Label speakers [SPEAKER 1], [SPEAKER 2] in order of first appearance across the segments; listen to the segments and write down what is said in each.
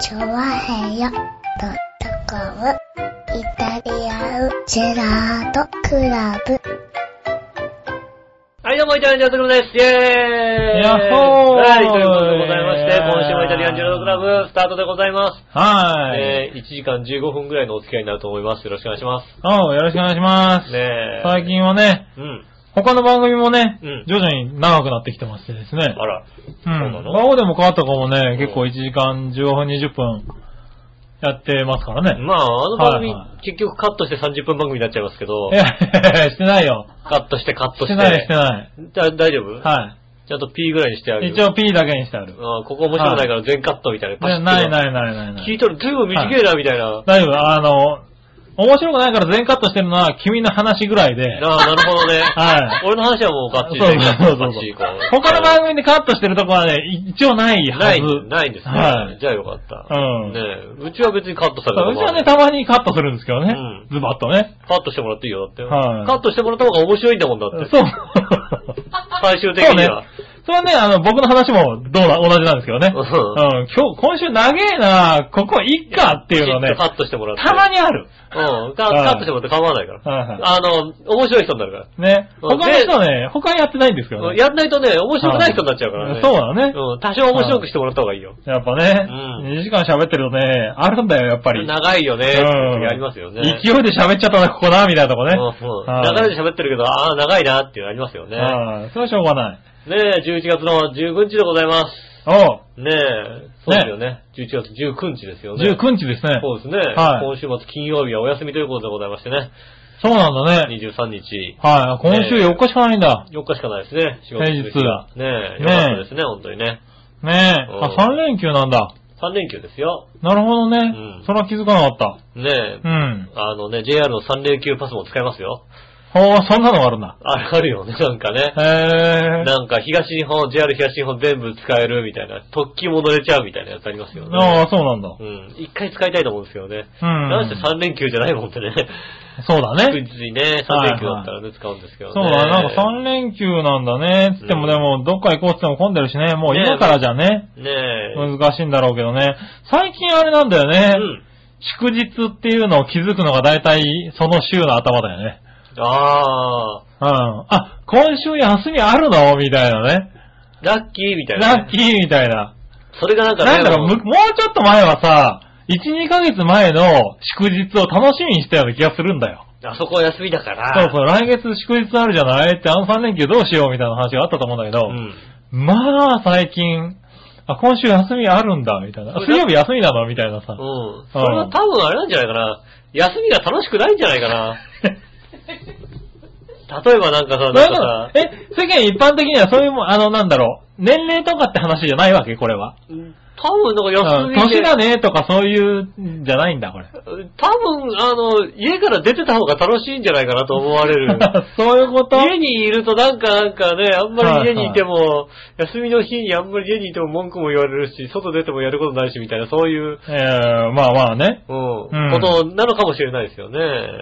[SPEAKER 1] チョワヘヨドットコムイタリアンジェラートクラブ。
[SPEAKER 2] はい、どうも、イタリアンジェラートクラブです。イェーイ
[SPEAKER 3] やっほー
[SPEAKER 2] はい、ということでございまして、今週もイタリアンジェラートクラブ、スタートでございます。
[SPEAKER 3] はい。
[SPEAKER 2] えー、1時間15分ぐらいのお付き合いになると思います。よろしくお願いしま。
[SPEAKER 3] おうよろしくお願いしますす。
[SPEAKER 2] ねえ。
[SPEAKER 3] 最。近はね、
[SPEAKER 2] うん。
[SPEAKER 3] 他の番組もね、
[SPEAKER 2] うん
[SPEAKER 3] 徐々に長くなってきてましてですね。
[SPEAKER 2] あら。
[SPEAKER 3] う。
[SPEAKER 2] そうなんの
[SPEAKER 3] バオでも変わったかもね
[SPEAKER 2] ん、
[SPEAKER 3] 結構1時間15分、20分やってますからね。
[SPEAKER 2] まあ、あの番組、
[SPEAKER 3] はいは
[SPEAKER 2] 結局カットして30分番組になっちゃいますけど
[SPEAKER 3] い、や、してないよ。
[SPEAKER 2] カットしてカットして。
[SPEAKER 3] してない、してない。
[SPEAKER 2] だ大丈夫
[SPEAKER 3] は
[SPEAKER 2] ちゃんと P ぐらいにしてあげ
[SPEAKER 3] い。
[SPEAKER 2] る。
[SPEAKER 3] 一応 P だけにしてある。
[SPEAKER 2] あー。ここ面白くないから全カットみたいな。
[SPEAKER 3] いやない
[SPEAKER 2] い。
[SPEAKER 3] ないないないな
[SPEAKER 2] 聞い
[SPEAKER 3] い。
[SPEAKER 2] とる、ずいぶん短いな、みたいな。
[SPEAKER 3] 大丈夫、あの、面白くないから全カットしてるのは君の話ぐらいで。
[SPEAKER 2] ああ、なるほどね。
[SPEAKER 3] はい
[SPEAKER 2] 俺の話はもうガッチリ。
[SPEAKER 3] そうそうそうそ
[SPEAKER 2] ガ
[SPEAKER 3] う
[SPEAKER 2] ッチリこう
[SPEAKER 3] 他の番組でカットしてるとこはね、一応ないはず。
[SPEAKER 2] ない、ないんですね。
[SPEAKER 3] はい
[SPEAKER 2] じゃあよかった。
[SPEAKER 3] うん
[SPEAKER 2] ねえうちは別にカットされた
[SPEAKER 3] そううちはね、たまにカットするんですけどね。
[SPEAKER 2] うん
[SPEAKER 3] ズバッとね。
[SPEAKER 2] カットしてもらっていいよ、だって。
[SPEAKER 3] はい
[SPEAKER 2] カットしてもらった方が面白いんだもんだって。
[SPEAKER 3] そう。
[SPEAKER 2] 最終的
[SPEAKER 3] そう
[SPEAKER 2] に
[SPEAKER 3] ね
[SPEAKER 2] は。。
[SPEAKER 3] それはね、あの、僕の話もどうな、同じなんですけどね。
[SPEAKER 2] うん
[SPEAKER 3] うん。今日、今週長えなここいっかっていうの
[SPEAKER 2] き
[SPEAKER 3] ね
[SPEAKER 2] ちっと、カットしてもらって。
[SPEAKER 3] たまにある。
[SPEAKER 2] うん。カ
[SPEAKER 3] はい
[SPEAKER 2] カットしてもらって構わないから。
[SPEAKER 3] はいはい
[SPEAKER 2] あの、面白い人になるか
[SPEAKER 3] ね。
[SPEAKER 2] う
[SPEAKER 3] 他
[SPEAKER 2] ん
[SPEAKER 3] の人はね、他やってないんですけど
[SPEAKER 2] ら。
[SPEAKER 3] ね。
[SPEAKER 2] やんないとね、面白くない人になっちゃうからね。
[SPEAKER 3] そうだね。
[SPEAKER 2] うん。多少面白くしてもらった方がいいよ。
[SPEAKER 3] やっぱね、
[SPEAKER 2] うん
[SPEAKER 3] 2時間喋ってるとね、あるんだよ、やっぱり。
[SPEAKER 2] 長いよね。
[SPEAKER 3] うん
[SPEAKER 2] やりますよね。
[SPEAKER 3] 勢いで喋っちゃったな、ここな、みたいなとこね。
[SPEAKER 2] うん
[SPEAKER 3] はい
[SPEAKER 2] 流れで喋ってるけど、ああ、長いなっていうのありますよね。
[SPEAKER 3] はいそれはしょうがない。
[SPEAKER 2] ねえ、11月の19日でございま
[SPEAKER 3] おう
[SPEAKER 2] す。ねえ、そうですよね。11月19日ですよね。
[SPEAKER 3] 19日ですね。
[SPEAKER 2] そうですね、
[SPEAKER 3] はい
[SPEAKER 2] 今週末金曜日はお休みということでございましてね。
[SPEAKER 3] そうなんだね。
[SPEAKER 2] 23日、
[SPEAKER 3] はい。今週4日しかないんだ。
[SPEAKER 2] 4日しかないですね。仕事
[SPEAKER 3] 平日が
[SPEAKER 2] ねえ、
[SPEAKER 3] ねえ
[SPEAKER 2] よかったですね、本当にね。
[SPEAKER 3] ねえ。
[SPEAKER 2] うん
[SPEAKER 3] あ、3連休なんだ。
[SPEAKER 2] 3連休ですよ。
[SPEAKER 3] なるほどね。
[SPEAKER 2] うん
[SPEAKER 3] それは気づかなかっ
[SPEAKER 2] ねえ、
[SPEAKER 3] た。うん。
[SPEAKER 2] あのね、JR の3連休パスも使えますよ。
[SPEAKER 3] ほう、そんなのがあるんだ。
[SPEAKER 2] あるあるよね、なんかね。
[SPEAKER 3] へえ。
[SPEAKER 2] なんか東日本、JR 東日本全部使えるみたいな、特急も乗れちゃうみたいなやつありますよね。
[SPEAKER 3] ああ、そうなんだ。
[SPEAKER 2] うん。一回使いたいと思うんですけどね。
[SPEAKER 3] うん
[SPEAKER 2] なんせ3連休じゃないもんってね。
[SPEAKER 3] そうだ
[SPEAKER 2] 確
[SPEAKER 3] ね。
[SPEAKER 2] 実にね、3連休だったらね、使うんですけど
[SPEAKER 3] そ
[SPEAKER 2] ね。
[SPEAKER 3] うだね。なんか3連休なんだね。つって
[SPEAKER 2] うん
[SPEAKER 3] もでも、どっか行こうっつっても混んでるしね。もう
[SPEAKER 2] ねえ
[SPEAKER 3] 今からじゃね。
[SPEAKER 2] ねえ。
[SPEAKER 3] 難しいんだろうけどね。最近あれなんだよね。
[SPEAKER 2] うん。
[SPEAKER 3] 祝日っていうのを気づくのが大体その週の頭だよね。
[SPEAKER 2] ああ、
[SPEAKER 3] うん。あ、今週休みあるのみたいなね。
[SPEAKER 2] ラッキーみたいなね、
[SPEAKER 3] ラッキーみたいな。
[SPEAKER 2] それがなんかね、
[SPEAKER 3] なんだろう、
[SPEAKER 2] も
[SPEAKER 3] むもうちょっと前はさ、1、2ヶ月前の祝日を楽しみにしたような気がするんだよ。
[SPEAKER 2] あそこは休みだから。
[SPEAKER 3] そうそう、来月祝日あるじゃないって、あの3連休どうしようみたいな話があったと思うんだけど、
[SPEAKER 2] うん。
[SPEAKER 3] まあ最近、あ、今週休みあるんだ、みたいな。あ水曜日休みなのみたいなさ。
[SPEAKER 2] うん。それは多分あれなんじゃないかな。休みが楽しくないんじゃないかな。例えばなんかさ、なんかさ、
[SPEAKER 3] え、世間一般的にはそういうもん、あの、なんだろう、年齢とかって話じゃないわけ、これは。
[SPEAKER 2] 多分なんか休
[SPEAKER 3] う
[SPEAKER 2] み
[SPEAKER 3] ん
[SPEAKER 2] で
[SPEAKER 3] 年がね、とかそういうんじゃないんだ、これ。
[SPEAKER 2] 多分、あの、家から出てた方が楽しいんじゃないかなと思われ る。
[SPEAKER 3] そういうこと
[SPEAKER 2] 家にいるとなんか、なんかね、あんまり家にいても、休みの日にあんまり家にいても文句も言われるし、外出てもやることないしみたいな、そういう、
[SPEAKER 3] えー、まあまあね。
[SPEAKER 2] うん、
[SPEAKER 3] ん
[SPEAKER 2] ことなのかもしれないですよね。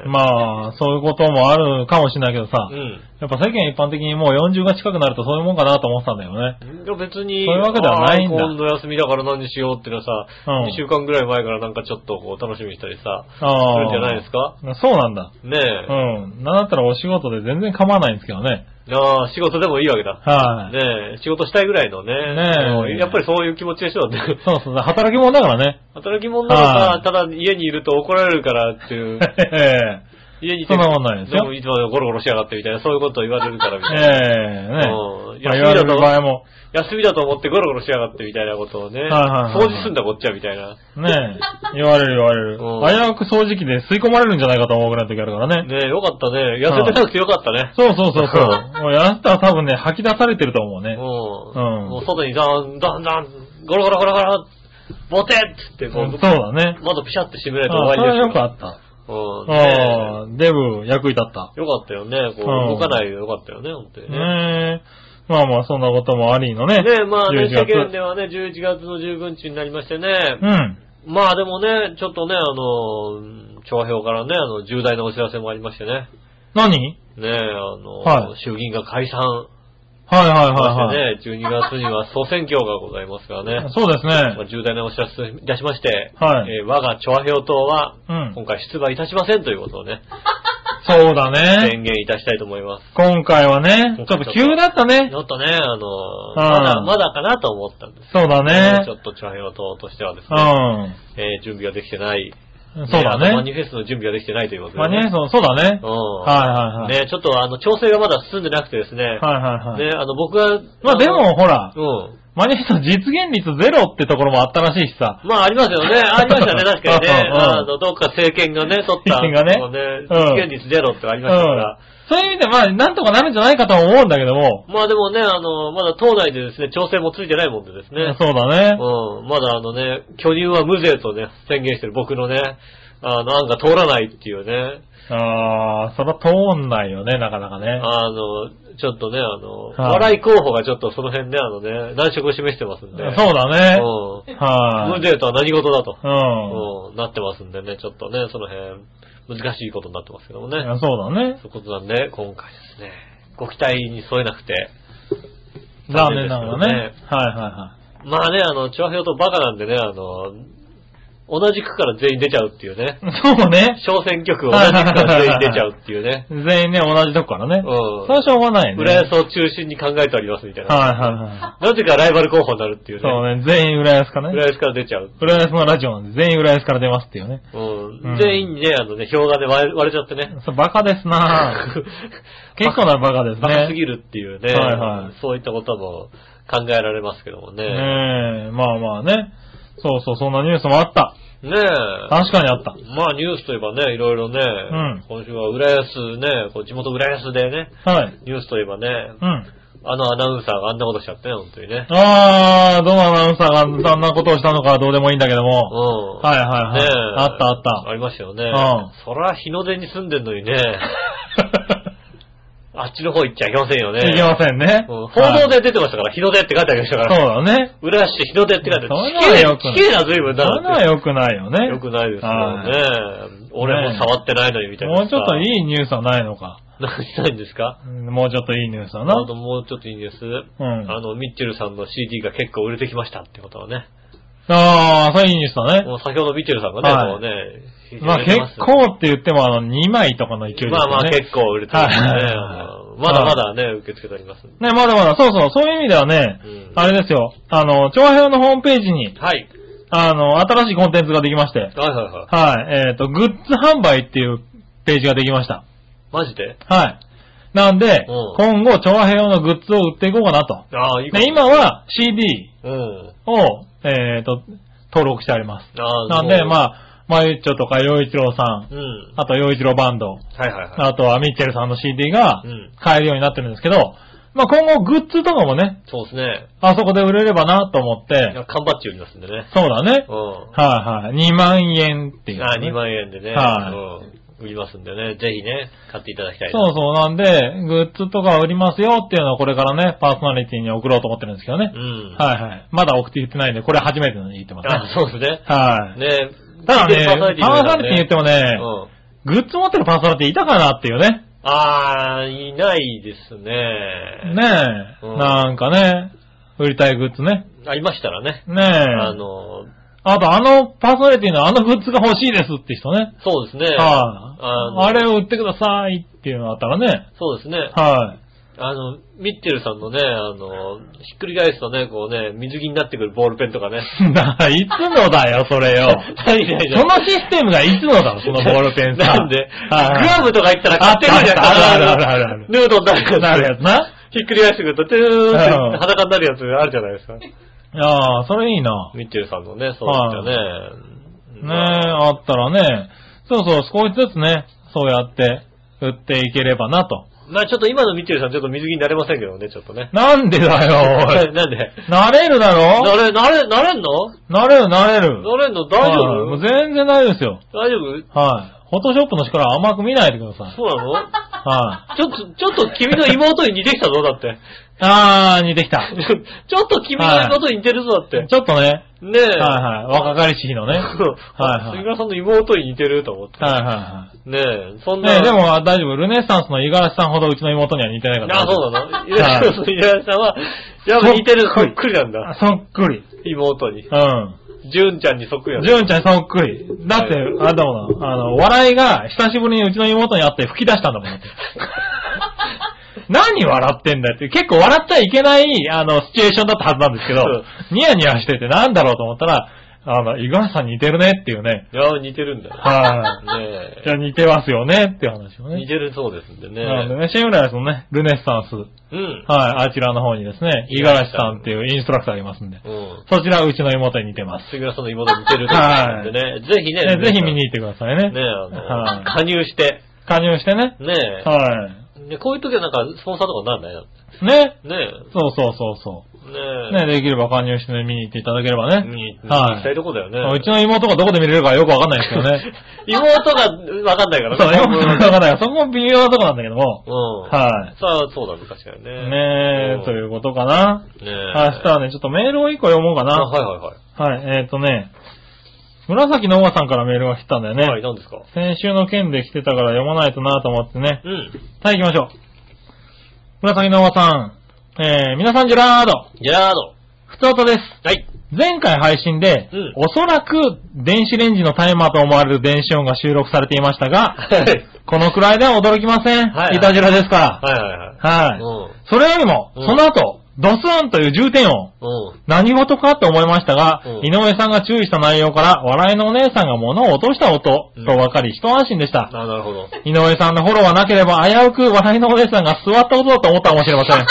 [SPEAKER 3] まあ、そういうこともあるかもしれないけどさ、
[SPEAKER 2] うん。
[SPEAKER 3] やっぱ世間一般的にもう40が近くなるとそういうもんかなと思ってたんだよね。
[SPEAKER 2] いや別に、
[SPEAKER 3] そういうわけではないんだ
[SPEAKER 2] あー今度休みだから何しようっていうのはさ、
[SPEAKER 3] うん
[SPEAKER 2] 2週間ぐらい前からなんかちょっとこう楽しみにしたりさ、す
[SPEAKER 3] あ
[SPEAKER 2] るんじゃないですか
[SPEAKER 3] かそうなんだ。
[SPEAKER 2] ねえ。
[SPEAKER 3] うん。なんだったらお仕事で全然構わないんですけどね。
[SPEAKER 2] ああ、仕事でもいいわけだ。
[SPEAKER 3] はい、
[SPEAKER 2] ねえ、仕事したいぐらいのね。
[SPEAKER 3] ねえ
[SPEAKER 2] うんやっぱりそういう気持ちでしょうね。
[SPEAKER 3] そうそうそう、働き者だからね。
[SPEAKER 2] 働き者なの
[SPEAKER 3] は
[SPEAKER 2] か、
[SPEAKER 3] い
[SPEAKER 2] ただ家にいると怒られるからって いう。
[SPEAKER 3] え
[SPEAKER 2] 家にいて
[SPEAKER 3] そんなもんないですよ
[SPEAKER 2] もいつまでもゴロゴロしやがってみたいな、そういうことを言われるからみたい
[SPEAKER 3] え
[SPEAKER 2] な。
[SPEAKER 3] ええね
[SPEAKER 2] うん
[SPEAKER 3] まあ言われる場合も、
[SPEAKER 2] 休みだと思ってゴロゴロしやがってみたいなことをね。
[SPEAKER 3] いはいはいはい
[SPEAKER 2] 掃除すんだこっちはみたいな。
[SPEAKER 3] ねえ、言われる言われる。
[SPEAKER 2] う
[SPEAKER 3] 危うく掃除機で吸い込まれるんじゃないかと思うぐらいの時あるからね。
[SPEAKER 2] ねえ、よかったね。痩せてなくてよかったね。
[SPEAKER 3] そうそうそ うそう。もうやらせたら多分ね、吐き出されてると思うね。
[SPEAKER 2] もう
[SPEAKER 3] うん
[SPEAKER 2] もう外にだんだんだん、ゴロゴロゴロゴロ、ボテッつってこ
[SPEAKER 3] そう
[SPEAKER 2] う、
[SPEAKER 3] だね。
[SPEAKER 2] 窓ピシャって閉め
[SPEAKER 3] あ
[SPEAKER 2] ないと終
[SPEAKER 3] それ
[SPEAKER 2] わ
[SPEAKER 3] は
[SPEAKER 2] りで
[SPEAKER 3] よ
[SPEAKER 2] す
[SPEAKER 3] か
[SPEAKER 2] よ。
[SPEAKER 3] った。
[SPEAKER 2] うんねえ
[SPEAKER 3] ああ、デブ役に立った。
[SPEAKER 2] よかったよね。こう、
[SPEAKER 3] う
[SPEAKER 2] 動
[SPEAKER 3] ん
[SPEAKER 2] かないでよかったよね、本当にね。
[SPEAKER 3] ねえ。まあまあ、そんなこともありのね。
[SPEAKER 2] ねえ、まあね、
[SPEAKER 3] 11
[SPEAKER 2] 世
[SPEAKER 3] 月
[SPEAKER 2] 間ではね、11月の19日になりましてね。
[SPEAKER 3] うん。
[SPEAKER 2] まあでもね、ちょっとね、あの、調和表からね、あの、重大なお知らせもありましてね。
[SPEAKER 3] 何
[SPEAKER 2] ねえ、あの、
[SPEAKER 3] は
[SPEAKER 2] 衆議院が解散。
[SPEAKER 3] はいはいはいはいはい。
[SPEAKER 2] ましてね、12月には総選挙がございますからね。
[SPEAKER 3] そうです
[SPEAKER 2] ま
[SPEAKER 3] ね。
[SPEAKER 2] あ重大なお知らせいたしまして、
[SPEAKER 3] はい
[SPEAKER 2] えー我が調和票党は、
[SPEAKER 3] うん
[SPEAKER 2] 今回出馬いたしませんということをね、
[SPEAKER 3] そうだね。
[SPEAKER 2] 宣言いたしたいと思います。
[SPEAKER 3] 今回はね、ちょっと急だったね。
[SPEAKER 2] ちょっとね、あのー
[SPEAKER 3] うん
[SPEAKER 2] まだ、まだかなと思ったんです
[SPEAKER 3] そう
[SPEAKER 2] けど
[SPEAKER 3] だね
[SPEAKER 2] ち。ょっと調和票党としてはです
[SPEAKER 3] う
[SPEAKER 2] ね、
[SPEAKER 3] ん。
[SPEAKER 2] えー準備ができてない。
[SPEAKER 3] そう
[SPEAKER 2] あの
[SPEAKER 3] だ
[SPEAKER 2] マニ
[SPEAKER 3] ね。
[SPEAKER 2] フェストの準備ができてないということで、
[SPEAKER 3] まあね、そうそうだね
[SPEAKER 2] う。ん。
[SPEAKER 3] はいはいはい。
[SPEAKER 2] ね、ちょっとあの、調整がまだ進んでなくてですね。
[SPEAKER 3] はいはいはい。
[SPEAKER 2] ね、あの、僕が、
[SPEAKER 3] まあでも、ほら
[SPEAKER 2] あ、の、うん。
[SPEAKER 3] マニフェスト実現率ゼロってところもあったらしいしさ。
[SPEAKER 2] まあありますよ ね。ありましたね、確かにね。
[SPEAKER 3] うんうん
[SPEAKER 2] あの、どっか政権がね、取った。
[SPEAKER 3] 政権がね
[SPEAKER 2] そうね
[SPEAKER 3] うん
[SPEAKER 2] 実現率ゼロってあり
[SPEAKER 3] う
[SPEAKER 2] ましたから。
[SPEAKER 3] そういう意味で、まあ、なんとかなるんじゃないかとは思うんだけども。
[SPEAKER 2] まあでもね、あの、まだ党内でですね、調整もついてないもんでですね。
[SPEAKER 3] そうだね。
[SPEAKER 2] うん。まだあのね、巨乳は無税とね、宣言してる僕のね、あの、案が通らないっていうね。
[SPEAKER 3] ああ、それは通んないよね、なかなかね。
[SPEAKER 2] あの、ちょっとね、あの、
[SPEAKER 3] はい
[SPEAKER 2] 笑い候補がちょっとその辺ね、あのね、難色を示してますんで。
[SPEAKER 3] そうだね。
[SPEAKER 2] うん。
[SPEAKER 3] は
[SPEAKER 2] ム
[SPEAKER 3] い。
[SPEAKER 2] デーとは何事だと、
[SPEAKER 3] うん。
[SPEAKER 2] うん、なってますんでね、ちょっとね、その辺、難しいことになってますけどもね。
[SPEAKER 3] そうだね。
[SPEAKER 2] そういうことなんで、今回ですね、ご期待に添えなくて。
[SPEAKER 3] 残念ながらね。
[SPEAKER 2] 残念です
[SPEAKER 3] はいは
[SPEAKER 2] まあね、あの、調和票とバカなんでね、あの、同じ区から全員出ちゃうっていうね。
[SPEAKER 3] いはい。そうね。。
[SPEAKER 2] 小選挙区同じ区から全員出ちゃうっていうね
[SPEAKER 3] 全員ね、同じとこからね。
[SPEAKER 2] うん
[SPEAKER 3] それはしょうがないね。
[SPEAKER 2] 浦安を中心に考えておりますみたいな。
[SPEAKER 3] はいはいは
[SPEAKER 2] なぜかライバル候補になるってい
[SPEAKER 3] い。
[SPEAKER 2] う
[SPEAKER 3] そ
[SPEAKER 2] ね。
[SPEAKER 3] うね、全員浦安かね。
[SPEAKER 2] 浦安から出ちゃう。
[SPEAKER 3] 浦安のラジオなんで全員浦安から出ますっていうね。
[SPEAKER 2] う
[SPEAKER 3] うん
[SPEAKER 2] ん。全員にね、あのね、票がね、割れ割れちゃってね。
[SPEAKER 3] そうバカで すな結構なバカですね。
[SPEAKER 2] バカすぎるっていうね、
[SPEAKER 3] はいはい
[SPEAKER 2] そういったことも考えられますけどもね。
[SPEAKER 3] ねえ、まあまあね。そうそう、そんなニュースもあった。
[SPEAKER 2] ねえ。
[SPEAKER 3] 確かにあった。
[SPEAKER 2] まあニュースといえばね、いろいろね、
[SPEAKER 3] ん
[SPEAKER 2] 今週は浦安ね、こう地元浦安でね、
[SPEAKER 3] はい。
[SPEAKER 2] ニュースといえばね、
[SPEAKER 3] うん。
[SPEAKER 2] あのアナウンサーがあんなことしちゃってね、本当にね。
[SPEAKER 3] あー、どのアナウンサーがそんなことをしたのかはどうでもいいんだけど
[SPEAKER 2] うん。
[SPEAKER 3] も。はいはいは
[SPEAKER 2] ね
[SPEAKER 3] い
[SPEAKER 2] え
[SPEAKER 3] あったあった
[SPEAKER 2] ありましたよね。
[SPEAKER 3] ん
[SPEAKER 2] そら日の出に住んでんのにね、あっちの方行っちゃいけませんよね。
[SPEAKER 3] いけませんね。
[SPEAKER 2] うん報道で出てましたから、日の出って書いてありましたか
[SPEAKER 3] はい。
[SPEAKER 2] ら。
[SPEAKER 3] そうだね。
[SPEAKER 2] 浦安市日の出って書いてある。
[SPEAKER 3] そんなのよく
[SPEAKER 2] 綺麗な随分
[SPEAKER 3] それ
[SPEAKER 2] だ
[SPEAKER 3] は良くないよね。
[SPEAKER 2] よくないですよ
[SPEAKER 3] は
[SPEAKER 2] ね。俺も触ってないのにみたいな。
[SPEAKER 3] もうちょっといいニュースはないのか。
[SPEAKER 2] 何ないんですか
[SPEAKER 3] うんもうちょっといいニュースはな
[SPEAKER 2] あ。ともうちょっといいんです。
[SPEAKER 3] ん
[SPEAKER 2] あの、ミッチェルさんの CD が結構売れてきましたってことはね。
[SPEAKER 3] あー、それいいニュースだね。
[SPEAKER 2] もう先ほどミッチェルさんがね、
[SPEAKER 3] はい
[SPEAKER 2] もうね、
[SPEAKER 3] まあ
[SPEAKER 2] 売れ
[SPEAKER 3] 結
[SPEAKER 2] てますね
[SPEAKER 3] 構って言ってもあの2枚とかの勢いですよね。
[SPEAKER 2] まあまあ結構売れてますね。
[SPEAKER 3] はい
[SPEAKER 2] あのまだまだね、受け付けております。
[SPEAKER 3] ね、まだまだ、そうそう、そういう意味ではね、
[SPEAKER 2] うん
[SPEAKER 3] あれですよ、あの、長編のホームページに、
[SPEAKER 2] はい。
[SPEAKER 3] あの、新しいコンテンツができまして、
[SPEAKER 2] はいはいはい。
[SPEAKER 3] はい、えっ、と、グッズ販売っていうページができました。
[SPEAKER 2] マジで
[SPEAKER 3] はい。なんで、
[SPEAKER 2] うん
[SPEAKER 3] 今後、長編のグッズを売っていこうかなと。
[SPEAKER 2] ああ、いいこと
[SPEAKER 3] で、今は CD
[SPEAKER 2] うん。
[SPEAKER 3] を、えっ、と、登録してあります。
[SPEAKER 2] ああ
[SPEAKER 3] なんで、
[SPEAKER 2] あ。
[SPEAKER 3] まあ、まゆっちょとか、よいちろうさん、
[SPEAKER 2] うん。
[SPEAKER 3] あと、よいちろうバンド、
[SPEAKER 2] はいはいはい。
[SPEAKER 3] あとは、ミッチェルさんの CD が
[SPEAKER 2] うん
[SPEAKER 3] 買えるようになってるんですけど、まあ、今後、グッズとかもね、
[SPEAKER 2] そうですね。
[SPEAKER 3] あそこで売れればなと思っ
[SPEAKER 2] いや
[SPEAKER 3] て、
[SPEAKER 2] 缶バッジ売りますんでね。
[SPEAKER 3] そうだね
[SPEAKER 2] う。ん。
[SPEAKER 3] はいはい。2万円っていう、
[SPEAKER 2] ああ、2万円でね、
[SPEAKER 3] は
[SPEAKER 2] うん売りますんでね、ぜひね、買っていただきたい。
[SPEAKER 3] そうそう。なんで、グッズとか売りますよっていうのをこれからね、パーソナリティに送ろうと思ってるんですけどね
[SPEAKER 2] う。ん。
[SPEAKER 3] はいはい。まだ送って言ってないんで、これ初めての言ってますね。
[SPEAKER 2] あ、そうですね。
[SPEAKER 3] はい。
[SPEAKER 2] ね
[SPEAKER 3] ただね、パーソナリティに言って
[SPEAKER 2] も
[SPEAKER 3] もね、
[SPEAKER 2] うん。
[SPEAKER 3] グッズ持ってるパーソナリティいたかなっていうね。
[SPEAKER 2] あー、いないですね。
[SPEAKER 3] ねえ。
[SPEAKER 2] うん
[SPEAKER 3] なんかね、売りたいグッズね。
[SPEAKER 2] ありましたらね。
[SPEAKER 3] ねえ。
[SPEAKER 2] あ
[SPEAKER 3] あ
[SPEAKER 2] の、
[SPEAKER 3] と、あのパーソナリティのあのグッズが欲しいですって人ね。
[SPEAKER 2] そうですね。
[SPEAKER 3] はい、
[SPEAKER 2] の
[SPEAKER 3] あ。れを売ってくださいっていうのあったらね。
[SPEAKER 2] そうですね。
[SPEAKER 3] はい、
[SPEAKER 2] あの、ミッチェルさんのね、あの、ひっくり返すとね、こうね、水着になってくるボールペンとかね。
[SPEAKER 3] な、い つのだよ、そ れよ。
[SPEAKER 2] ないないない
[SPEAKER 3] そのシステムがいつのだろ、そのボールペン さ。
[SPEAKER 2] なんで、
[SPEAKER 3] はい
[SPEAKER 2] グアムとか行ったら買ってくるじゃん。
[SPEAKER 3] あるあるあるあるある
[SPEAKER 2] ヌードになるやつ。
[SPEAKER 3] なるやつな。
[SPEAKER 2] ひっくり返してくると、トゥーンっ
[SPEAKER 3] うん
[SPEAKER 2] て裸になるやつあるじゃないですか。
[SPEAKER 3] ああ、それいいな。ね
[SPEAKER 2] ミッチェルさんのね、そうですよ
[SPEAKER 3] え、
[SPEAKER 2] ね。
[SPEAKER 3] あったらね、そうそう、少しずつね、そうやって、売っていければなと。
[SPEAKER 2] まあちょっと今のミッチェルさんちょっと水着になれませんけどね、ちょっとね。
[SPEAKER 3] なんでだよ、
[SPEAKER 2] なんで
[SPEAKER 3] おい。なれるだ
[SPEAKER 2] な
[SPEAKER 3] ろ
[SPEAKER 2] れ、なれ、なれんの
[SPEAKER 3] なれる、なれる。
[SPEAKER 2] なれんの大丈
[SPEAKER 3] はいも
[SPEAKER 2] 夫
[SPEAKER 3] う全然大丈夫ですよ。
[SPEAKER 2] 大丈夫
[SPEAKER 3] はい。フォトショップの力は甘く見ないでください。
[SPEAKER 2] そうなの
[SPEAKER 3] は
[SPEAKER 2] ちょっと、ちょっと君の妹に似てきたぞ、だって。
[SPEAKER 3] い。あー、似てきた。
[SPEAKER 2] ち ょっと君のことに似てるぞだって。
[SPEAKER 3] ちょっとね、
[SPEAKER 2] ねえ。
[SPEAKER 3] はいはい、若かりし 日のね。はい
[SPEAKER 2] そう。
[SPEAKER 3] はい
[SPEAKER 2] 杉村さんの妹に似てると思って。
[SPEAKER 3] はいは
[SPEAKER 2] ねえ、そん
[SPEAKER 3] い。
[SPEAKER 2] な。
[SPEAKER 3] ねでもあ大丈夫、ルネッサンスの五十嵐さんほどうちの妹には似てないから。
[SPEAKER 2] あ、そうなのい
[SPEAKER 3] は
[SPEAKER 2] や、
[SPEAKER 3] い
[SPEAKER 2] そうそう、いやさんは、やっぱ似てるのそっくりなんだ。
[SPEAKER 3] あそっくり。
[SPEAKER 2] 妹に。
[SPEAKER 3] うん。
[SPEAKER 2] 純ちゃんにそっくりなんだ。
[SPEAKER 3] 純ちゃんそっくり。だって、
[SPEAKER 2] は
[SPEAKER 3] あれだもんな、あの、笑いが久しぶりにうちの妹に会って吹き出したんだもん。 何笑ってんだって、結構笑っちゃいけない、あの、シチュエーションだったはずなんですけど
[SPEAKER 2] そう、
[SPEAKER 3] ニヤニヤしててなんだろうと思ったら、あの、五十嵐さん似てるねっていうね。
[SPEAKER 2] いや、似てるんだ。
[SPEAKER 3] はい
[SPEAKER 2] ね
[SPEAKER 3] じゃあ似てますよねっていう話を
[SPEAKER 2] え。似
[SPEAKER 3] ね。
[SPEAKER 2] てるそうですんで
[SPEAKER 3] な
[SPEAKER 2] ね。
[SPEAKER 3] のでね、シェムライスのね、ルネッサンス。
[SPEAKER 2] うん。
[SPEAKER 3] はい、あちらの方にですね、五十嵐さんっていうインストラクターがいますんで。
[SPEAKER 2] うん。
[SPEAKER 3] そちらうちの妹に似てます。
[SPEAKER 2] 杉村さんの妹似てると思うんでね。ぜひね。
[SPEAKER 3] ねぜひ見に行ってくださいね。
[SPEAKER 2] ねえ、あ
[SPEAKER 3] はい
[SPEAKER 2] の、加入して。
[SPEAKER 3] 加入してね。
[SPEAKER 2] ね
[SPEAKER 3] は
[SPEAKER 2] え。ねこういう時はなんか、スポンサーとかなんないの
[SPEAKER 3] い。ね。
[SPEAKER 2] ね
[SPEAKER 3] そうそうそうそ
[SPEAKER 2] え。ね
[SPEAKER 3] う。
[SPEAKER 2] え。
[SPEAKER 3] ね、できれば加入してね見に行っていただければね。
[SPEAKER 2] に、
[SPEAKER 3] はい
[SPEAKER 2] 行きたいとこだよね。
[SPEAKER 3] うちの妹がどこで見れるかよくわかんないですけどね。
[SPEAKER 2] 妹がわかんないから
[SPEAKER 3] そう、よくわかんないから、そこも微妙なとこなんだけども。
[SPEAKER 2] うん。
[SPEAKER 3] はい。
[SPEAKER 2] さあ、そうだ、昔はね。
[SPEAKER 3] ね
[SPEAKER 2] うん
[SPEAKER 3] え、ということかな。
[SPEAKER 2] ねえ。
[SPEAKER 3] はい、したらね、ちょっとメールを一個読もうか
[SPEAKER 2] あ
[SPEAKER 3] な。
[SPEAKER 2] はいは
[SPEAKER 3] はい、えっとね、紫のおばさんからメールが来たんだよ
[SPEAKER 2] いはい。はい、
[SPEAKER 3] ね。
[SPEAKER 2] 何ですか
[SPEAKER 3] 先週の件で来てたから読まないとなと思ってね。
[SPEAKER 2] うん。
[SPEAKER 3] はい、行きましょう。紫のおばさん、えー、皆さんジェラード、
[SPEAKER 2] ジェラード。
[SPEAKER 3] ふつおとです。
[SPEAKER 2] はい。
[SPEAKER 3] 前回配信で、
[SPEAKER 2] うん
[SPEAKER 3] おそらく電子レンジのタイマーと思われる電子音が収録されていましたが、
[SPEAKER 2] はい。
[SPEAKER 3] このくらいでは驚きません。
[SPEAKER 2] はいはい
[SPEAKER 3] いたじらですか
[SPEAKER 2] はいはいはい。
[SPEAKER 3] ら。はい。それよりも、
[SPEAKER 2] うん
[SPEAKER 3] その後、ドスンという重点音。
[SPEAKER 2] うん。うん。
[SPEAKER 3] 何事かと思いましたが、
[SPEAKER 2] うん
[SPEAKER 3] 井上さんが注意した内容から、笑いのお姉さんが物を落とした音と分かり、一安心でした。
[SPEAKER 2] あ、なるほど。
[SPEAKER 3] 井上さんのフォローはなければ危うく笑いのお姉さんが座ったことだと思ったかもしれませ ん。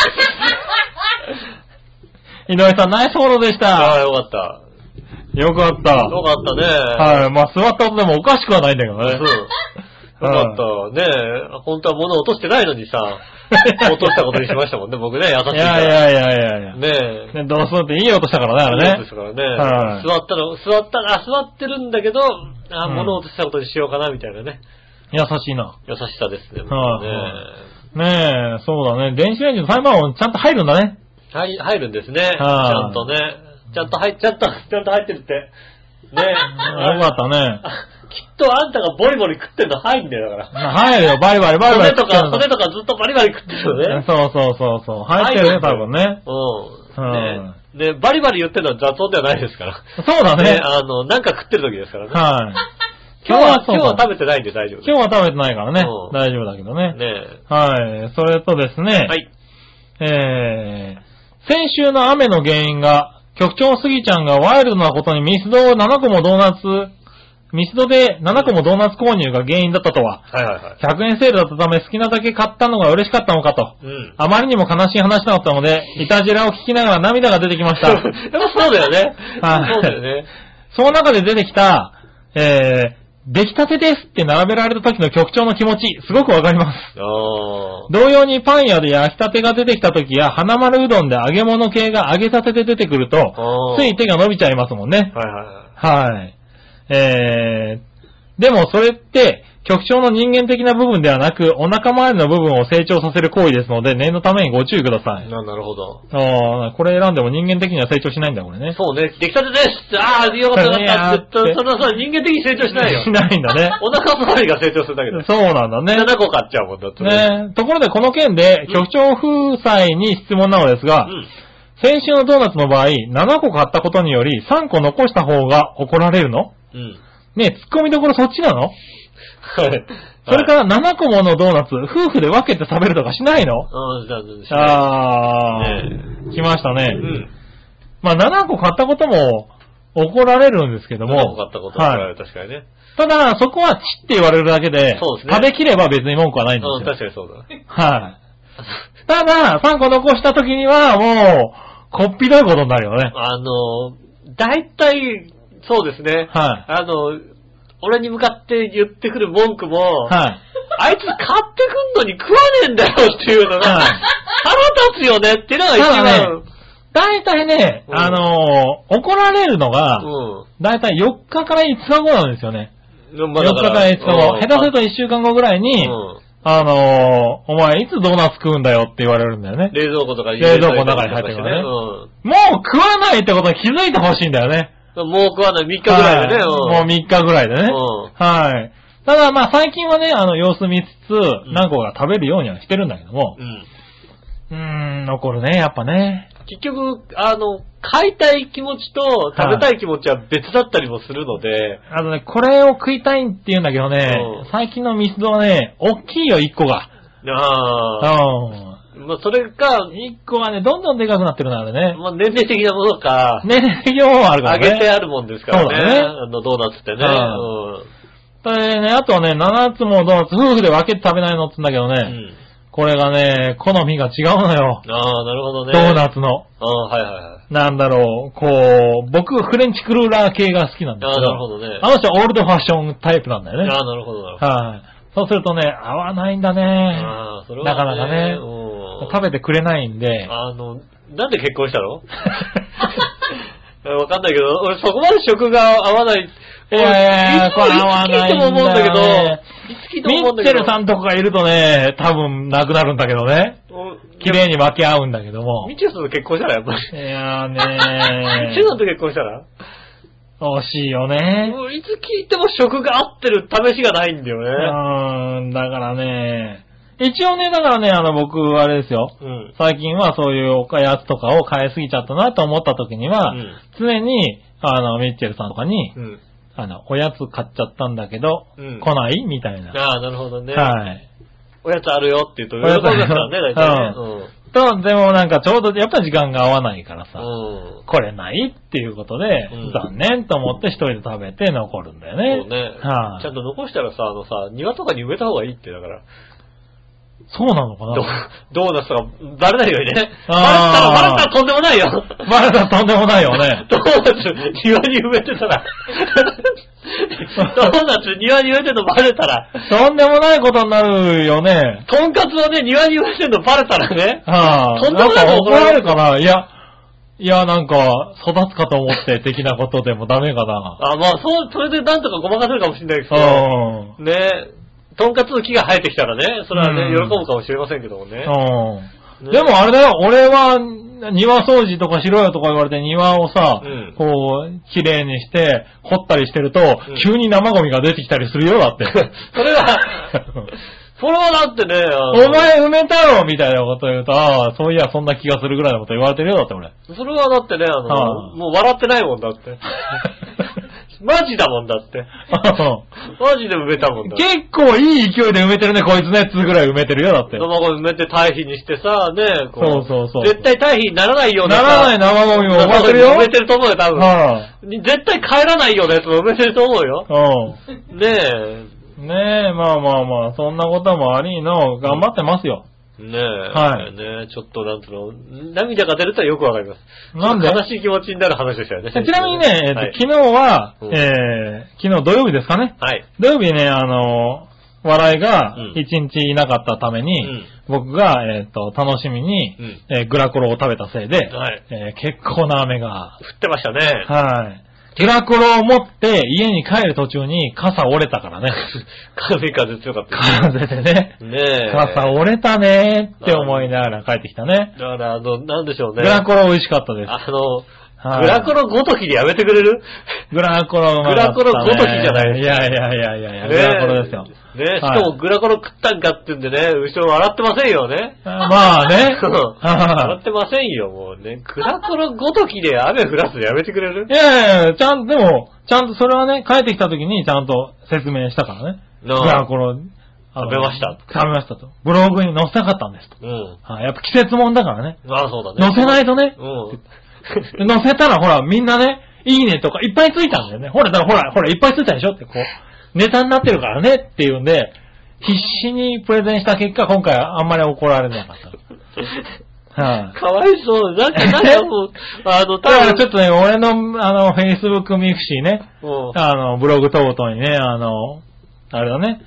[SPEAKER 3] 井上さん、ナイスフォローでし
[SPEAKER 2] ああ、
[SPEAKER 3] た。
[SPEAKER 2] よかった。
[SPEAKER 3] よかった。
[SPEAKER 2] よかったね。
[SPEAKER 3] はい。まあ、座ったことでもおかしくはないんだけど
[SPEAKER 2] うん。
[SPEAKER 3] ね。
[SPEAKER 2] よかった。ねえ、本当は物を落としてないのにさ、落としたことにしましたもんね、僕ね、優しいか
[SPEAKER 3] い
[SPEAKER 2] ら。
[SPEAKER 3] やいやいやいやいや。
[SPEAKER 2] ねえ。
[SPEAKER 3] ね、どうするっていい音したからね、あ
[SPEAKER 2] そう
[SPEAKER 3] れ
[SPEAKER 2] で
[SPEAKER 3] ね
[SPEAKER 2] す。からね。
[SPEAKER 3] はい
[SPEAKER 2] 座ったの、座ったら、あ座ってるんだけど、あ、
[SPEAKER 3] うん
[SPEAKER 2] 物を落としたことにしようかな、みたいなね。
[SPEAKER 3] 優しいな。
[SPEAKER 2] 優しさですね。
[SPEAKER 3] はい
[SPEAKER 2] ね
[SPEAKER 3] ねえ、そうだね。電子レンジのタイマー音ちゃんと入るんだね。
[SPEAKER 2] はい、入るんですね。ち
[SPEAKER 3] はい
[SPEAKER 2] ゃんとね。ちゃんと入っちゃった、ちゃんと入ってるって。ねえ。
[SPEAKER 3] よかったね。
[SPEAKER 2] あ きっとあんたがボリボリ食ってんの入んだよ、だから。
[SPEAKER 3] 入るよ、バリバリバリバ
[SPEAKER 2] 骨
[SPEAKER 3] リ
[SPEAKER 2] とか、
[SPEAKER 3] 食っ
[SPEAKER 2] 骨
[SPEAKER 3] てるんだ
[SPEAKER 2] とかずっとバリバリ食ってるのね。
[SPEAKER 3] そうそうそうそう。入ってるね、多
[SPEAKER 2] 入る
[SPEAKER 3] 分ね。
[SPEAKER 2] うん。ねえ。で、バリバリ言ってるのは雑音ではないですから。
[SPEAKER 3] そうだね。
[SPEAKER 2] あの、なんか食ってる時ですからね。
[SPEAKER 3] はい。
[SPEAKER 2] 今日は、
[SPEAKER 3] そ
[SPEAKER 2] 今
[SPEAKER 3] うだ
[SPEAKER 2] 日は食べてないんで大丈夫です。
[SPEAKER 3] 今日は食べてないからね
[SPEAKER 2] うん。
[SPEAKER 3] 大丈夫だけどね。
[SPEAKER 2] ね
[SPEAKER 3] はい。それとです
[SPEAKER 2] え。
[SPEAKER 3] ね、
[SPEAKER 2] はい。
[SPEAKER 3] えー、先週の雨の原因が、局長すぎちゃんがワイルドなことにミスドを7個もドーナツ、ミスドで7個もドーナツ購入が原因だったとは、
[SPEAKER 2] はいはいはい。
[SPEAKER 3] 100円セールだったため好きなだけ買ったのが嬉しかったのかと、
[SPEAKER 2] うん。
[SPEAKER 3] あまりにも悲しい話だったので、いたじらを聞きながら涙が出てきました
[SPEAKER 2] やっ。ぱ そうだよね。
[SPEAKER 3] はい
[SPEAKER 2] そうだよね。
[SPEAKER 3] その中で出てきた、えー、出来たてですって並べられた時の局長の気持ち、すごくわかります。
[SPEAKER 2] あ
[SPEAKER 3] 同様にパン屋で焼きたてが出てきた時や、花丸うどんで揚げ物系が揚げたてで出てくると
[SPEAKER 2] あー、
[SPEAKER 3] つい手が伸びちゃいますもんね
[SPEAKER 2] あ。。はいはいはい。
[SPEAKER 3] はい。えー、でもそれって、局長の人間的な部分ではなく、お腹周りの部分を成長させる行為ですので、念のためにご注意ください。
[SPEAKER 2] な、なるほど。
[SPEAKER 3] ああ、これ選んでも人間的には成長しないんだ、これね。
[SPEAKER 2] そうね、出来たてですああ、よかったよかった
[SPEAKER 3] いやーって
[SPEAKER 2] そんなさ、人間的に成長しないよ
[SPEAKER 3] し。ないん だ ね。
[SPEAKER 2] お腹周りが成長するだけだよ。
[SPEAKER 3] そうなんだね。
[SPEAKER 2] 7個買っちゃうもんだって。
[SPEAKER 3] ねところでこの件で、局長夫妻に質問なのです
[SPEAKER 2] う
[SPEAKER 3] が、
[SPEAKER 2] ん。
[SPEAKER 3] 先週のドーナツの場合、7個買ったことにより3個残した方が怒られるの
[SPEAKER 2] うん。
[SPEAKER 3] ねえ、突っ込みどころそっちなの
[SPEAKER 2] はい。
[SPEAKER 3] それから7個ものドーナツ、夫婦で分けて食べるとかしないの
[SPEAKER 2] はい、うん、じゃあじゃあ、しない
[SPEAKER 3] あ
[SPEAKER 2] ね
[SPEAKER 3] ー、来ましたね
[SPEAKER 2] う。ん。
[SPEAKER 3] まあ7個買ったことも怒られるんですけども、
[SPEAKER 2] 7個買ったことは
[SPEAKER 3] はい、
[SPEAKER 2] 確かにね。
[SPEAKER 3] ただそこはチって言われるだけで、
[SPEAKER 2] そうですね
[SPEAKER 3] 食べきれば別に文句はないんですよ。
[SPEAKER 2] うん、確かにそうだ。
[SPEAKER 3] はい。ただ、3個残した時には、もう、こっぴどいことになるよね。
[SPEAKER 2] あの、大体、そうですね。
[SPEAKER 3] はい
[SPEAKER 2] あの、俺に向かって言ってくる文句も、
[SPEAKER 3] はい。
[SPEAKER 2] あいつ買ってくんのに食わねえんだよっていうのが、
[SPEAKER 3] はい
[SPEAKER 2] 腹立つよねっていうのが一
[SPEAKER 3] ただ
[SPEAKER 2] 番
[SPEAKER 3] ね、大体ね、
[SPEAKER 2] うん
[SPEAKER 3] あのー怒られるのが、
[SPEAKER 2] う
[SPEAKER 3] 大体4日から5日後なんですよね。
[SPEAKER 2] ん。
[SPEAKER 3] 4日から5日後。下手す
[SPEAKER 2] と
[SPEAKER 3] ると1週間後ぐらいに、あのーお前いつドーナツ食うんだよって言われるんだよね。
[SPEAKER 2] 冷蔵庫とかに
[SPEAKER 3] 冷蔵庫の中に入ってるからねもう食わないってことに気づいてほしいんだよね。
[SPEAKER 2] うん。もう食わない3日ぐらいでね。
[SPEAKER 3] はいもう3日ぐらいでね。
[SPEAKER 2] うん
[SPEAKER 3] はい。ただまあ最近はね、あの、様子見つつ、
[SPEAKER 2] ん
[SPEAKER 3] 何個か食べるようにはしてるんだけども
[SPEAKER 2] う、ん。
[SPEAKER 3] うーん、残るね、やっぱね。
[SPEAKER 2] 結局、あの、買いたい気持ちと食べたい気持ちは別だったりもするので、
[SPEAKER 3] あのね、これを食いたいって言うんだけどね
[SPEAKER 2] うん、
[SPEAKER 3] 最近のミスドはね、大きいよ、1個が。
[SPEAKER 2] ああ、
[SPEAKER 3] う
[SPEAKER 2] まあそれか、
[SPEAKER 3] ん。1個はね、どんどんでかくなってるな、あれね。
[SPEAKER 2] まあ、年齢的なものか、
[SPEAKER 3] 年齢的なものもあるか
[SPEAKER 2] 揚
[SPEAKER 3] らね。
[SPEAKER 2] げてあるもんですから
[SPEAKER 3] そうだ
[SPEAKER 2] ね、
[SPEAKER 3] ね
[SPEAKER 2] あのドーナツってね。
[SPEAKER 3] は
[SPEAKER 2] う
[SPEAKER 3] それでね、あとはね、7つもドーナツ、夫婦で分けて食べないのって言うんだけ
[SPEAKER 2] ん。
[SPEAKER 3] ど
[SPEAKER 2] う
[SPEAKER 3] ね、
[SPEAKER 2] ん
[SPEAKER 3] これがね、好みが違うのよ。
[SPEAKER 2] ああ、なるほど
[SPEAKER 3] ド
[SPEAKER 2] ね。
[SPEAKER 3] ーナツの。
[SPEAKER 2] ああ、はいはいはい。
[SPEAKER 3] なんだろう、こう、僕、フレンチクルーラー系が好きなんです
[SPEAKER 2] あ
[SPEAKER 3] け
[SPEAKER 2] あ、
[SPEAKER 3] ど、
[SPEAKER 2] なるほどね。
[SPEAKER 3] あの人はオールドファッションタイプなんだよね。
[SPEAKER 2] あ
[SPEAKER 3] はい、
[SPEAKER 2] あ、なるほどなるほど。
[SPEAKER 3] そうするとね、合わないんだね。
[SPEAKER 2] ああ、それは、
[SPEAKER 3] なかなかね
[SPEAKER 2] うん
[SPEAKER 3] 食べてくれないんで。
[SPEAKER 2] あの、なんで結婚したの わかんないけど、俺そこまで食が合わない。
[SPEAKER 3] いやいや
[SPEAKER 2] 俺つも
[SPEAKER 3] これ合わないんだよね
[SPEAKER 2] いつも思うんだけど、いつ聞いても
[SPEAKER 3] ミ
[SPEAKER 2] 思うん
[SPEAKER 3] ッ
[SPEAKER 2] だ
[SPEAKER 3] チ
[SPEAKER 2] け
[SPEAKER 3] ェ
[SPEAKER 2] ど。
[SPEAKER 3] ルさんとかがいるとね、多分なくなるんだけどね。
[SPEAKER 2] お
[SPEAKER 3] 綺麗に分け合うんだけども。
[SPEAKER 2] ミ
[SPEAKER 3] い
[SPEAKER 2] ッチェルさんと結婚したらやっぱり。
[SPEAKER 3] やー
[SPEAKER 2] ミッチェルさん
[SPEAKER 3] ね
[SPEAKER 2] と結婚したら
[SPEAKER 3] ー、惜しいよね。
[SPEAKER 2] もういつ聞いても食が合ってる試しがないんだ
[SPEAKER 3] う
[SPEAKER 2] よね。
[SPEAKER 3] ーん、だからね、一応ね、だからね、あの僕、あれですよ。
[SPEAKER 2] うん。
[SPEAKER 3] 最近はそういうおやつとかを買いすぎちゃったなと思った時には、
[SPEAKER 2] うん
[SPEAKER 3] 常に、あの、ミッチェルさんとかに、
[SPEAKER 2] うん。
[SPEAKER 3] あの、おやつ買っちゃったんだけど、
[SPEAKER 2] うん
[SPEAKER 3] 来ないみたいな。
[SPEAKER 2] ああ、なるほどね。
[SPEAKER 3] はい。
[SPEAKER 2] おやつあるよって言うと、
[SPEAKER 3] おやつあ
[SPEAKER 2] 喜ん
[SPEAKER 3] る
[SPEAKER 2] で
[SPEAKER 3] よ
[SPEAKER 2] たらね、大体ね。
[SPEAKER 3] う
[SPEAKER 2] うん
[SPEAKER 3] と、でもなんかちょうどやっぱり時間が合わないからさ、
[SPEAKER 2] ん。うん。
[SPEAKER 3] 来れないっていうことで、
[SPEAKER 2] うん
[SPEAKER 3] 残念と思って一人で食べて残るんだよね。
[SPEAKER 2] そうね。
[SPEAKER 3] はい
[SPEAKER 2] ちゃんと残したらさ、あのさ、庭とかに植えた方がいいって、だから。
[SPEAKER 3] そうなのか
[SPEAKER 2] ド
[SPEAKER 3] な
[SPEAKER 2] ドーナツとかバレないようにね。バレたら、
[SPEAKER 3] あ
[SPEAKER 2] バ
[SPEAKER 3] ー
[SPEAKER 2] レたらとんでもないよ。
[SPEAKER 3] バレたらとんでもないよね。
[SPEAKER 2] ドーナツ庭に植えてたら、ドーナツ庭に植えてんのバレたら、
[SPEAKER 3] とんでもないことになるよね。
[SPEAKER 2] とんかつをね、庭に植えてんのバレたらね、
[SPEAKER 3] はあ、
[SPEAKER 2] とんでもない
[SPEAKER 3] んか
[SPEAKER 2] こと
[SPEAKER 3] 怒られるかないや、いや、なんか、育つかと思って 的なことでもダメかな。
[SPEAKER 2] あ、まあ、そう、それでなんとかごまかせるかもしれないですけど、
[SPEAKER 3] うん。
[SPEAKER 2] ね、とんかつの木が生えてきたらね、それはね、
[SPEAKER 3] うん
[SPEAKER 2] 喜ぶかもしれませんけどもね。
[SPEAKER 3] う
[SPEAKER 2] ね
[SPEAKER 3] ん。でもあれだよ、俺は庭掃除とかしろよとか言われて庭をさ、
[SPEAKER 2] うん
[SPEAKER 3] こう、綺麗にして、掘ったりしてると、
[SPEAKER 2] ん
[SPEAKER 3] 急に生ゴミが出てきたりするよ、だ っ て。
[SPEAKER 2] それは、それはだってね、あの
[SPEAKER 3] お前埋めたろみたいなこと言うと、ああ、そういや、そんな気がするぐらいのこと言われてるよ、だって俺。
[SPEAKER 2] それはだってね、あの、
[SPEAKER 3] はい
[SPEAKER 2] もう笑ってないもんだ って。マジだもんだって。マジで埋めたもんだって。
[SPEAKER 3] 結構いい勢いで埋めてるね、こいつね、つうぐらい埋めてるよ、だって。
[SPEAKER 2] 卵埋めて堆肥にしてさ、ね、こ
[SPEAKER 3] そうそうそう
[SPEAKER 2] 絶対堆肥にならないような
[SPEAKER 3] な
[SPEAKER 2] さ。
[SPEAKER 3] らない生ゴミを埋めてるよ。
[SPEAKER 2] 埋めてると思うよ、多分。
[SPEAKER 3] は
[SPEAKER 2] 絶対帰らないようなやつも埋めてると思うよ。ね
[SPEAKER 3] いうん。ねえ、まあまあまあ、そんなこともありの、頑張ってますよ。
[SPEAKER 2] え。ねえ。
[SPEAKER 3] はい
[SPEAKER 2] ねえ、ちょっとなんつうの、涙が出るとはよくわかります。
[SPEAKER 3] なんで
[SPEAKER 2] 悲しい気持ちになる話でしたよね。
[SPEAKER 3] ちなみにね、えっと
[SPEAKER 2] はい
[SPEAKER 3] 昨日は、
[SPEAKER 2] うん
[SPEAKER 3] えー、昨日土曜日ですかね。
[SPEAKER 2] はい。
[SPEAKER 3] 土曜日ね、あの、笑いが
[SPEAKER 2] うん
[SPEAKER 3] 一日いなかったために、
[SPEAKER 2] うん
[SPEAKER 3] 僕が、えっと楽しみに、
[SPEAKER 2] うん
[SPEAKER 3] えーグラコロを食べたせいで、
[SPEAKER 2] はい
[SPEAKER 3] えー結構な雨が、
[SPEAKER 2] 降ってましたね。
[SPEAKER 3] はい。グラコロを持って家に帰る途中に傘折れたからね。
[SPEAKER 2] 風風強かったですね。
[SPEAKER 3] 風でね。
[SPEAKER 2] ねえ。
[SPEAKER 3] 傘折れたねーって思いながら帰ってきたね。
[SPEAKER 2] だから、あの、なんでしょう
[SPEAKER 3] グ
[SPEAKER 2] ね。
[SPEAKER 3] ラコロ美味しかったです。
[SPEAKER 2] あの、
[SPEAKER 3] はい
[SPEAKER 2] グラコロごときでやめてくれる
[SPEAKER 3] グラコロうまかったね
[SPEAKER 2] グラコロごときじゃない
[SPEAKER 3] いやいやいやいやいや、
[SPEAKER 2] ね
[SPEAKER 3] グラコロですよ。
[SPEAKER 2] ねし
[SPEAKER 3] はい
[SPEAKER 2] かもグラコロ食ったんかってんでね、後ろ笑ってませんよね。
[SPEAKER 3] あまあ ね。
[SPEAKER 2] うん笑
[SPEAKER 3] は
[SPEAKER 2] ってませんよ、もうね。グラコロごときで雨降らすのやめてくれる
[SPEAKER 3] いいやいやいや、ちゃんと、でも、ちゃんとそれはね、帰ってきた時にちゃんと説明したからね。
[SPEAKER 2] な
[SPEAKER 3] グラ
[SPEAKER 2] あ
[SPEAKER 3] コロ、あの
[SPEAKER 2] 食べました
[SPEAKER 3] 食べましたと。ブログに載せたかったんですと。
[SPEAKER 2] うん。
[SPEAKER 3] はい、やっぱ季節もんだからね。
[SPEAKER 2] ああ、そうだね。
[SPEAKER 3] 載せないとね。
[SPEAKER 2] うん。
[SPEAKER 3] で載せたらほら、みんなね、いいねとかいっぱいついたんだよね。ほら、だからほら、ほら、いっぱいついたでしょってこう、ネタになってるからねっていうんで、必死にプレゼンした結果、今回あんまり怒られなかった。はい、
[SPEAKER 2] かわいそう。なんか、なんか もう、あの、
[SPEAKER 3] だから
[SPEAKER 2] た
[SPEAKER 3] ちょ
[SPEAKER 2] だ、
[SPEAKER 3] っとね、俺の、あの、Facebook ミクシーね、
[SPEAKER 2] うん
[SPEAKER 3] あの、ブログ等々にね、あの、あれだね、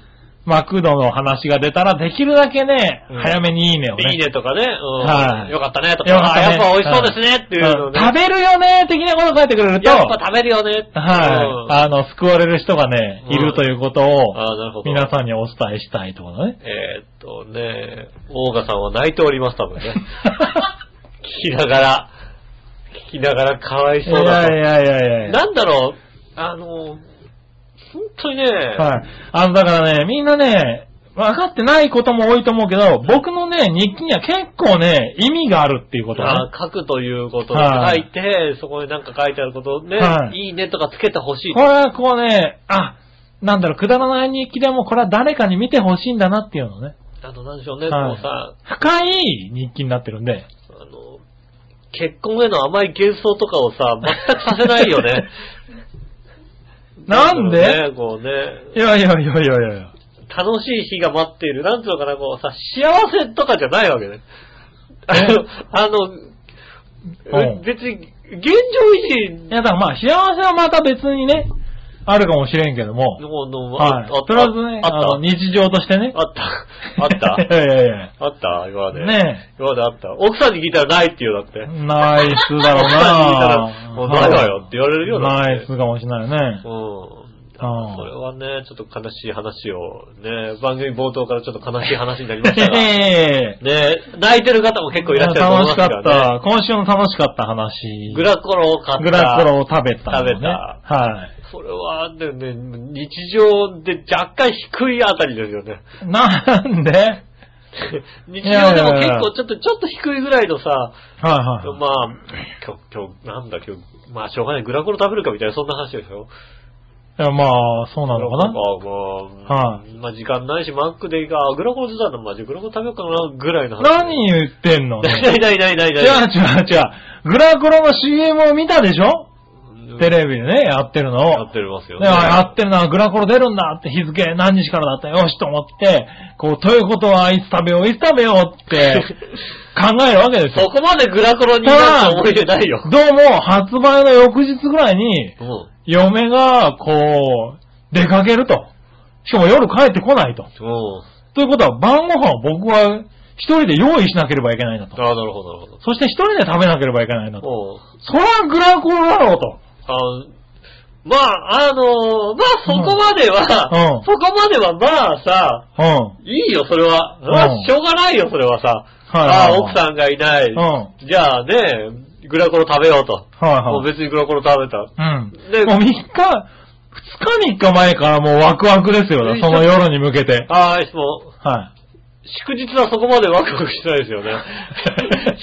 [SPEAKER 3] マクドの話が出たら、できるだけね、
[SPEAKER 2] うん
[SPEAKER 3] 早めにいいねをね。
[SPEAKER 2] いいねとかね、うん
[SPEAKER 3] はい
[SPEAKER 2] よかったねとか、
[SPEAKER 3] よかったね
[SPEAKER 2] あやっぱ美味しそうですねっていうのね。
[SPEAKER 3] ん食べるよね的なこと書いてくれると、
[SPEAKER 2] やっぱ食べるよねって。うん
[SPEAKER 3] はい。あの、救われる人がね、
[SPEAKER 2] うん
[SPEAKER 3] いるということを、
[SPEAKER 2] ああ、なるほど。
[SPEAKER 3] 皆さんにお伝えしたいってこ とね。
[SPEAKER 2] えーっとね、オーガさんは泣いております、多分ね。聞きながら、聞きながらかわい
[SPEAKER 3] い
[SPEAKER 2] そうだ
[SPEAKER 3] やい
[SPEAKER 2] と。
[SPEAKER 3] やいやいや。
[SPEAKER 2] なんだろう、あの、本当にね、
[SPEAKER 3] はい。あの、だからね、みんなね、分かってないことも多いと思うけど、僕のね、日記には結構ね、意味があるっていうことね。
[SPEAKER 2] あ書くということを
[SPEAKER 3] は
[SPEAKER 2] 書
[SPEAKER 3] い
[SPEAKER 2] いて、そこになんか書いてあることをね、
[SPEAKER 3] はい
[SPEAKER 2] い、いねとかつけてほしい
[SPEAKER 3] こ。れはこうね、あ、なんだろう、くだらない日記でもこれは誰かに見てほしいんだなっていうのね。
[SPEAKER 2] あと、なんでしょうね、
[SPEAKER 3] はい
[SPEAKER 2] こうさ、
[SPEAKER 3] 深い日記になってるんで。
[SPEAKER 2] あの、結婚への甘い幻想とかをさ、全くさせないよね。
[SPEAKER 3] なんで
[SPEAKER 2] だろうね、こうね。
[SPEAKER 3] いやいやいやいやいや
[SPEAKER 2] 楽しい日が待っている、なんつうのかな、こうさ、幸せとかじゃないわけね。あの、あの、
[SPEAKER 3] うん
[SPEAKER 2] 別に、現状維
[SPEAKER 3] いや、だからまあ、幸せはまた別にね、あるかもしれんけども
[SPEAKER 2] 持、の、の、
[SPEAKER 3] はい
[SPEAKER 2] あっ。
[SPEAKER 3] とりあえずね、
[SPEAKER 2] あ
[SPEAKER 3] あの、
[SPEAKER 2] っ
[SPEAKER 3] 日常としてね。
[SPEAKER 2] た、あった、あった、あっ
[SPEAKER 3] いやいやいや。
[SPEAKER 2] た、あった、今まで。
[SPEAKER 3] ね
[SPEAKER 2] 今まであった。奥さんに聞いたらないっていうよだって。
[SPEAKER 3] ナイスだろう
[SPEAKER 2] 奥さんに聞いたら、
[SPEAKER 3] な
[SPEAKER 2] もうないわよって言われるようだって。
[SPEAKER 3] ナイスかもしれないね
[SPEAKER 2] う。ん。
[SPEAKER 3] ああ
[SPEAKER 2] それはね、ちょっと悲しい話を、ね、番組冒頭からちょっと悲しい話になりま したが。ね
[SPEAKER 3] ええ
[SPEAKER 2] 泣いてる方も結構いらっしゃると思いま
[SPEAKER 3] 楽
[SPEAKER 2] す
[SPEAKER 3] し
[SPEAKER 2] か
[SPEAKER 3] から
[SPEAKER 2] ね。
[SPEAKER 3] った。今週の楽しかった話。
[SPEAKER 2] グラコロを買った。
[SPEAKER 3] グラコロを食べた、
[SPEAKER 2] 食べた
[SPEAKER 3] はい。
[SPEAKER 2] それは、ね、ね日常で若干低いあたりですよね。
[SPEAKER 3] なんではい
[SPEAKER 2] 日常でも
[SPEAKER 3] いやいやい
[SPEAKER 2] 結
[SPEAKER 3] や
[SPEAKER 2] 構ちょっと、ちょっと低いぐらいのさ、
[SPEAKER 3] はいはい。
[SPEAKER 2] まあ、今日、今日、なんだ今日、まあしょうがない、グラコロ食べるかみたいなそんな話でしょ。
[SPEAKER 3] いやまあ、そうなのかな
[SPEAKER 2] まあ、まあ、
[SPEAKER 3] は
[SPEAKER 2] まあ時間ないし、マックでいいか、あグラコロ出たんだ、まあじゃあグラコロ食べようかな、ぐらいの話。
[SPEAKER 3] 何言ってんの
[SPEAKER 2] な
[SPEAKER 3] ね
[SPEAKER 2] いないないないない
[SPEAKER 3] 違う
[SPEAKER 2] な
[SPEAKER 3] 違
[SPEAKER 2] いう
[SPEAKER 3] 違う。グラコロの CM を見たでしょ
[SPEAKER 2] うん
[SPEAKER 3] テレビでね、やってるのを。
[SPEAKER 2] やってますよね。
[SPEAKER 3] ねあやってるな、グラコロ出るんだって日付何日からだったよしと思って、こう、ということはいつ食べよう、いつ食べようって考えるわけです
[SPEAKER 2] そ
[SPEAKER 3] よ。
[SPEAKER 2] こまでグラコロになると思い出ないよ
[SPEAKER 3] ど。うも、発売の翌日ぐらいに、
[SPEAKER 2] うん。
[SPEAKER 3] 嫁が、こう、出かけると。しかも夜帰ってこないと。
[SPEAKER 2] うん。
[SPEAKER 3] ということは、晩ご飯を僕は一人で用意しなければいけないんだと。
[SPEAKER 2] ああ、なるほど、なるほ
[SPEAKER 3] そして一人で食べなければいけないんだと。
[SPEAKER 2] ど。うん。
[SPEAKER 3] それはグラコロだろうと。
[SPEAKER 2] あのまあ、あのーまあそこまでは、
[SPEAKER 3] うん
[SPEAKER 2] そこまではまあさ、
[SPEAKER 3] うん。
[SPEAKER 2] いいよ、それは。
[SPEAKER 3] うん
[SPEAKER 2] まあしょうがないよ、それはさ。
[SPEAKER 3] はい
[SPEAKER 2] あ
[SPEAKER 3] は
[SPEAKER 2] あ、
[SPEAKER 3] いはい
[SPEAKER 2] 奥さんがいない。
[SPEAKER 3] うん。は
[SPEAKER 2] じゃあね、グラコロ食べようと。
[SPEAKER 3] いはい。
[SPEAKER 2] もう別にグラコロ食べた。
[SPEAKER 3] うん。
[SPEAKER 2] で
[SPEAKER 3] もう3日、2日3日前からもうワクワクですよ
[SPEAKER 2] え、
[SPEAKER 3] その夜に向けて。
[SPEAKER 2] ああ、もう、
[SPEAKER 3] は
[SPEAKER 2] 祝日はそこまでワクワクしてないですよね。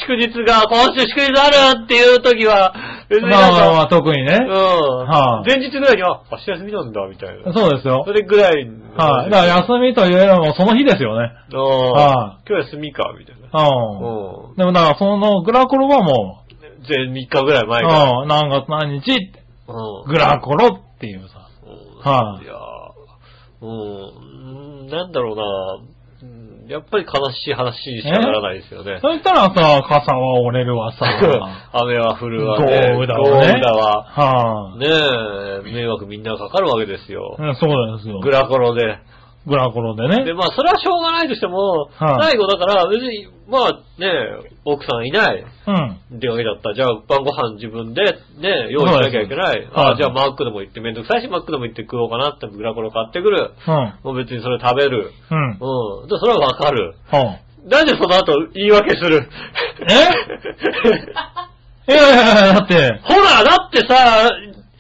[SPEAKER 2] 祝日が、今週祝日あるっていう時は、別
[SPEAKER 3] い。
[SPEAKER 2] に
[SPEAKER 3] ま
[SPEAKER 2] なん
[SPEAKER 3] あまあま
[SPEAKER 2] か、
[SPEAKER 3] あ、特にね。
[SPEAKER 2] うん。
[SPEAKER 3] はい
[SPEAKER 2] 前日ぐらいには、あ、明日休みなんだ、みたいな。
[SPEAKER 3] そうですよ
[SPEAKER 2] そ。れぐらいの。
[SPEAKER 3] はい。だから休みというよりはもうその日ですよね。
[SPEAKER 2] ああ
[SPEAKER 3] は
[SPEAKER 2] 今日休みか、みたいな。
[SPEAKER 3] うん。
[SPEAKER 2] う
[SPEAKER 3] でもだからそのグラコロはもう、
[SPEAKER 2] ん。全3日ぐらい前から。
[SPEAKER 3] うん、何月何日って、
[SPEAKER 2] うん
[SPEAKER 3] グラコロっていう
[SPEAKER 2] う
[SPEAKER 3] さ。
[SPEAKER 2] ん
[SPEAKER 3] はい
[SPEAKER 2] いやーうん、なんだろうなうんやっぱり悲しい話にしかならないですよね。
[SPEAKER 3] そしたらさ、傘は 折れるわさ。
[SPEAKER 2] 雨は降るわ、
[SPEAKER 3] 豪
[SPEAKER 2] ね。
[SPEAKER 3] 雨だわね
[SPEAKER 2] 豪雨だわ。
[SPEAKER 3] はい、
[SPEAKER 2] ねえ、迷惑みんなかかるわけですよ。
[SPEAKER 3] うんそうですよ。
[SPEAKER 2] グラコロで。
[SPEAKER 3] グラコロでね
[SPEAKER 2] で、。まあ、それはしょうがないとしても、
[SPEAKER 3] はい
[SPEAKER 2] 最後だから、別に、まあね、奥さんいない。
[SPEAKER 3] うん。
[SPEAKER 2] 出かけだった。じゃあ、晩ご飯自分で、ね、用意しなきゃいけない。
[SPEAKER 3] そうです
[SPEAKER 2] あ
[SPEAKER 3] は
[SPEAKER 2] あ、
[SPEAKER 3] い
[SPEAKER 2] じゃあ、マックでも行って、めんどくさいし、マックでも行って食おうかなって、グラコロ買ってくる。
[SPEAKER 3] うん。
[SPEAKER 2] もう別にそれ食べる。
[SPEAKER 3] うん。
[SPEAKER 2] うん。で、それはわかる。
[SPEAKER 3] うん。
[SPEAKER 2] なんでその後、言い訳する
[SPEAKER 3] いやいやいや、だって、
[SPEAKER 2] ほら、だってさ、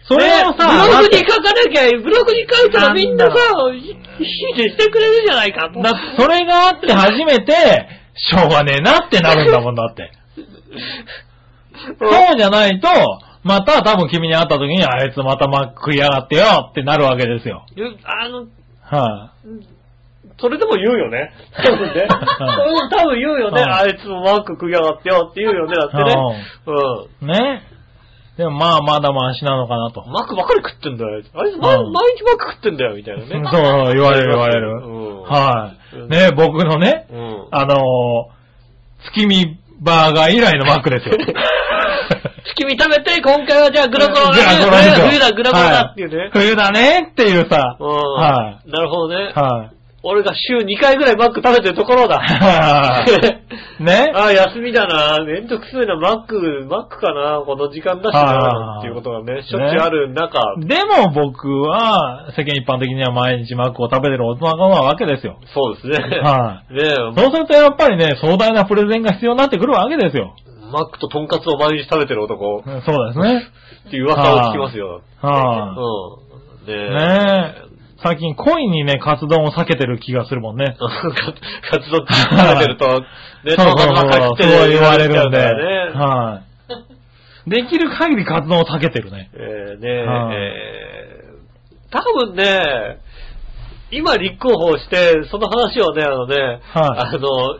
[SPEAKER 3] それをさ
[SPEAKER 2] ねブログに
[SPEAKER 3] だって
[SPEAKER 2] 書かなきゃ、ブログに書いたらみんなさ
[SPEAKER 3] な、
[SPEAKER 2] いいいねしてくれるじゃないか。
[SPEAKER 3] だってそれがあって初めて、しょうがねえなってなるんだもんだって。 そうじゃないと、また多分君に会った時に、あいつまたマック食いやがってよってなるわけですよ。
[SPEAKER 2] うんあの、
[SPEAKER 3] は
[SPEAKER 2] それでも言うよね。多分ね。それでも多分言うよね。
[SPEAKER 3] うん
[SPEAKER 2] あいつもマック食いやがってよって言うよね。だってね。うん。
[SPEAKER 3] い、ね。でもまあまだマシなのかなと。
[SPEAKER 2] マックばっかり食ってんだよ、あいつ。あいつ毎
[SPEAKER 3] うん
[SPEAKER 2] 毎日マック食ってんだよ、みたいな
[SPEAKER 3] そう、
[SPEAKER 2] ね。
[SPEAKER 3] 言われる言われる。
[SPEAKER 2] うん
[SPEAKER 3] はい。ね、僕のね、
[SPEAKER 2] うん。
[SPEAKER 3] あのー月見バーガー以来のマックです よ。
[SPEAKER 2] 月見食べて、今回はじゃあグラコロ
[SPEAKER 3] グラコロですよ
[SPEAKER 2] 冬だ、グラコロだっていう
[SPEAKER 3] は
[SPEAKER 2] ね。
[SPEAKER 3] 冬だねっていうさ。
[SPEAKER 2] うん
[SPEAKER 3] は
[SPEAKER 2] なるほどね。
[SPEAKER 3] い。はい。
[SPEAKER 2] 俺が週2回ぐらいマック食べてるところだ。
[SPEAKER 3] ね
[SPEAKER 2] ああ、休みだな。めんどくせえな。マック、マックかな。この時間だしな。っていうことがね、しょっちゅうある中。
[SPEAKER 3] でも僕は、世間一般的には毎日マックを食べてる大人なわけですよ。
[SPEAKER 2] そうですね。
[SPEAKER 3] は
[SPEAKER 2] ねえ、
[SPEAKER 3] そうするとやっぱりね、壮大なプレゼンが必要になってくるわけですよ。
[SPEAKER 2] マックとトンカツを毎日食べてる男っ
[SPEAKER 3] そうですね。
[SPEAKER 2] ていう噂を聞きますよ。
[SPEAKER 3] は
[SPEAKER 2] うん。ね
[SPEAKER 3] い、
[SPEAKER 2] え。
[SPEAKER 3] ねえ。最近恋にね、カツ丼を避けてる気がするもんね。
[SPEAKER 2] カツ丼食べてると、ね、
[SPEAKER 3] そうそ
[SPEAKER 2] トン
[SPEAKER 3] う
[SPEAKER 2] カツばっかり
[SPEAKER 3] そう、
[SPEAKER 2] 食って
[SPEAKER 3] そう言われるん
[SPEAKER 2] 言われ
[SPEAKER 3] で。
[SPEAKER 2] ちゃうからね。
[SPEAKER 3] はい。できる限りカツ丼を避けてるね。
[SPEAKER 2] えー、ねえ、
[SPEAKER 3] はい
[SPEAKER 2] えー、多分ね、今立候補して、その話をね、あのね、あの、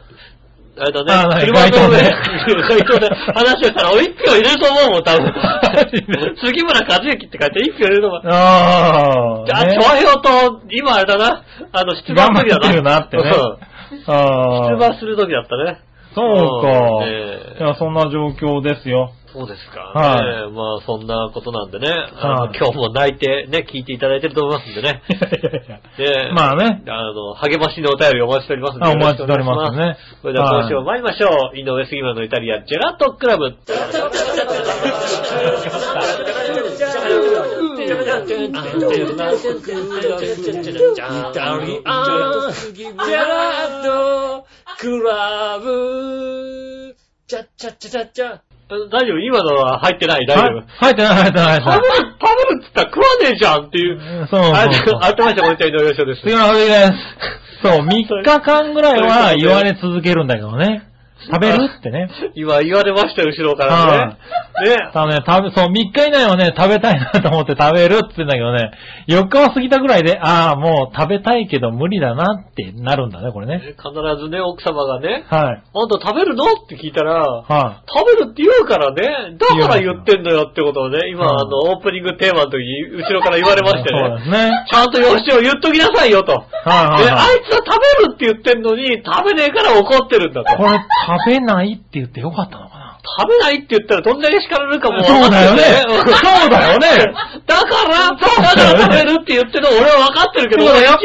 [SPEAKER 2] あれ
[SPEAKER 3] あ
[SPEAKER 2] だ
[SPEAKER 3] は
[SPEAKER 2] ね、
[SPEAKER 3] い
[SPEAKER 2] 車の上で
[SPEAKER 3] 街頭で、。
[SPEAKER 2] 街頭で話してたら、俺一票入れると思うもん、多分杉村和之って書いて一票入れると思う。
[SPEAKER 3] ああ。
[SPEAKER 2] じゃあ、
[SPEAKER 3] ね
[SPEAKER 2] 調和票と、今あれだな、あの、出馬
[SPEAKER 3] 頑
[SPEAKER 2] の
[SPEAKER 3] 張
[SPEAKER 2] 時だ
[SPEAKER 3] ってるなってね。
[SPEAKER 2] うん
[SPEAKER 3] あ
[SPEAKER 2] 出
[SPEAKER 3] あ。
[SPEAKER 2] 馬する時だったね。
[SPEAKER 3] そうか。
[SPEAKER 2] ええ
[SPEAKER 3] いや、そんな状況ですよ。
[SPEAKER 2] そうですか。
[SPEAKER 3] は
[SPEAKER 2] ねえまあ、そんなことなんでね、あ
[SPEAKER 3] はい
[SPEAKER 2] の今日も泣いて、ね、聞いていただいてると思いますんで ね。で
[SPEAKER 3] まあね。
[SPEAKER 2] あの、励ましのお便りお待ちしておりますので。
[SPEAKER 3] あお待ちしておりますね
[SPEAKER 2] よろしくお願いしますそれでは今週も参りましょう。井上杉村のイタリア、ジェラートクラブ。大丈夫今のは入ってない大丈夫
[SPEAKER 3] は。入ってない、入ってない、
[SPEAKER 2] 食
[SPEAKER 3] 入って
[SPEAKER 2] べる、食べるって言ったら食わねえじゃんっていう。
[SPEAKER 3] ない。そうそう
[SPEAKER 2] あ、
[SPEAKER 3] そう。
[SPEAKER 2] あってました、こんにちは、井上翔です。
[SPEAKER 3] 杉村和樹です。 そう、3日間ぐらいは言われ続けるんだけどね。食べるってね。
[SPEAKER 2] 今言われましたよ、後ろからね。ね。
[SPEAKER 3] ただね、食べ、そう、3日以内はね、食べたいなと思って食べるって言うんだけどね、4日は過ぎたぐらいで、ああ、もう食べたいけど無理だなってなるんだね、これね。
[SPEAKER 2] 必ずね、奥様がね、
[SPEAKER 3] はい。
[SPEAKER 2] あんた食べるのって聞いたら、
[SPEAKER 3] は
[SPEAKER 2] 食べるって言うからね、だから
[SPEAKER 3] 言う
[SPEAKER 2] 言ってんのよってことをね、今、
[SPEAKER 3] うん
[SPEAKER 2] あの、オープニングテーマの時に、後ろから言われ
[SPEAKER 3] い。
[SPEAKER 2] まして
[SPEAKER 3] そうで
[SPEAKER 2] ね、
[SPEAKER 3] すね。
[SPEAKER 2] ちゃんとよしを言っときなさいよと。
[SPEAKER 3] はい
[SPEAKER 2] で
[SPEAKER 3] はい、は
[SPEAKER 2] あ
[SPEAKER 3] い。
[SPEAKER 2] いつは食べるって言ってんのに、食べねえから怒ってるんだと
[SPEAKER 3] こ。れ、食べないって言ってよかったのかな
[SPEAKER 2] 食べないって言ったらどんだけ叱られるかも
[SPEAKER 3] そうだよね
[SPEAKER 2] 分かってる
[SPEAKER 3] そうだよね
[SPEAKER 2] だから、
[SPEAKER 3] そうだよ
[SPEAKER 2] だか
[SPEAKER 3] ね
[SPEAKER 2] ら食べるって言ってるの俺は分かってるけど、
[SPEAKER 3] でもやっぱ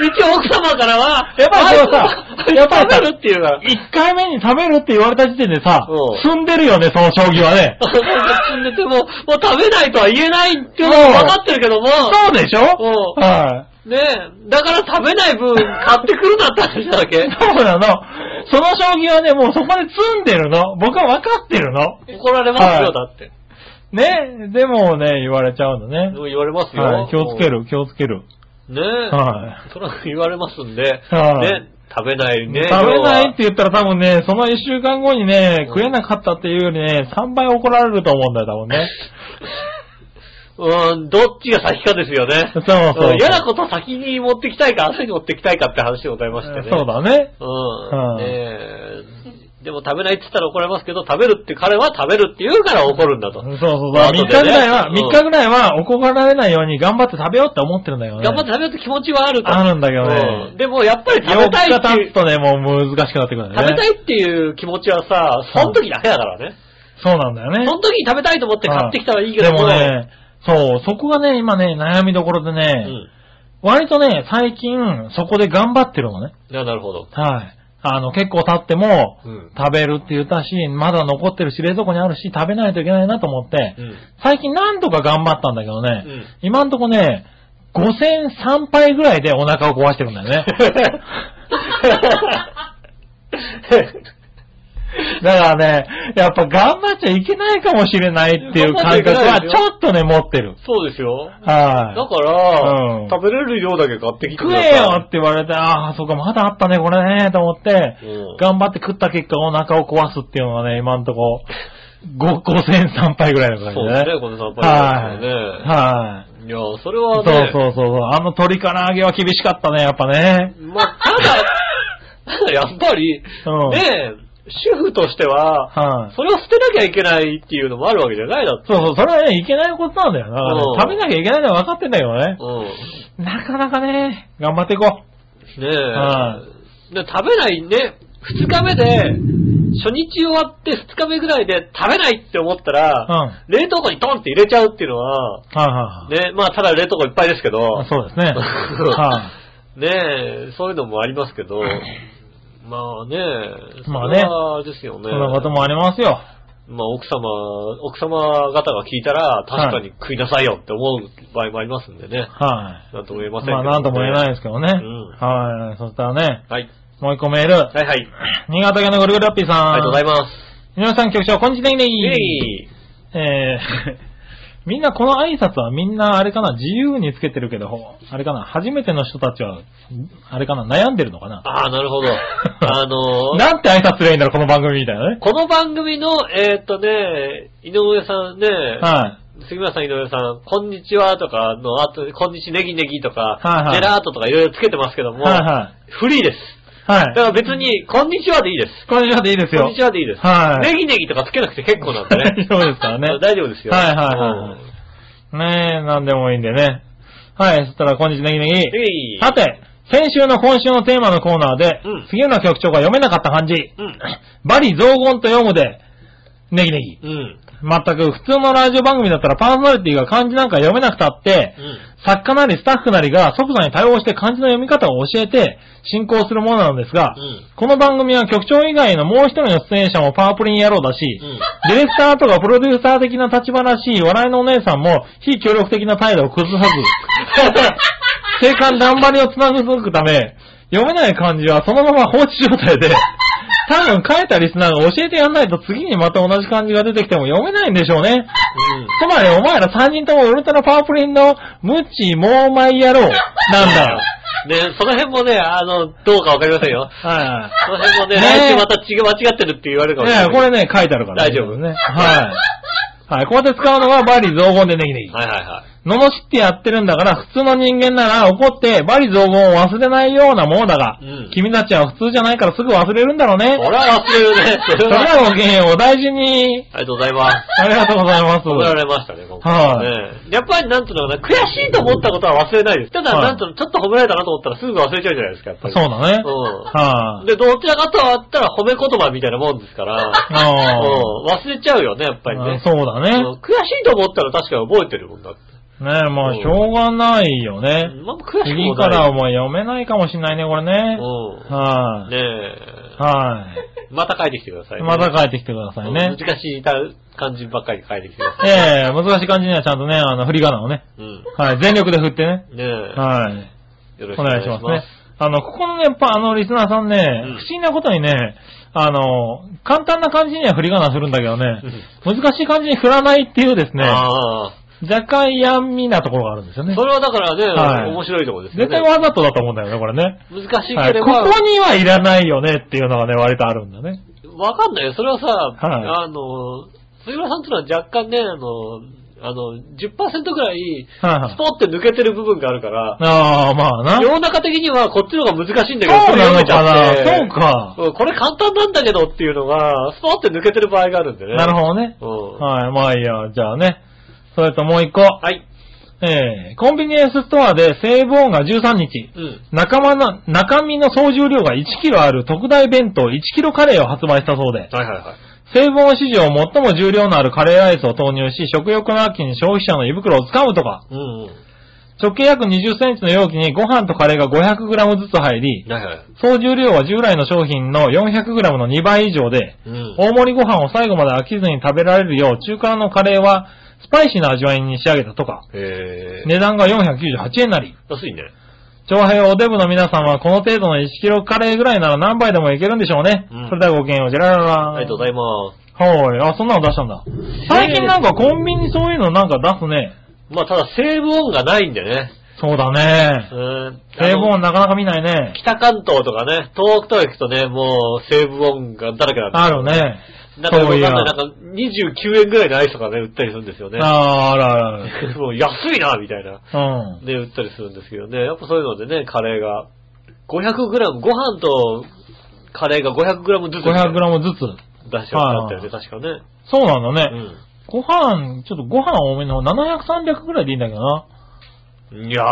[SPEAKER 2] 一応、一応奥様からは、
[SPEAKER 3] やっぱりそれさ
[SPEAKER 2] あいつ
[SPEAKER 3] やっぱりさ
[SPEAKER 2] 食べるって言う から。
[SPEAKER 3] 1回目に食べるって言われた時点でさ
[SPEAKER 2] うん、
[SPEAKER 3] 済んでるよね、その将棋は ね。
[SPEAKER 2] 積んでても、もう食べないとは言えないっていうのも分かってるけども、
[SPEAKER 3] そうでしょ
[SPEAKER 2] うん
[SPEAKER 3] はい。
[SPEAKER 2] ねえ、だから食べない 分買ってくるなって話なわけ。
[SPEAKER 3] そうなの。その将棋はね、もうそこで積んでるの。僕は分かってるの。
[SPEAKER 2] 怒られますよ、
[SPEAKER 3] は
[SPEAKER 2] だって。
[SPEAKER 3] ね。でもね、言われちゃうのね
[SPEAKER 2] で。も言われますよ。
[SPEAKER 3] はい。気をつける、気をつける。
[SPEAKER 2] もう。ねえ。
[SPEAKER 3] は
[SPEAKER 2] それは言われますんで、
[SPEAKER 3] はい
[SPEAKER 2] ね、食べない
[SPEAKER 3] い。
[SPEAKER 2] ね。
[SPEAKER 3] 食べないっ
[SPEAKER 2] 要は
[SPEAKER 3] て言ったら多分ね、その一週間後にね、
[SPEAKER 2] うん
[SPEAKER 3] 食えなかったっていうよりね、3倍怒られると思うんだよ、多分ね。
[SPEAKER 2] うん、どっちが先かですよね。
[SPEAKER 3] そうそうそうん
[SPEAKER 2] 嫌なこと先に持ってきたいか、後に持ってきたいかって話でございましてね。
[SPEAKER 3] そう。だね。
[SPEAKER 2] うん。
[SPEAKER 3] うん
[SPEAKER 2] ねえでも食べないって言ったら怒られますけど、食べるって彼は食べるって言うから怒るんだと。
[SPEAKER 3] そうそうそう。
[SPEAKER 2] まあ
[SPEAKER 3] 3
[SPEAKER 2] 後
[SPEAKER 3] 日
[SPEAKER 2] でね
[SPEAKER 3] ぐらいは、
[SPEAKER 2] うん
[SPEAKER 3] 3日ぐらいは怒られないように頑張って食べようって思ってるんだよね。
[SPEAKER 2] 頑張って食べるって気持ちはあると。
[SPEAKER 3] あるんだけどね
[SPEAKER 2] うんでもやっぱり食べたい
[SPEAKER 3] 4日
[SPEAKER 2] ってい
[SPEAKER 3] 経
[SPEAKER 2] う
[SPEAKER 3] つ、とね、もう難しくなってくるんだ
[SPEAKER 2] 食
[SPEAKER 3] よ
[SPEAKER 2] べ
[SPEAKER 3] ね
[SPEAKER 2] た。いっていう気持ちはさ、その時だけだからね。
[SPEAKER 3] そうなんだよね。
[SPEAKER 2] その時に食べたいと思って買ってきたらいいけ
[SPEAKER 3] で
[SPEAKER 2] ど
[SPEAKER 3] も、ね、そう、そこがね、今ね、悩みどころで
[SPEAKER 2] う
[SPEAKER 3] ね、
[SPEAKER 2] ん。
[SPEAKER 3] 割とね、最近、そこで頑張ってるのね。
[SPEAKER 2] いやなるほど。
[SPEAKER 3] はい。あの、結構経っても、
[SPEAKER 2] うん
[SPEAKER 3] 食べるって言ったし、まだ残ってるし、冷蔵庫にあるし、食べないといけないなと思って、
[SPEAKER 2] うん。
[SPEAKER 3] 最近何とか頑張ったんだけどね、
[SPEAKER 2] うん
[SPEAKER 3] 今んとこね、5003杯ぐらいでお腹を壊してるんだ よね。だからね、やっぱ頑張っちゃいけないかもしれないっていう感覚はちょっとね、持ってる。
[SPEAKER 2] そうですよ。
[SPEAKER 3] はい。
[SPEAKER 2] だから、
[SPEAKER 3] うん
[SPEAKER 2] 食べれる量だけ買ってきてく
[SPEAKER 3] 食
[SPEAKER 2] ださい
[SPEAKER 3] えよって言われて、ああ、そうか、まだあったね、これね、と思って、
[SPEAKER 2] うん
[SPEAKER 3] 頑張って食った結果お腹を壊すっていうのはね、今んとこ、5、5003杯ぐらいの感じ
[SPEAKER 2] そう
[SPEAKER 3] で
[SPEAKER 2] です
[SPEAKER 3] ね。
[SPEAKER 2] ね、この3
[SPEAKER 3] は
[SPEAKER 2] 杯
[SPEAKER 3] い。
[SPEAKER 2] ですね。
[SPEAKER 3] はい
[SPEAKER 2] や、それ
[SPEAKER 3] い。そ
[SPEAKER 2] は
[SPEAKER 3] う
[SPEAKER 2] ね、
[SPEAKER 3] そうそうそう。あの鶏唐揚げは厳しかったね、やっぱね。
[SPEAKER 2] まあ、た だ、ただやっぱり、
[SPEAKER 3] うん
[SPEAKER 2] ねえ、主婦としては、
[SPEAKER 3] はい。
[SPEAKER 2] それを捨てなきゃいけないっていうのもあるわけじゃないだって。
[SPEAKER 3] そうそう、それはね、いけないことなんだよな。
[SPEAKER 2] うん
[SPEAKER 3] 食べなきゃいけないのは分かってんだけどね。
[SPEAKER 2] うん。
[SPEAKER 3] なかなかね、頑張っていこう。
[SPEAKER 2] ねえ、
[SPEAKER 3] は
[SPEAKER 2] で食べないね、二日目で、初日終わって二日目ぐらいで食べないって思ったら、冷凍庫にドンって入れちゃうっていうのは、
[SPEAKER 3] はいはいはい。
[SPEAKER 2] ね、まあただ冷凍庫いっぱいですけど、
[SPEAKER 3] そうですね。は
[SPEAKER 2] ね
[SPEAKER 3] い。
[SPEAKER 2] ねえ、そういうのもありますけど、まあねえ、
[SPEAKER 3] まあね
[SPEAKER 2] それはですよね。
[SPEAKER 3] そんなこともありますよ。
[SPEAKER 2] まあ奥様、奥様方が聞いたら、確かに食いなさいよって思う場合もありますんでね。
[SPEAKER 3] は
[SPEAKER 2] なんとも言えま
[SPEAKER 3] い。
[SPEAKER 2] せんけど、
[SPEAKER 3] まあ、なんとも言えないですけどね。
[SPEAKER 2] ん
[SPEAKER 3] はい。そしたらね、
[SPEAKER 2] はい。
[SPEAKER 3] もう一個メール。
[SPEAKER 2] はいはい。
[SPEAKER 3] 新潟県のぐるぐるラッピーさん。
[SPEAKER 2] ありがとうございます。
[SPEAKER 3] 皆さん局長、こんにちはね
[SPEAKER 2] イェイ
[SPEAKER 3] えー、 みんなこの挨拶はみんなあれかな、自由につけてるけど、あれかな、初めての人たちは、あれかな、悩んでるのかな。
[SPEAKER 2] ああ、なる ほど。あのー
[SPEAKER 3] なんて挨拶すればいいんだろう、この番組みたいなね。
[SPEAKER 2] この番組の、えーっとね、井上さんね、
[SPEAKER 3] は
[SPEAKER 2] 杉村さん、井上さん、こんにちはとかの後、こんにちネギネギとか、
[SPEAKER 3] はいはい
[SPEAKER 2] ジェラートとかいろいろつけてますけど
[SPEAKER 3] い。
[SPEAKER 2] も、
[SPEAKER 3] はいは
[SPEAKER 2] フリーです。
[SPEAKER 3] い。は
[SPEAKER 2] だか
[SPEAKER 3] い。
[SPEAKER 2] ら別に、こんにちはでいいです。
[SPEAKER 3] こんにちはでいいですよ。
[SPEAKER 2] こんにちはでいいです。
[SPEAKER 3] はい
[SPEAKER 2] ネギネギとかつけなくて結構なんで ね。
[SPEAKER 3] 大丈夫で すからね
[SPEAKER 2] 大丈夫ですよ。
[SPEAKER 3] はいはいはいはいねえ、なんでもいいんでね。はい、そしたら、こんにちはねぎね
[SPEAKER 2] うんネギネギ
[SPEAKER 3] ぎ。さて、先週の今週のテーマのコーナーで、
[SPEAKER 2] うん
[SPEAKER 3] 杉浦局長が読めなかった漢字、
[SPEAKER 2] うん。
[SPEAKER 3] バリ雑言と読むで、ネギネギ。
[SPEAKER 2] うん。
[SPEAKER 3] 全く普通のラジオ番組だったらパーソナリティが漢字なんか読めなくたって、
[SPEAKER 2] うん。
[SPEAKER 3] 作家なりスタッフなりが即座に対応して漢字の読み方を教えて進行するものなのですが、
[SPEAKER 2] うん
[SPEAKER 3] この番組は局長以外のもう一人の出演者もパワープリン野郎だし、
[SPEAKER 2] うん
[SPEAKER 3] ディレクターとかプロデューサー的な立場らしい笑いのお姉さんも非協力的な態度を崩さ ず、定款頑張りをつなぐ続くため、読めない漢字はそのまま放置状態で、多分書いたリスナーが教えてやんないと次にまた同じ漢字が出てきても読めないんでしょうね。つまりお前ら3人ともウルトラパワープリンのムチモーマイ野郎なんだよ。
[SPEAKER 2] うん。ね、その辺もね、あの、どうかわかりませんよ。
[SPEAKER 3] は
[SPEAKER 2] その辺もね、
[SPEAKER 3] ね
[SPEAKER 2] 来週また違う間違ってるって言われるか
[SPEAKER 3] い。
[SPEAKER 2] も
[SPEAKER 3] ね
[SPEAKER 2] しれない。
[SPEAKER 3] えこれね、書いてあるから、
[SPEAKER 2] 大丈夫
[SPEAKER 3] ね。はい。はい。こうやって使うのはバリ雑言でネギネギ。
[SPEAKER 2] はいはいはい。
[SPEAKER 3] 罵ってやってるんだから、普通の人間なら怒って、バリ雑言を忘れないようなものだが、
[SPEAKER 2] うん
[SPEAKER 3] 君たちは普通じゃないからすぐ忘れるんだろうね。
[SPEAKER 2] 俺は忘れるね。
[SPEAKER 3] それではごきげんようお大事に。
[SPEAKER 2] ありがとうございます。
[SPEAKER 3] ありがとうござい ます。
[SPEAKER 2] 怒られましたね、今回はね。やっぱりなんていうのかな、悔しいと思ったことは忘れないです。ただ、
[SPEAKER 3] はい
[SPEAKER 2] なんていうの、ちょっと褒められたなと思ったらすぐ忘れちゃうじゃないですか、やっぱり。
[SPEAKER 3] そうだね。
[SPEAKER 2] う
[SPEAKER 3] は
[SPEAKER 2] ん。
[SPEAKER 3] い、
[SPEAKER 2] で、どちらかとあったら褒め言葉みたいなもんですから、
[SPEAKER 3] あー
[SPEAKER 2] うん忘れちゃうよね、やっぱりね。
[SPEAKER 3] そうだ
[SPEAKER 2] う
[SPEAKER 3] ね。
[SPEAKER 2] ん悔しいと思ったら確かに覚えてるもんだって。
[SPEAKER 3] ねえ、まあ、しょうがないよね。
[SPEAKER 2] まあ悔しく
[SPEAKER 3] 次
[SPEAKER 2] も
[SPEAKER 3] か
[SPEAKER 2] ない。
[SPEAKER 3] らはもう読めないかもしんないね、これね。
[SPEAKER 2] う
[SPEAKER 3] は
[SPEAKER 2] ん。
[SPEAKER 3] い、
[SPEAKER 2] ね
[SPEAKER 3] はい、
[SPEAKER 2] え。また書いてきてくださいね。
[SPEAKER 3] また帰ってきてください
[SPEAKER 2] うん
[SPEAKER 3] ね。
[SPEAKER 2] 難しい漢字ばっかり書いてきてください。
[SPEAKER 3] ええ難しい感じにはちゃんとね、あの、振り仮名をね。
[SPEAKER 2] うん。
[SPEAKER 3] はい、全力で振ってね。
[SPEAKER 2] ねえ。
[SPEAKER 3] はい。
[SPEAKER 2] よろしく
[SPEAKER 3] お
[SPEAKER 2] お
[SPEAKER 3] 願
[SPEAKER 2] 願
[SPEAKER 3] い
[SPEAKER 2] い
[SPEAKER 3] し
[SPEAKER 2] し
[SPEAKER 3] ま
[SPEAKER 2] ますす。
[SPEAKER 3] ね。あの、ここのね、やっぱあの、リスナーさんね、
[SPEAKER 2] ん
[SPEAKER 3] 不思議なことにね、あの、簡単な感じには振り仮名するんだけどね、難しい感じに振らないっていうですね、
[SPEAKER 2] ああ。
[SPEAKER 3] 若干闇なところがあるんですよね
[SPEAKER 2] そ。れはだからね、
[SPEAKER 3] はい
[SPEAKER 2] 面白いところですよ
[SPEAKER 3] 絶
[SPEAKER 2] ね
[SPEAKER 3] 対。わざとだと思うんだよね、これね。
[SPEAKER 2] 難しい
[SPEAKER 3] は
[SPEAKER 2] け
[SPEAKER 3] い、
[SPEAKER 2] れ
[SPEAKER 3] こ
[SPEAKER 2] ば、
[SPEAKER 3] こにはいらないよねっていうのがね、割とあるんだね。
[SPEAKER 2] わかんないよ。それはさ、
[SPEAKER 3] は
[SPEAKER 2] あの、杉村さんっていうのは若干ね、あの、あの、10%ぐらい、
[SPEAKER 3] はいはい
[SPEAKER 2] スポって抜けてる部分があるから、
[SPEAKER 3] ああ、まあな。
[SPEAKER 2] 世の中的にはこっちの方が難しいんだけど、
[SPEAKER 3] そうな
[SPEAKER 2] れ読
[SPEAKER 3] の
[SPEAKER 2] めち
[SPEAKER 3] か
[SPEAKER 2] ゃ
[SPEAKER 3] な
[SPEAKER 2] って
[SPEAKER 3] そうか。
[SPEAKER 2] うんこれ簡単なんだけどっていうのが、スポって抜けてる場合があるんでね。
[SPEAKER 3] なるほどね。
[SPEAKER 2] ほうん。
[SPEAKER 3] はい、まあいいや、じゃあね。それともう一個。
[SPEAKER 2] はい。
[SPEAKER 3] えー、コンビニエンスストアでセーブオンが13日、
[SPEAKER 2] うん。
[SPEAKER 3] 仲間の、中身の総重量が1キロある特大弁当1キロカレーを発売したそうで、
[SPEAKER 2] はいはいはい。
[SPEAKER 3] セーブオン史上最も重量のあるカレーライスを投入し、食欲の秋に消費者の胃袋を掴むとか、
[SPEAKER 2] うん
[SPEAKER 3] 直径約20センチの容器にご飯とカレーが500グラムずつ入り
[SPEAKER 2] う、ん。はいはい。
[SPEAKER 3] 総重量は従来の商品の400グラムの2倍以上で、
[SPEAKER 2] うん。
[SPEAKER 3] 大盛りご飯を最後まで飽きずに食べられるよう、中辛のカレーはスパイシーな味わいに仕上げたとか、
[SPEAKER 2] えー。
[SPEAKER 3] 値段が498円なり、
[SPEAKER 2] 安いね。
[SPEAKER 3] 長平おデブの皆さんはこの程度の1キロカレーぐらいなら何杯でもいけるんでしょうね。
[SPEAKER 2] うん
[SPEAKER 3] それではごきげんよう、じゃららら。
[SPEAKER 2] ありがとうございます。
[SPEAKER 3] はい。あ、そんなの出したんだ。最近なんかコンビニそういうのなんか出すね。
[SPEAKER 2] まあただ、セーブ音がないんでね。
[SPEAKER 3] そうだ
[SPEAKER 2] う
[SPEAKER 3] ね。
[SPEAKER 2] ん。
[SPEAKER 3] セーブ音なかなか見ないね。
[SPEAKER 2] 北関東とかね、東北とか行くとね、もう、セーブ音がだらけなんです
[SPEAKER 3] あるね。
[SPEAKER 2] なんかよく
[SPEAKER 3] そうい
[SPEAKER 2] わ
[SPEAKER 3] や
[SPEAKER 2] かんない、なんか29円ぐらいのアイスとかね、売ったりするんですよね。
[SPEAKER 3] あーあるあ る
[SPEAKER 2] もう安いな、みたいな。
[SPEAKER 3] ある。うん。
[SPEAKER 2] で、売ったりするんですけどね。やっぱそういうのでね、カレーが。500グラム、ご飯とカレーが500グラムずつ出し
[SPEAKER 3] 500グラムずつ。
[SPEAKER 2] ちゃったよね、確かね。
[SPEAKER 3] そうなんだね。
[SPEAKER 2] うん。
[SPEAKER 3] ご飯、ちょっとご飯多めの、700、300ぐらいでいいんだけどな。
[SPEAKER 2] いやー、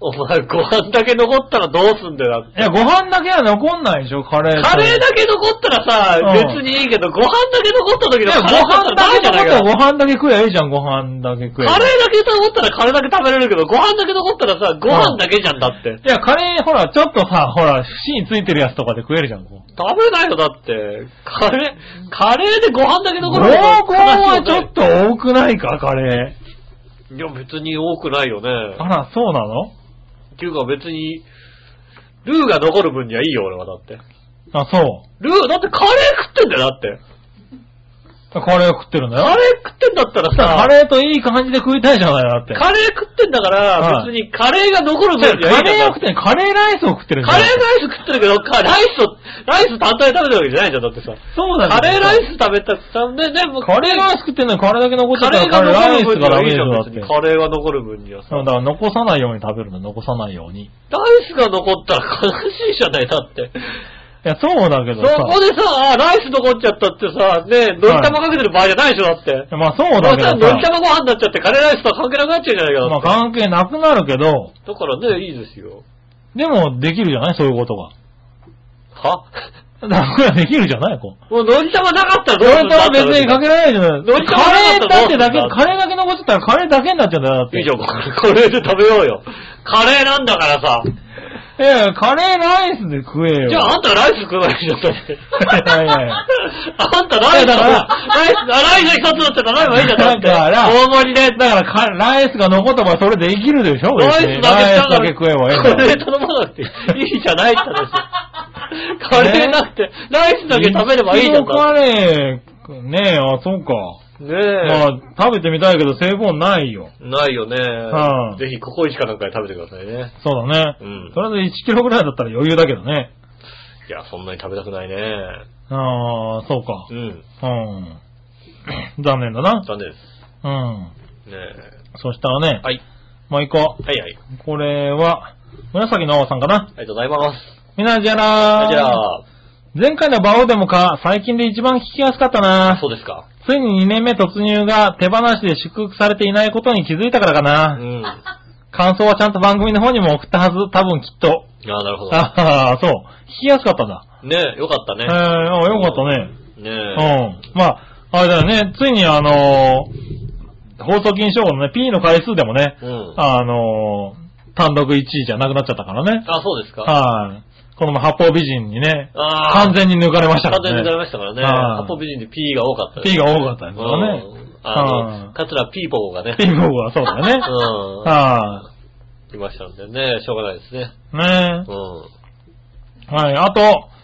[SPEAKER 2] お前ご飯だけ残ったらどうすんだよ。だって
[SPEAKER 3] いや、ご飯だけは残んないでしょ、カレーと。
[SPEAKER 2] カレーだけ残ったらさ、
[SPEAKER 3] う
[SPEAKER 2] 別
[SPEAKER 3] ん
[SPEAKER 2] にいいけど、ご飯だけ残った時
[SPEAKER 3] い
[SPEAKER 2] の
[SPEAKER 3] や、ご飯だけ
[SPEAKER 2] カレー
[SPEAKER 3] 残っ
[SPEAKER 2] ったた
[SPEAKER 3] ら
[SPEAKER 2] ら
[SPEAKER 3] ご飯だけ食えばいいじゃん、ご飯だけ食えば。
[SPEAKER 2] カレーだけ残ったらカレーだけ食べれるけど、ご飯だけ残ったらさ、ご飯だけじゃんだって。
[SPEAKER 3] いや、カレー、ほら、ちょっとさ、ほら、縁についてるやつとかで食えるじゃん、こう。
[SPEAKER 2] 食べないよ、だって。カレー、カレーでご飯だけ残
[SPEAKER 3] 合コン
[SPEAKER 2] る
[SPEAKER 3] はちょっと多くないか、カレ
[SPEAKER 2] と。いや、別に多くないよね
[SPEAKER 3] ー。。あら、そうなの
[SPEAKER 2] っていうか別に、ルーが残る分にはいいよ、俺はだって。
[SPEAKER 3] あ、そ
[SPEAKER 2] ルー、だってカレー食ってんだよ、だって。
[SPEAKER 3] う。カレーを食ってるんだよ。
[SPEAKER 2] カレー食ってんだったらさ、
[SPEAKER 3] カレーといい感じで食いたいじゃないだって。
[SPEAKER 2] カレー食ってんだから、
[SPEAKER 3] はい
[SPEAKER 2] 別にカレーが残る分にはい
[SPEAKER 3] カ
[SPEAKER 2] いじゃん
[SPEAKER 3] レー
[SPEAKER 2] だ
[SPEAKER 3] を
[SPEAKER 2] っ
[SPEAKER 3] 食っててないカレーライスを食ってるんだ
[SPEAKER 2] カ
[SPEAKER 3] よ
[SPEAKER 2] レーライス食ってるけど、カライスを、ライス単体で食べてるわけじゃないじゃん、だってさ。
[SPEAKER 3] そうだ
[SPEAKER 2] カレーライス
[SPEAKER 3] ス
[SPEAKER 2] 食べたくて、で、でも
[SPEAKER 3] カレーライス食ってんのにカレーだけ残って
[SPEAKER 2] カ
[SPEAKER 3] た
[SPEAKER 2] レ
[SPEAKER 3] ら
[SPEAKER 2] ーが
[SPEAKER 3] カレーラ
[SPEAKER 2] 残
[SPEAKER 3] イ
[SPEAKER 2] る分
[SPEAKER 3] スとか
[SPEAKER 2] に
[SPEAKER 3] ダ
[SPEAKER 2] はい
[SPEAKER 3] メ
[SPEAKER 2] いじ
[SPEAKER 3] でし
[SPEAKER 2] ゃん、
[SPEAKER 3] ょ、だっ
[SPEAKER 2] 別
[SPEAKER 3] て。
[SPEAKER 2] に。カレーが残る分にはさ。
[SPEAKER 3] そうだから残さないように食べるの、残さないように。い
[SPEAKER 2] ライスが残ったら悲しいじゃない、だって。
[SPEAKER 3] や、そうだけ
[SPEAKER 2] そ
[SPEAKER 3] どさ。
[SPEAKER 2] こでさ、あライス残っちゃったってさ、ね、のり玉かけてる場合じゃないでしょ、だって。
[SPEAKER 3] まあそうだけ
[SPEAKER 2] まあさ
[SPEAKER 3] ど
[SPEAKER 2] のり
[SPEAKER 3] さ。
[SPEAKER 2] 玉ご飯になっちゃってカレーライスとは関係なくなっちゃうじゃないか
[SPEAKER 3] まあ
[SPEAKER 2] だって
[SPEAKER 3] 関係なくなるけど、
[SPEAKER 2] だからね、いいですよ。
[SPEAKER 3] でもできるじゃないそういうことが。
[SPEAKER 2] は
[SPEAKER 3] だからできるじゃないこう。
[SPEAKER 2] もうのり玉なかったら
[SPEAKER 3] そ
[SPEAKER 2] どうする
[SPEAKER 3] れ
[SPEAKER 2] ん
[SPEAKER 3] と
[SPEAKER 2] だ
[SPEAKER 3] は別にかけられないじゃない。
[SPEAKER 2] どうした
[SPEAKER 3] カレーだってだけ、
[SPEAKER 2] どうした
[SPEAKER 3] カレーだけ残ってたらカレーだけになっちゃうんだよ、だって。
[SPEAKER 2] いいじゃん、カレーで食べようよ。カレーなんだからさ。
[SPEAKER 3] ええ、カレーライスで食えよ。
[SPEAKER 2] じゃああんたライス食わないじゃん、だって。
[SPEAKER 3] いやいや
[SPEAKER 2] あんたライス食べ、
[SPEAKER 3] いやだから
[SPEAKER 2] ライス、あライス一つだって食べればいいじゃん、だって。
[SPEAKER 3] だから
[SPEAKER 2] 大盛りで。
[SPEAKER 3] だからカ、ライスが残った場合、それで生きるでしょ
[SPEAKER 2] ライスだけ
[SPEAKER 3] ラ
[SPEAKER 2] し
[SPEAKER 3] イスだけ食えばいいんだ
[SPEAKER 2] カレー
[SPEAKER 3] よ。
[SPEAKER 2] 頼まなくていいじゃないって話。カレーなくて、ライスだけ食べればいいじゃん。
[SPEAKER 3] 一度カレー、ねえ、あ、そうか。
[SPEAKER 2] ねえ。
[SPEAKER 3] まあ、食べてみたいけど、成分ないよ。
[SPEAKER 2] ないよね。
[SPEAKER 3] はい
[SPEAKER 2] ぜひ、ココイチかなんかで食べてくださいね。
[SPEAKER 3] そうだね。
[SPEAKER 2] うん
[SPEAKER 3] とりあえず1キロぐらいだったら余裕だけどね。
[SPEAKER 2] いや、そんなに食べたくないね。
[SPEAKER 3] ああ、そうか
[SPEAKER 2] う。ん。
[SPEAKER 3] うん。残念だな。
[SPEAKER 2] 残念で
[SPEAKER 3] うん。
[SPEAKER 2] す。ね
[SPEAKER 3] そしたらね
[SPEAKER 2] え。、はい。
[SPEAKER 3] もう一個。
[SPEAKER 2] はいはい。
[SPEAKER 3] これは、紫の王さんかな。
[SPEAKER 2] ありがとうございます。
[SPEAKER 3] みなじゃらー。
[SPEAKER 2] じゃあ、
[SPEAKER 3] 前回のバオデモか、最近で一番聞きやすかったな
[SPEAKER 2] そうですか。
[SPEAKER 3] ついに2年目突入が手放しで祝福されていないことに気づいたからか
[SPEAKER 2] う
[SPEAKER 3] な。
[SPEAKER 2] ん。
[SPEAKER 3] 感想はちゃんと番組の方にも送ったはず、多分きっと。
[SPEAKER 2] ああ、なるほど。
[SPEAKER 3] ああ、そう。聞きやすかったんだ。
[SPEAKER 2] ねえ、よかったね
[SPEAKER 3] え。ー、あよかったね。
[SPEAKER 2] ね
[SPEAKER 3] うん。まあ、あれだよね、ついにあのー放送禁止用語のね、P の回数でもね、
[SPEAKER 2] え。うん。あ、
[SPEAKER 3] あのー単独1位じゃなくなっちゃったからね。
[SPEAKER 2] そうですか。
[SPEAKER 3] はい。この前、八方美人にね、
[SPEAKER 2] ああ。
[SPEAKER 3] 完全に抜かれましたか
[SPEAKER 2] 完全に抜
[SPEAKER 3] ら
[SPEAKER 2] かれ
[SPEAKER 3] ね。
[SPEAKER 2] ましたからね。
[SPEAKER 3] はい
[SPEAKER 2] ハポ美人で P が多かったです
[SPEAKER 3] P が多かったですからね。
[SPEAKER 2] うんあ
[SPEAKER 3] うん
[SPEAKER 2] の、かつら P ボーがね。
[SPEAKER 3] P の方がそうだね。
[SPEAKER 2] う
[SPEAKER 3] は
[SPEAKER 2] ん。いましたんでね、しょうがないですね。
[SPEAKER 3] い。ね
[SPEAKER 2] うん。
[SPEAKER 3] え。はい。あと、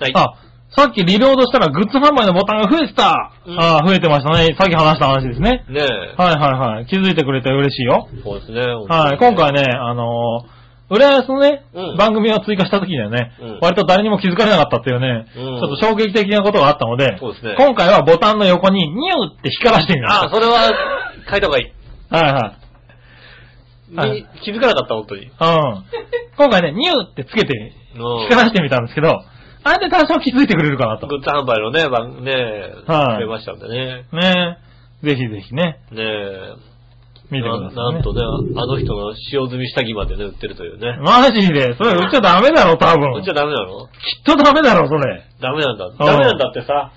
[SPEAKER 2] い
[SPEAKER 3] あ、さっきリロードしたらグッズ販売のボタンが増えてた、
[SPEAKER 2] うん
[SPEAKER 3] あー増えてましたね。さっき話した話ですね。
[SPEAKER 2] ねえ。
[SPEAKER 3] はいはいはい。気づいてくれて嬉しいよ。
[SPEAKER 2] そうですね。
[SPEAKER 3] はい。今回ね、あのー、浦安のね、
[SPEAKER 2] うん
[SPEAKER 3] 番組を追加した時にはね、
[SPEAKER 2] うん
[SPEAKER 3] 割と誰にも気づかれなかったっていうね、
[SPEAKER 2] うん
[SPEAKER 3] ちょっと衝撃的なことがあったので、
[SPEAKER 2] そうですね
[SPEAKER 3] 今回はボタンの横にニューって光らしてみ
[SPEAKER 2] あ、
[SPEAKER 3] まし
[SPEAKER 2] それは、変えた方がいい。
[SPEAKER 3] た。はいはい。はい
[SPEAKER 2] に気づかなかった、本当に。
[SPEAKER 3] うん。今回ね、ニューってつけて、
[SPEAKER 2] うん
[SPEAKER 3] 光らしてみたんですけど、あれで多少気づいてくれるかなと。
[SPEAKER 2] グッズ販売のね、番、ねえ、
[SPEAKER 3] は
[SPEAKER 2] 増
[SPEAKER 3] い
[SPEAKER 2] えましたんでね。
[SPEAKER 3] ねえ。ぜひぜひね、
[SPEAKER 2] ねえ。
[SPEAKER 3] 見てください、ね
[SPEAKER 2] な。なんとね、あの人の使用済み下着までね、売ってるというね。
[SPEAKER 3] マジで、それ売っちゃダメだろ、多分。
[SPEAKER 2] 売っちゃダメなの
[SPEAKER 3] きっとダメだろ、それ。
[SPEAKER 2] ダメなんだ。ダメなんだってさ。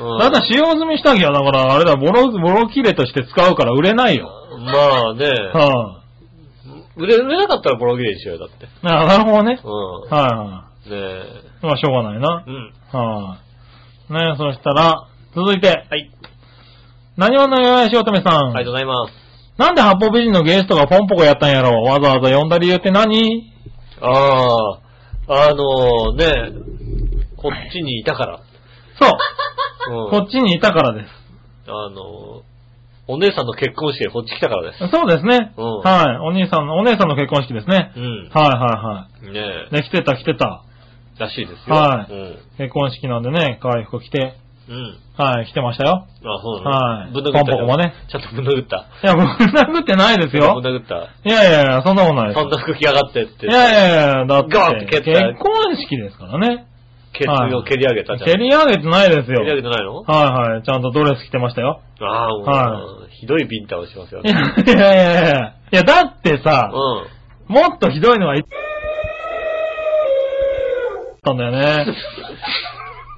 [SPEAKER 3] う。
[SPEAKER 2] うんん
[SPEAKER 3] だって使用済み下着は、だから、あれだ、ボロ、ボロ切れとして使うから売れないよ。
[SPEAKER 2] まあね、
[SPEAKER 3] は
[SPEAKER 2] 売れ、売れなかったらボロ切れにしようよ、だって。
[SPEAKER 3] い。ななるほどね。
[SPEAKER 2] う
[SPEAKER 3] は
[SPEAKER 2] ん。ねえ。
[SPEAKER 3] い。まあ、しょうがないな
[SPEAKER 2] う。ん。
[SPEAKER 3] はい。ねそしたら、続いて、
[SPEAKER 2] はい。
[SPEAKER 3] 何わのよやしおとめさ。
[SPEAKER 2] ありがとうんございます。
[SPEAKER 3] なんで八方美人のゲストがポンポコやったんやろわざわざ呼んだ理由って何
[SPEAKER 2] ああ、あのね、こっちにいたから。
[SPEAKER 3] そう。
[SPEAKER 2] うん
[SPEAKER 3] こっちにいたからです。
[SPEAKER 2] あの、お姉さんの結婚式でこっち来たからです。
[SPEAKER 3] そうですね。
[SPEAKER 2] うん
[SPEAKER 3] はい。お兄さんの、お姉さんの結婚式ですね
[SPEAKER 2] う。ん。
[SPEAKER 3] はいは
[SPEAKER 2] ね
[SPEAKER 3] いはい。
[SPEAKER 2] え、
[SPEAKER 3] ね、来てた来てた。
[SPEAKER 2] らしいですよ。
[SPEAKER 3] はい
[SPEAKER 2] うん。
[SPEAKER 3] 結婚式なんでね、可愛い服着て、
[SPEAKER 2] うん。
[SPEAKER 3] はい、来てました
[SPEAKER 2] あ、
[SPEAKER 3] よ。
[SPEAKER 2] そうなの
[SPEAKER 3] はい
[SPEAKER 2] ぶん殴った。
[SPEAKER 3] ポンポコもね。
[SPEAKER 2] ちゃんとぶん殴った。
[SPEAKER 3] いや、 ぶん殴ってないですよ
[SPEAKER 2] ぶ。ん殴った。
[SPEAKER 3] いやいやいや、そんなもんないです
[SPEAKER 2] そんな服着やがってって。
[SPEAKER 3] いやいやいや、だって、
[SPEAKER 2] ガーって蹴った
[SPEAKER 3] 結婚式ですからね。
[SPEAKER 2] 血流を蹴り上げたじゃん。
[SPEAKER 3] 蹴り上げてないですよ。
[SPEAKER 2] 蹴り上げてないの
[SPEAKER 3] はいはい。ちゃんとドレス着てましたよ。
[SPEAKER 2] ああ、もう、
[SPEAKER 3] は
[SPEAKER 2] ひ どいビンタをしますよ
[SPEAKER 3] いや
[SPEAKER 2] ね。
[SPEAKER 3] いやいやいや。いや、だって
[SPEAKER 2] う
[SPEAKER 3] さ、
[SPEAKER 2] ん。
[SPEAKER 3] もっとひどいのは、いたんだよね。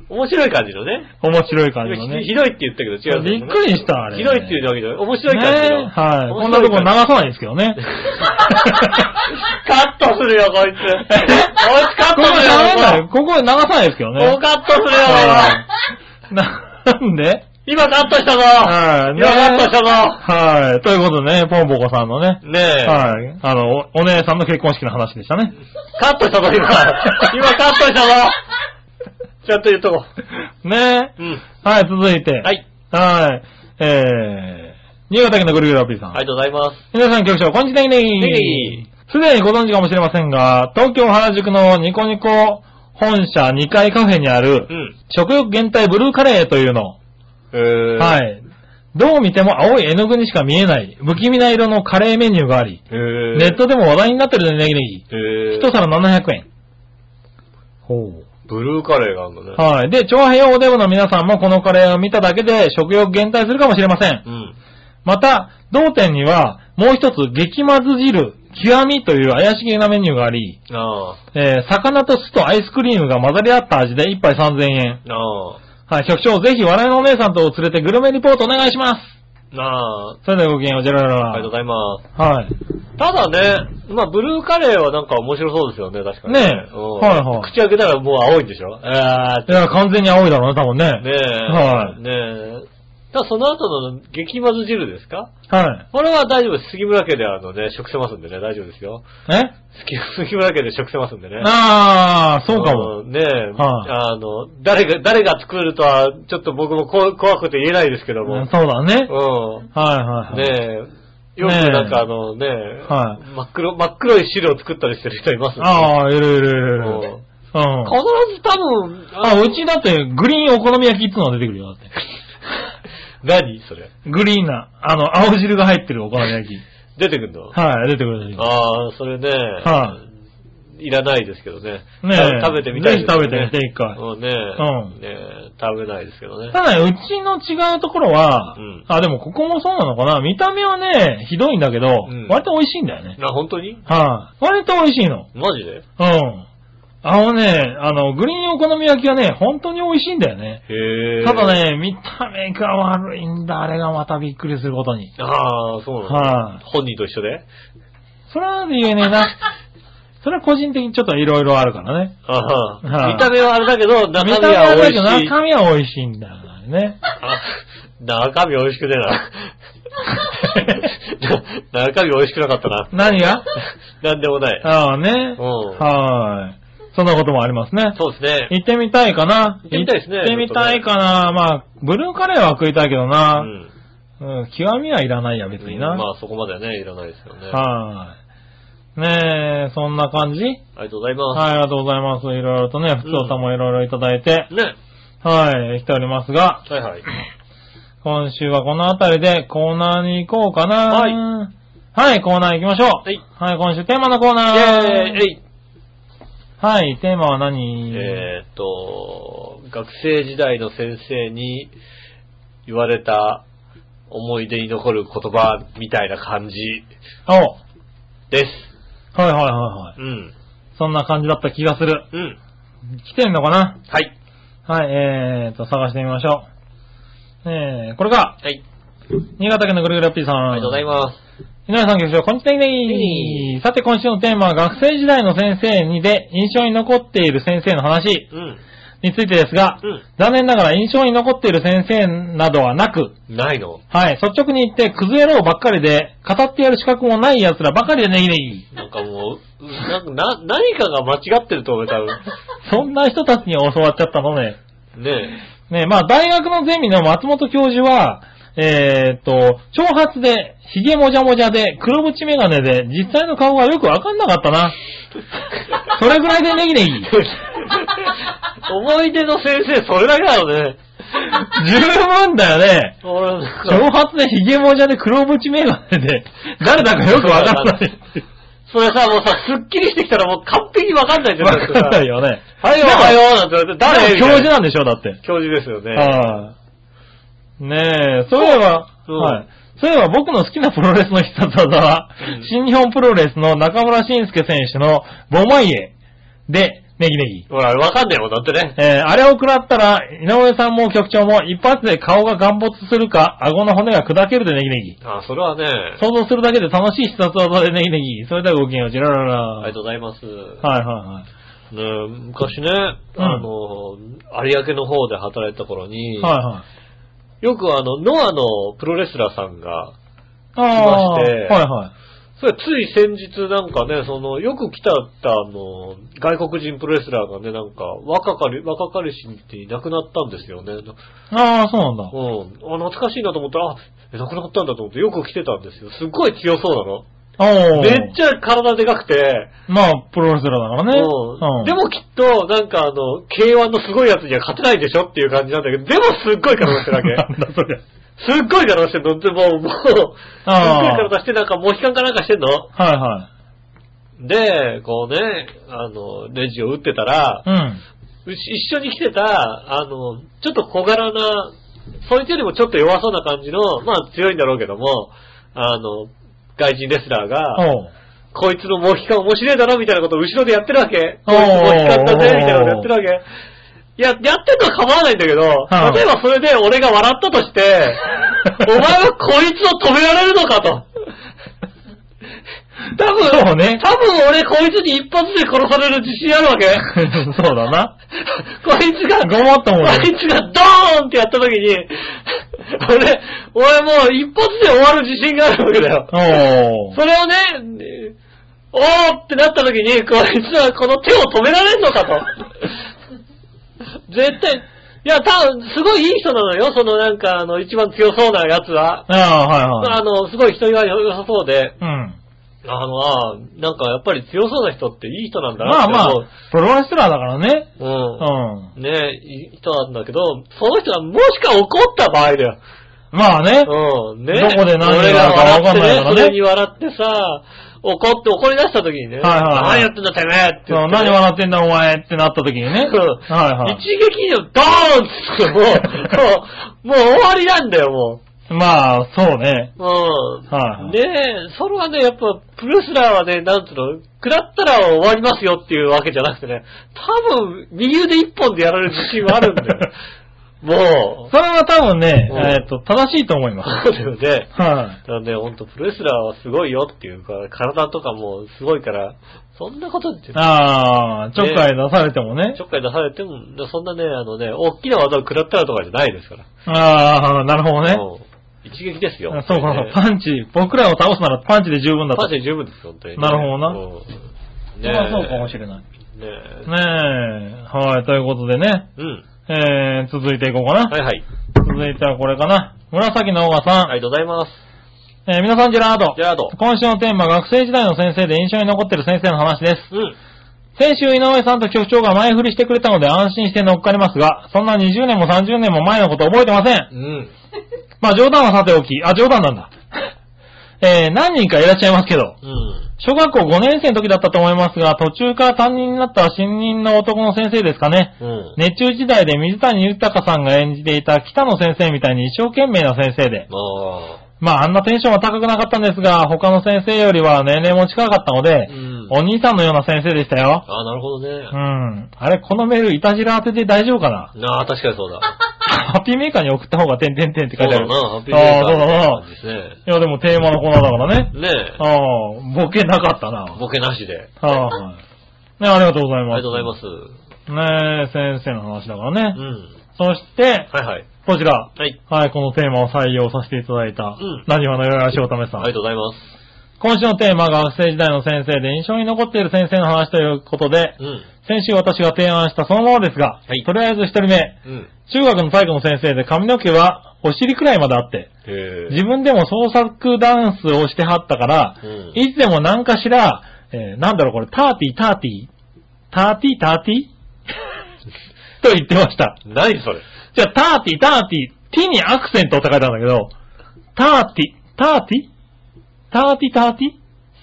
[SPEAKER 2] 面白い感じのね。
[SPEAKER 3] 面白い感じの
[SPEAKER 2] ひ
[SPEAKER 3] ね。
[SPEAKER 2] ひどいって言ったけど違う、
[SPEAKER 3] びっくりしたあれ
[SPEAKER 2] ひどいって言うわけじゃない。面白い感じの。
[SPEAKER 3] ねは
[SPEAKER 2] 面
[SPEAKER 3] い。
[SPEAKER 2] 白
[SPEAKER 3] こんなとこ流
[SPEAKER 2] 感
[SPEAKER 3] さないですけどね。
[SPEAKER 2] じ カットするよ、こいつ。こいつカッ
[SPEAKER 3] ここ
[SPEAKER 2] ト
[SPEAKER 3] 流
[SPEAKER 2] す
[SPEAKER 3] さ
[SPEAKER 2] る
[SPEAKER 3] な
[SPEAKER 2] よ
[SPEAKER 3] い。、ここ流さないですけど
[SPEAKER 2] ここ
[SPEAKER 3] ね
[SPEAKER 2] う。カットするよ、
[SPEAKER 3] はいなんで
[SPEAKER 2] 今カットしたぞ
[SPEAKER 3] はい。
[SPEAKER 2] 今カットしたぞ
[SPEAKER 3] はい。ということでね、ポンポコさんのね、
[SPEAKER 2] ねえ。
[SPEAKER 3] はい。あの、おお姉さんの結婚式の話でしたね。
[SPEAKER 2] カットしたぞ、今。今カットしたぞちゃんと言っとこ
[SPEAKER 3] ね
[SPEAKER 2] う。うん。
[SPEAKER 3] え。はい、続いて。
[SPEAKER 2] は。い。
[SPEAKER 3] はい。えー、新潟県のぐるぐるアピーさん。
[SPEAKER 2] ありがとうございます。
[SPEAKER 3] 皆さん局長、こんにちはねぎねぎ
[SPEAKER 2] ねぎねぎ
[SPEAKER 3] すでにご存知かもしれませんが、東京原宿のニコニコ本社2階カフェにある、
[SPEAKER 2] うん。
[SPEAKER 3] 食欲減退ブルーカレーというの。
[SPEAKER 2] えー。
[SPEAKER 3] はいい。どう見ても青い絵の具にしか見えない、不気味な色のカレーメニューがあり、
[SPEAKER 2] えー
[SPEAKER 3] ネットでも話題になってるね、ネギネ
[SPEAKER 2] え
[SPEAKER 3] ギ。
[SPEAKER 2] ー
[SPEAKER 3] 一皿700円。ほう。
[SPEAKER 2] ブルーカレーがあるのね。
[SPEAKER 3] はい。で、長平おでぶの皆さんもこのカレーを見ただけで食欲減退するかもしれません。
[SPEAKER 2] うん。
[SPEAKER 3] また、同店には、もう一つ、激まず汁、極みという怪しげなメニューがあり、
[SPEAKER 2] あ
[SPEAKER 3] えー魚と酢とアイスクリームが混ざり合った味で1杯3000円。
[SPEAKER 2] あ。ああ。
[SPEAKER 3] はい、局長、ぜひ笑いのお姉さんと連れてグルメリポートお願いします。
[SPEAKER 2] なあ。
[SPEAKER 3] それではごきげんよう、ジェラララ。
[SPEAKER 2] ありがとうございます。
[SPEAKER 3] はい。
[SPEAKER 2] ただね、まあ、ブルーカレーはなんか面白そうですよね、確かに。
[SPEAKER 3] ねえ
[SPEAKER 2] うん
[SPEAKER 3] はいはい
[SPEAKER 2] 口開けたらもう青いんでしょああ
[SPEAKER 3] いや、完全に青いだろうね、多分ね。
[SPEAKER 2] ねえ。
[SPEAKER 3] はい
[SPEAKER 2] ねえ。ただその後の激まず汁ですか
[SPEAKER 3] はい。
[SPEAKER 2] これは大丈夫です。杉村家であのね、食せますんでね、大丈夫ですよ。
[SPEAKER 3] え
[SPEAKER 2] 杉杉 村家で食せますんでね。
[SPEAKER 3] ああ、そうかも。
[SPEAKER 2] ん。ねえ、
[SPEAKER 3] はい
[SPEAKER 2] あの、誰が、誰が作るとは、ちょっと僕もこ怖くて言えないですけど
[SPEAKER 3] う
[SPEAKER 2] も
[SPEAKER 3] ん。そうだね。
[SPEAKER 2] う
[SPEAKER 3] はいはいは
[SPEAKER 2] ん。
[SPEAKER 3] い。
[SPEAKER 2] ねえ、よく
[SPEAKER 3] ねえ
[SPEAKER 2] なんかあのねえ、
[SPEAKER 3] は
[SPEAKER 2] 真っ黒、真っ黒い汁を作ったりしてる人いますあ。
[SPEAKER 3] ああ、いるいるいる
[SPEAKER 2] う
[SPEAKER 3] い
[SPEAKER 2] ん
[SPEAKER 3] る。うん。
[SPEAKER 2] 必ず多分、
[SPEAKER 3] あ、うちだって、グリーンお好み焼きっつうのが出てくるよ、 だって。
[SPEAKER 2] 何それ。
[SPEAKER 3] グリーンな、あの、青汁が入ってるお好み焼き。
[SPEAKER 2] 出てくんの
[SPEAKER 3] はい、出てくる出てくる
[SPEAKER 2] ああ、それね。。
[SPEAKER 3] はい
[SPEAKER 2] らないですけどね。
[SPEAKER 3] ねえ
[SPEAKER 2] 食べてみたいです、ね。
[SPEAKER 3] ぜひ食べてみて一回
[SPEAKER 2] うんね
[SPEAKER 3] う
[SPEAKER 2] ね
[SPEAKER 3] ん
[SPEAKER 2] え食べないですけどね。
[SPEAKER 3] ただ、うちの違うところは、
[SPEAKER 2] うん
[SPEAKER 3] あ、でもここもそうなのかな。見た目はね、ひどいんだけど、
[SPEAKER 2] うん
[SPEAKER 3] 割と美味しいんだよね。
[SPEAKER 2] な、本当に
[SPEAKER 3] はい、割と美味しいの。
[SPEAKER 2] マジでへ
[SPEAKER 3] うん。あのね、あの、グリーンお好み焼きはね、本当に美味しいんだよね。
[SPEAKER 2] え。
[SPEAKER 3] ただ。ね、見た目が悪いんだ、あれがまたびっくりすることに。
[SPEAKER 2] ああ、そうなんだ。
[SPEAKER 3] はい
[SPEAKER 2] 本人と一緒で
[SPEAKER 3] それは言えねえ な。それは個人的にちょっといろいろあるからね。
[SPEAKER 2] ああ、
[SPEAKER 3] は い
[SPEAKER 2] 見た目はあれだけど、中
[SPEAKER 3] 見た
[SPEAKER 2] 身
[SPEAKER 3] 目
[SPEAKER 2] は
[SPEAKER 3] は
[SPEAKER 2] 美
[SPEAKER 3] だ
[SPEAKER 2] 味
[SPEAKER 3] けど
[SPEAKER 2] しい。
[SPEAKER 3] 中身は美味しいんだよね。
[SPEAKER 2] あ中身美味しくねえな。な 中身美味しくなかったな。
[SPEAKER 3] 何が
[SPEAKER 2] なんでもない。
[SPEAKER 3] ああね
[SPEAKER 2] う。ん。
[SPEAKER 3] はい。そんなこともありますね。
[SPEAKER 2] そうですね。
[SPEAKER 3] 行ってみたいかな。
[SPEAKER 2] 行ってみたいですね
[SPEAKER 3] 行ってみたいかな。まあ、ブルーカレーは食いたいけど
[SPEAKER 2] う
[SPEAKER 3] な。うん
[SPEAKER 2] ん。
[SPEAKER 3] 極みはいらないや、別にな。
[SPEAKER 2] まあそこまではね、いらないですよね。
[SPEAKER 3] はい。ねえ、そんな感
[SPEAKER 2] あ
[SPEAKER 3] じ
[SPEAKER 2] りがとうございま
[SPEAKER 3] はい、ありがとうございます。いろいろとね、普通歌もいろいろいただいて、
[SPEAKER 2] す。ね。
[SPEAKER 3] はい、来ておりますが、
[SPEAKER 2] はいはい。
[SPEAKER 3] 今週はこのあたりでコーナーに行こうかな。
[SPEAKER 2] はい
[SPEAKER 3] はい。コーナー行きましょう。
[SPEAKER 2] はい。
[SPEAKER 3] はい、今週テーマのコーナー。
[SPEAKER 2] イェーイ
[SPEAKER 3] はい、テーマは何、
[SPEAKER 2] えーっと、学生時代の先生に言われた思い出に残る言葉みたいな感じ
[SPEAKER 3] おはい
[SPEAKER 2] です。
[SPEAKER 3] はいはいはい。
[SPEAKER 2] うん。
[SPEAKER 3] そんな感じだった気がする。
[SPEAKER 2] うん。
[SPEAKER 3] 来てんのかな
[SPEAKER 2] はい。
[SPEAKER 3] はい、えーと、探してみましょう。えー、これが、
[SPEAKER 2] はい。
[SPEAKER 3] 新潟県のぐるぐるピーさん。
[SPEAKER 2] ありがとうございます。
[SPEAKER 3] 皆さん、局長、こんにちは、
[SPEAKER 2] い
[SPEAKER 3] さて、今週のテーマは、学生時代の先生にで印象に残っている先生の話
[SPEAKER 2] うん。
[SPEAKER 3] についてですが、
[SPEAKER 2] うん
[SPEAKER 3] 残念ながら印象に残っている先生などはなく、
[SPEAKER 2] ないの
[SPEAKER 3] はい、率直に言って、クズ野郎ばっかりで、語ってやる資格もない奴らばかりでネギネギ。
[SPEAKER 2] なんかもう、うんなんかな、何かが間違ってると思う、多分。
[SPEAKER 3] そんな人たちに教わっちゃったのね。
[SPEAKER 2] ね
[SPEAKER 3] ね、まあ、大学のゼミの松本教授は、えーっと、長髪で、髭もじゃもじゃで、黒縁メガネで、実際の顔がよくわかんなかったな。それぐらいでネギネギ。
[SPEAKER 2] え。 思い出の先生、それだけなの ね。
[SPEAKER 3] 十分だよね。
[SPEAKER 2] 俺なんか
[SPEAKER 3] 長髪で、髭もじゃで、黒縁メガネで、誰だかよくわかんない。
[SPEAKER 2] それさ、もうさ、すっきりしてきたらもう完璧にわかんないじゃ
[SPEAKER 3] わ
[SPEAKER 2] ないですか。
[SPEAKER 3] かんないよね。
[SPEAKER 2] はい、おはようなんて言われて、誰
[SPEAKER 3] でも教授
[SPEAKER 2] み
[SPEAKER 3] なんでしょ、だって。
[SPEAKER 2] たいな教授ですよね。
[SPEAKER 3] はい。ねえ、そういえば、
[SPEAKER 2] そう
[SPEAKER 3] はい。そういえば僕の好きなプロレスの必殺技は、
[SPEAKER 2] うん
[SPEAKER 3] 新日本プロレスの中村慎介選手のボマイエで、ネギネギ。
[SPEAKER 2] ほら、わかんないもんだってね。
[SPEAKER 3] えーあれを食らったら、井上さんも局長も一発で顔が陥没するか、顎の骨が砕けるでネギネギ。
[SPEAKER 2] あ、それはね、
[SPEAKER 3] 想像するだけで楽しい必殺技でネギネギ。それではごきげんよう、ジラララ。
[SPEAKER 2] ありがとうございます。ね
[SPEAKER 3] はいはいはい。
[SPEAKER 2] 昔ね、あの、有明の方で働いた頃に、
[SPEAKER 3] はいはい。
[SPEAKER 2] よくあの、ノアのプロレスラーさんが、
[SPEAKER 3] ああー、
[SPEAKER 2] 来まして
[SPEAKER 3] はいはい。
[SPEAKER 2] それつい先日なんかね、その、よく来たったあの、外国人プロレスラーがね、なんか、若かり、若かりしにっていなくなったんですよね。
[SPEAKER 3] ああ、そうなんだ。
[SPEAKER 2] うん。あ、懐かしいなと思ったら、あ、えなくなったんだと思ってよく来てたんですよ。すっごい強そう
[SPEAKER 3] お
[SPEAKER 2] なの。
[SPEAKER 3] お。
[SPEAKER 2] めっちゃ体でかくて、
[SPEAKER 3] まあ、プロレスラーだからね。
[SPEAKER 2] うん
[SPEAKER 3] ん
[SPEAKER 2] で、もきっと、なんかあの、K1 のすごいやつには勝てないでしょっていう感じなんだけど、でもすっごい体してるわけ。
[SPEAKER 3] なんだそれ。
[SPEAKER 2] すっごい体してんのでもう、もう、すっごい
[SPEAKER 3] あー
[SPEAKER 2] 体してなんか、モヒカンかなんかしてんの
[SPEAKER 3] はいは
[SPEAKER 2] で、こうね、あの、レジを打ってたら
[SPEAKER 3] い。、うん。
[SPEAKER 2] うし一緒に来てた、あの、ちょっと小柄な、そいつよりもちょっと弱そうな感じの、まあ強いんだろうけども、あの、外人レスラーが、
[SPEAKER 3] おう。
[SPEAKER 2] こいつのモヒカン面白いだろみたいなことを後ろでやってるわけ。
[SPEAKER 3] お
[SPEAKER 2] こい
[SPEAKER 3] う
[SPEAKER 2] つモヒカンだぜみたいなことやってるわけ。いや、やってんのは構わないんだけど、
[SPEAKER 3] はい
[SPEAKER 2] 例えばそれで俺が笑ったと して、お前はこいつを止められるのかと。多分、
[SPEAKER 3] そうね
[SPEAKER 2] 多分俺こいつに一発で殺される自信あるわけ。
[SPEAKER 3] そうだな。
[SPEAKER 2] こいつが、
[SPEAKER 3] ごもっとも
[SPEAKER 2] こ
[SPEAKER 3] だ
[SPEAKER 2] いつがドーンってやった時に、 俺、俺もう一発で終わる自信があるわけだよ。
[SPEAKER 3] おう。
[SPEAKER 2] それをね、おーってなった時に、こいつはこの手を止められんのかと。絶対、いや、たすごいいい人なのよ、そのなんか、あの、一番強そうなやつは。あ
[SPEAKER 3] ああ、
[SPEAKER 2] の、すごい人が良さそうで、
[SPEAKER 3] はいはい。うん。
[SPEAKER 2] あの、あーなんかやっぱり強そうな人っていい人なんだ
[SPEAKER 3] ま
[SPEAKER 2] な
[SPEAKER 3] あ
[SPEAKER 2] って
[SPEAKER 3] ま
[SPEAKER 2] 思う。
[SPEAKER 3] あ、プロレスラーだからね。
[SPEAKER 2] うん
[SPEAKER 3] う。ん。
[SPEAKER 2] ねえ、いい人なんだけど、その人がもしか怒った場合だよ。
[SPEAKER 3] まあね。
[SPEAKER 2] うん、ね
[SPEAKER 3] どこで何が
[SPEAKER 2] 俺が
[SPEAKER 3] あるか分かんない
[SPEAKER 2] 笑
[SPEAKER 3] か
[SPEAKER 2] ってね、そ
[SPEAKER 3] らね
[SPEAKER 2] れに笑ってさ、怒って怒り出した時にね、
[SPEAKER 3] はいはいはい
[SPEAKER 2] 何やってんだてめえって
[SPEAKER 3] そ
[SPEAKER 2] 言っ
[SPEAKER 3] う
[SPEAKER 2] て
[SPEAKER 3] 何笑ってんだお前ってなった時にね。
[SPEAKER 2] うん
[SPEAKER 3] はいはい。
[SPEAKER 2] 一撃でドーンってもう、 もう、もう終わりなんだよ、も
[SPEAKER 3] まあ、そうね。
[SPEAKER 2] う。うん。
[SPEAKER 3] はいはい
[SPEAKER 2] ねえ、それはね、やっぱ、プロレスラーはね、なんつうの、食らったら終わりますよっていうわけじゃなくてね、多分、右腕一本でやられる自信はあるんだ よ。もう。
[SPEAKER 3] それは多分ね、
[SPEAKER 2] うん
[SPEAKER 3] えっと、正しいと思います。
[SPEAKER 2] そうだよね。
[SPEAKER 3] は
[SPEAKER 2] だからね、ほんと、プロレスラーはすごいよっていうか、体とかもすごいから、そんなことって
[SPEAKER 3] い。、ああ、ちょっかい出されてもね
[SPEAKER 2] ち。ょっかい出されても、そんなね、あのね、大きな技を食らったらとかじゃないですから。
[SPEAKER 3] ああ、なるほどね。
[SPEAKER 2] うん一撃ですよ。
[SPEAKER 3] そうか、
[SPEAKER 2] ね
[SPEAKER 3] パンチ、僕らを倒すならパンチで十分だと。
[SPEAKER 2] パンチで十分ですよ、本当にね、
[SPEAKER 3] なるほどな
[SPEAKER 2] うん。
[SPEAKER 3] それはそうかもしれ
[SPEAKER 2] い。
[SPEAKER 3] ない。
[SPEAKER 2] ねえ
[SPEAKER 3] ねえ。はい、ということでね。
[SPEAKER 2] うん。
[SPEAKER 3] えー、続いていこうかな。
[SPEAKER 2] はいはい。
[SPEAKER 3] 続いてはこれかな。紫のオガさん。
[SPEAKER 2] ありがとうございます。
[SPEAKER 3] えー、皆さん、ジェラード。
[SPEAKER 2] ジェラード
[SPEAKER 3] 今週のテーマ、学生時代の先生で印象に残ってる先生の話です。
[SPEAKER 2] うん。
[SPEAKER 3] 先週、井上さんと局長が前振りしてくれたので安心して乗っかりますが、そんな20年も30年も前のこと覚えてません。
[SPEAKER 2] うん。
[SPEAKER 3] まあ、冗談はさておき、あ、冗談なんだ。 えー、何人かいらっしゃいますけど、
[SPEAKER 2] うん。
[SPEAKER 3] 小学校5年生の時だったと思いますが、途中から担任になった新任の男の先生ですかね。
[SPEAKER 2] うん。
[SPEAKER 3] 熱中時代で水谷豊さんが演じていた北野先生みたいに一生懸命な先生で、
[SPEAKER 2] あ
[SPEAKER 3] まああんなテンションは高くなかったんですが、他の先生よりは年齢も近かったの
[SPEAKER 2] あ。
[SPEAKER 3] で
[SPEAKER 2] う、ん。
[SPEAKER 3] お兄さんのような先生でしたよ。
[SPEAKER 2] ああ、なるほどね
[SPEAKER 3] う。ん。あれ、このメール、いたじら当てて大丈夫か な
[SPEAKER 2] なあ、確かにそうだ。
[SPEAKER 3] ハッピーメーカーに送った方がてんてんてんって書いてある。
[SPEAKER 2] そうだな、ハッピーメーカーみたいな
[SPEAKER 3] ああ、
[SPEAKER 2] 感
[SPEAKER 3] そ
[SPEAKER 2] じ
[SPEAKER 3] う
[SPEAKER 2] ですね。
[SPEAKER 3] だな。いや、でもテーマのコーナーだからね。
[SPEAKER 2] ねえ。
[SPEAKER 3] ああ、ボケなかったな。
[SPEAKER 2] ボケなしで。
[SPEAKER 3] はい。ね、ありがとうござい
[SPEAKER 2] あり
[SPEAKER 3] ま
[SPEAKER 2] が
[SPEAKER 3] す。
[SPEAKER 2] とうございます。
[SPEAKER 3] ねえ、先生の話だから
[SPEAKER 2] う
[SPEAKER 3] ね。
[SPEAKER 2] ん。
[SPEAKER 3] そして、
[SPEAKER 2] はいはい。
[SPEAKER 3] こちら。
[SPEAKER 2] はい。
[SPEAKER 3] はい、このテーマを採用させていただいた
[SPEAKER 2] うん、
[SPEAKER 3] なにわのよやしおためさ
[SPEAKER 2] あ
[SPEAKER 3] ん
[SPEAKER 2] りが。とうございます。
[SPEAKER 3] 今週のテーマが学生時代の先生で印象に残っている先生の話ということで
[SPEAKER 2] う、ん。
[SPEAKER 3] 先週私が提案したそのものですが、
[SPEAKER 2] はい
[SPEAKER 3] とりあえず一人
[SPEAKER 2] う
[SPEAKER 3] 目、
[SPEAKER 2] ん。
[SPEAKER 3] 中学の体育の先生で髪の毛はお尻くらいまであって、
[SPEAKER 2] へ
[SPEAKER 3] 自分でも創作ダンスをしてはったから、
[SPEAKER 2] うん
[SPEAKER 3] いつでも何かしら、えーなんだろうこれ、ターティーターティー、ターティーター ティーと言ってました。
[SPEAKER 2] 何それ
[SPEAKER 3] じゃあ、ターティーターティー、ティにアクセントって書いてあるんだけど、ターティー、ターティー、ターティーターティー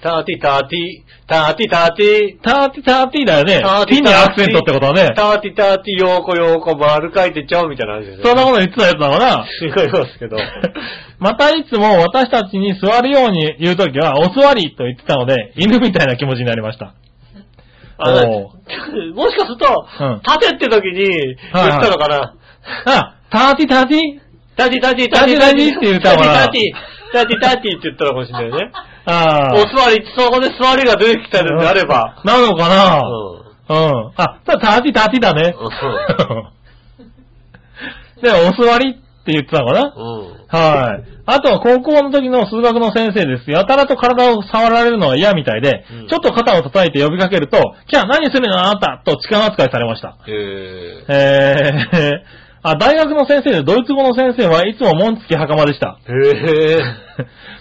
[SPEAKER 2] タティタティ、タティタティ、
[SPEAKER 3] ターティターティだよね。ティにアクセントってことはね。
[SPEAKER 2] タティタティ、ヨーコヨーコ丸書いてちゃうみたいな話ですよね。
[SPEAKER 3] そんなこと言ってたやつだから、
[SPEAKER 2] 違いますけど。
[SPEAKER 3] またいつも私たちに座るように言うときは、お座りと言ってたので、犬みたいな気持ちになりました。
[SPEAKER 2] あ
[SPEAKER 3] お
[SPEAKER 2] のもしかすると
[SPEAKER 3] うん、
[SPEAKER 2] 立てって時に言ったのかな。
[SPEAKER 3] あ、ターティターティ
[SPEAKER 2] タティタティ、
[SPEAKER 3] タティタティって言ったのかな
[SPEAKER 2] タティタティ、タティタティって言ったのかもしれないね。
[SPEAKER 3] あ
[SPEAKER 2] お
[SPEAKER 3] あ。
[SPEAKER 2] 座り、そこで座りが出てきたのであれば。
[SPEAKER 3] なのか
[SPEAKER 2] う
[SPEAKER 3] なんうん。あ、ただターティターティだね。 で、お座りって言ってたのかな
[SPEAKER 2] うん。
[SPEAKER 3] はい。あとは高校の時の数学の先生です。やたらと体を触られるのは嫌みたいで、
[SPEAKER 2] うん
[SPEAKER 3] ちょっと肩を叩いて呼びかけると、キャー何するのあなたと痴漢扱いされました。
[SPEAKER 2] へ
[SPEAKER 3] えー、あ、大学の先生でドイツ語の先生はいつも門付き袴でした。
[SPEAKER 2] ぇへ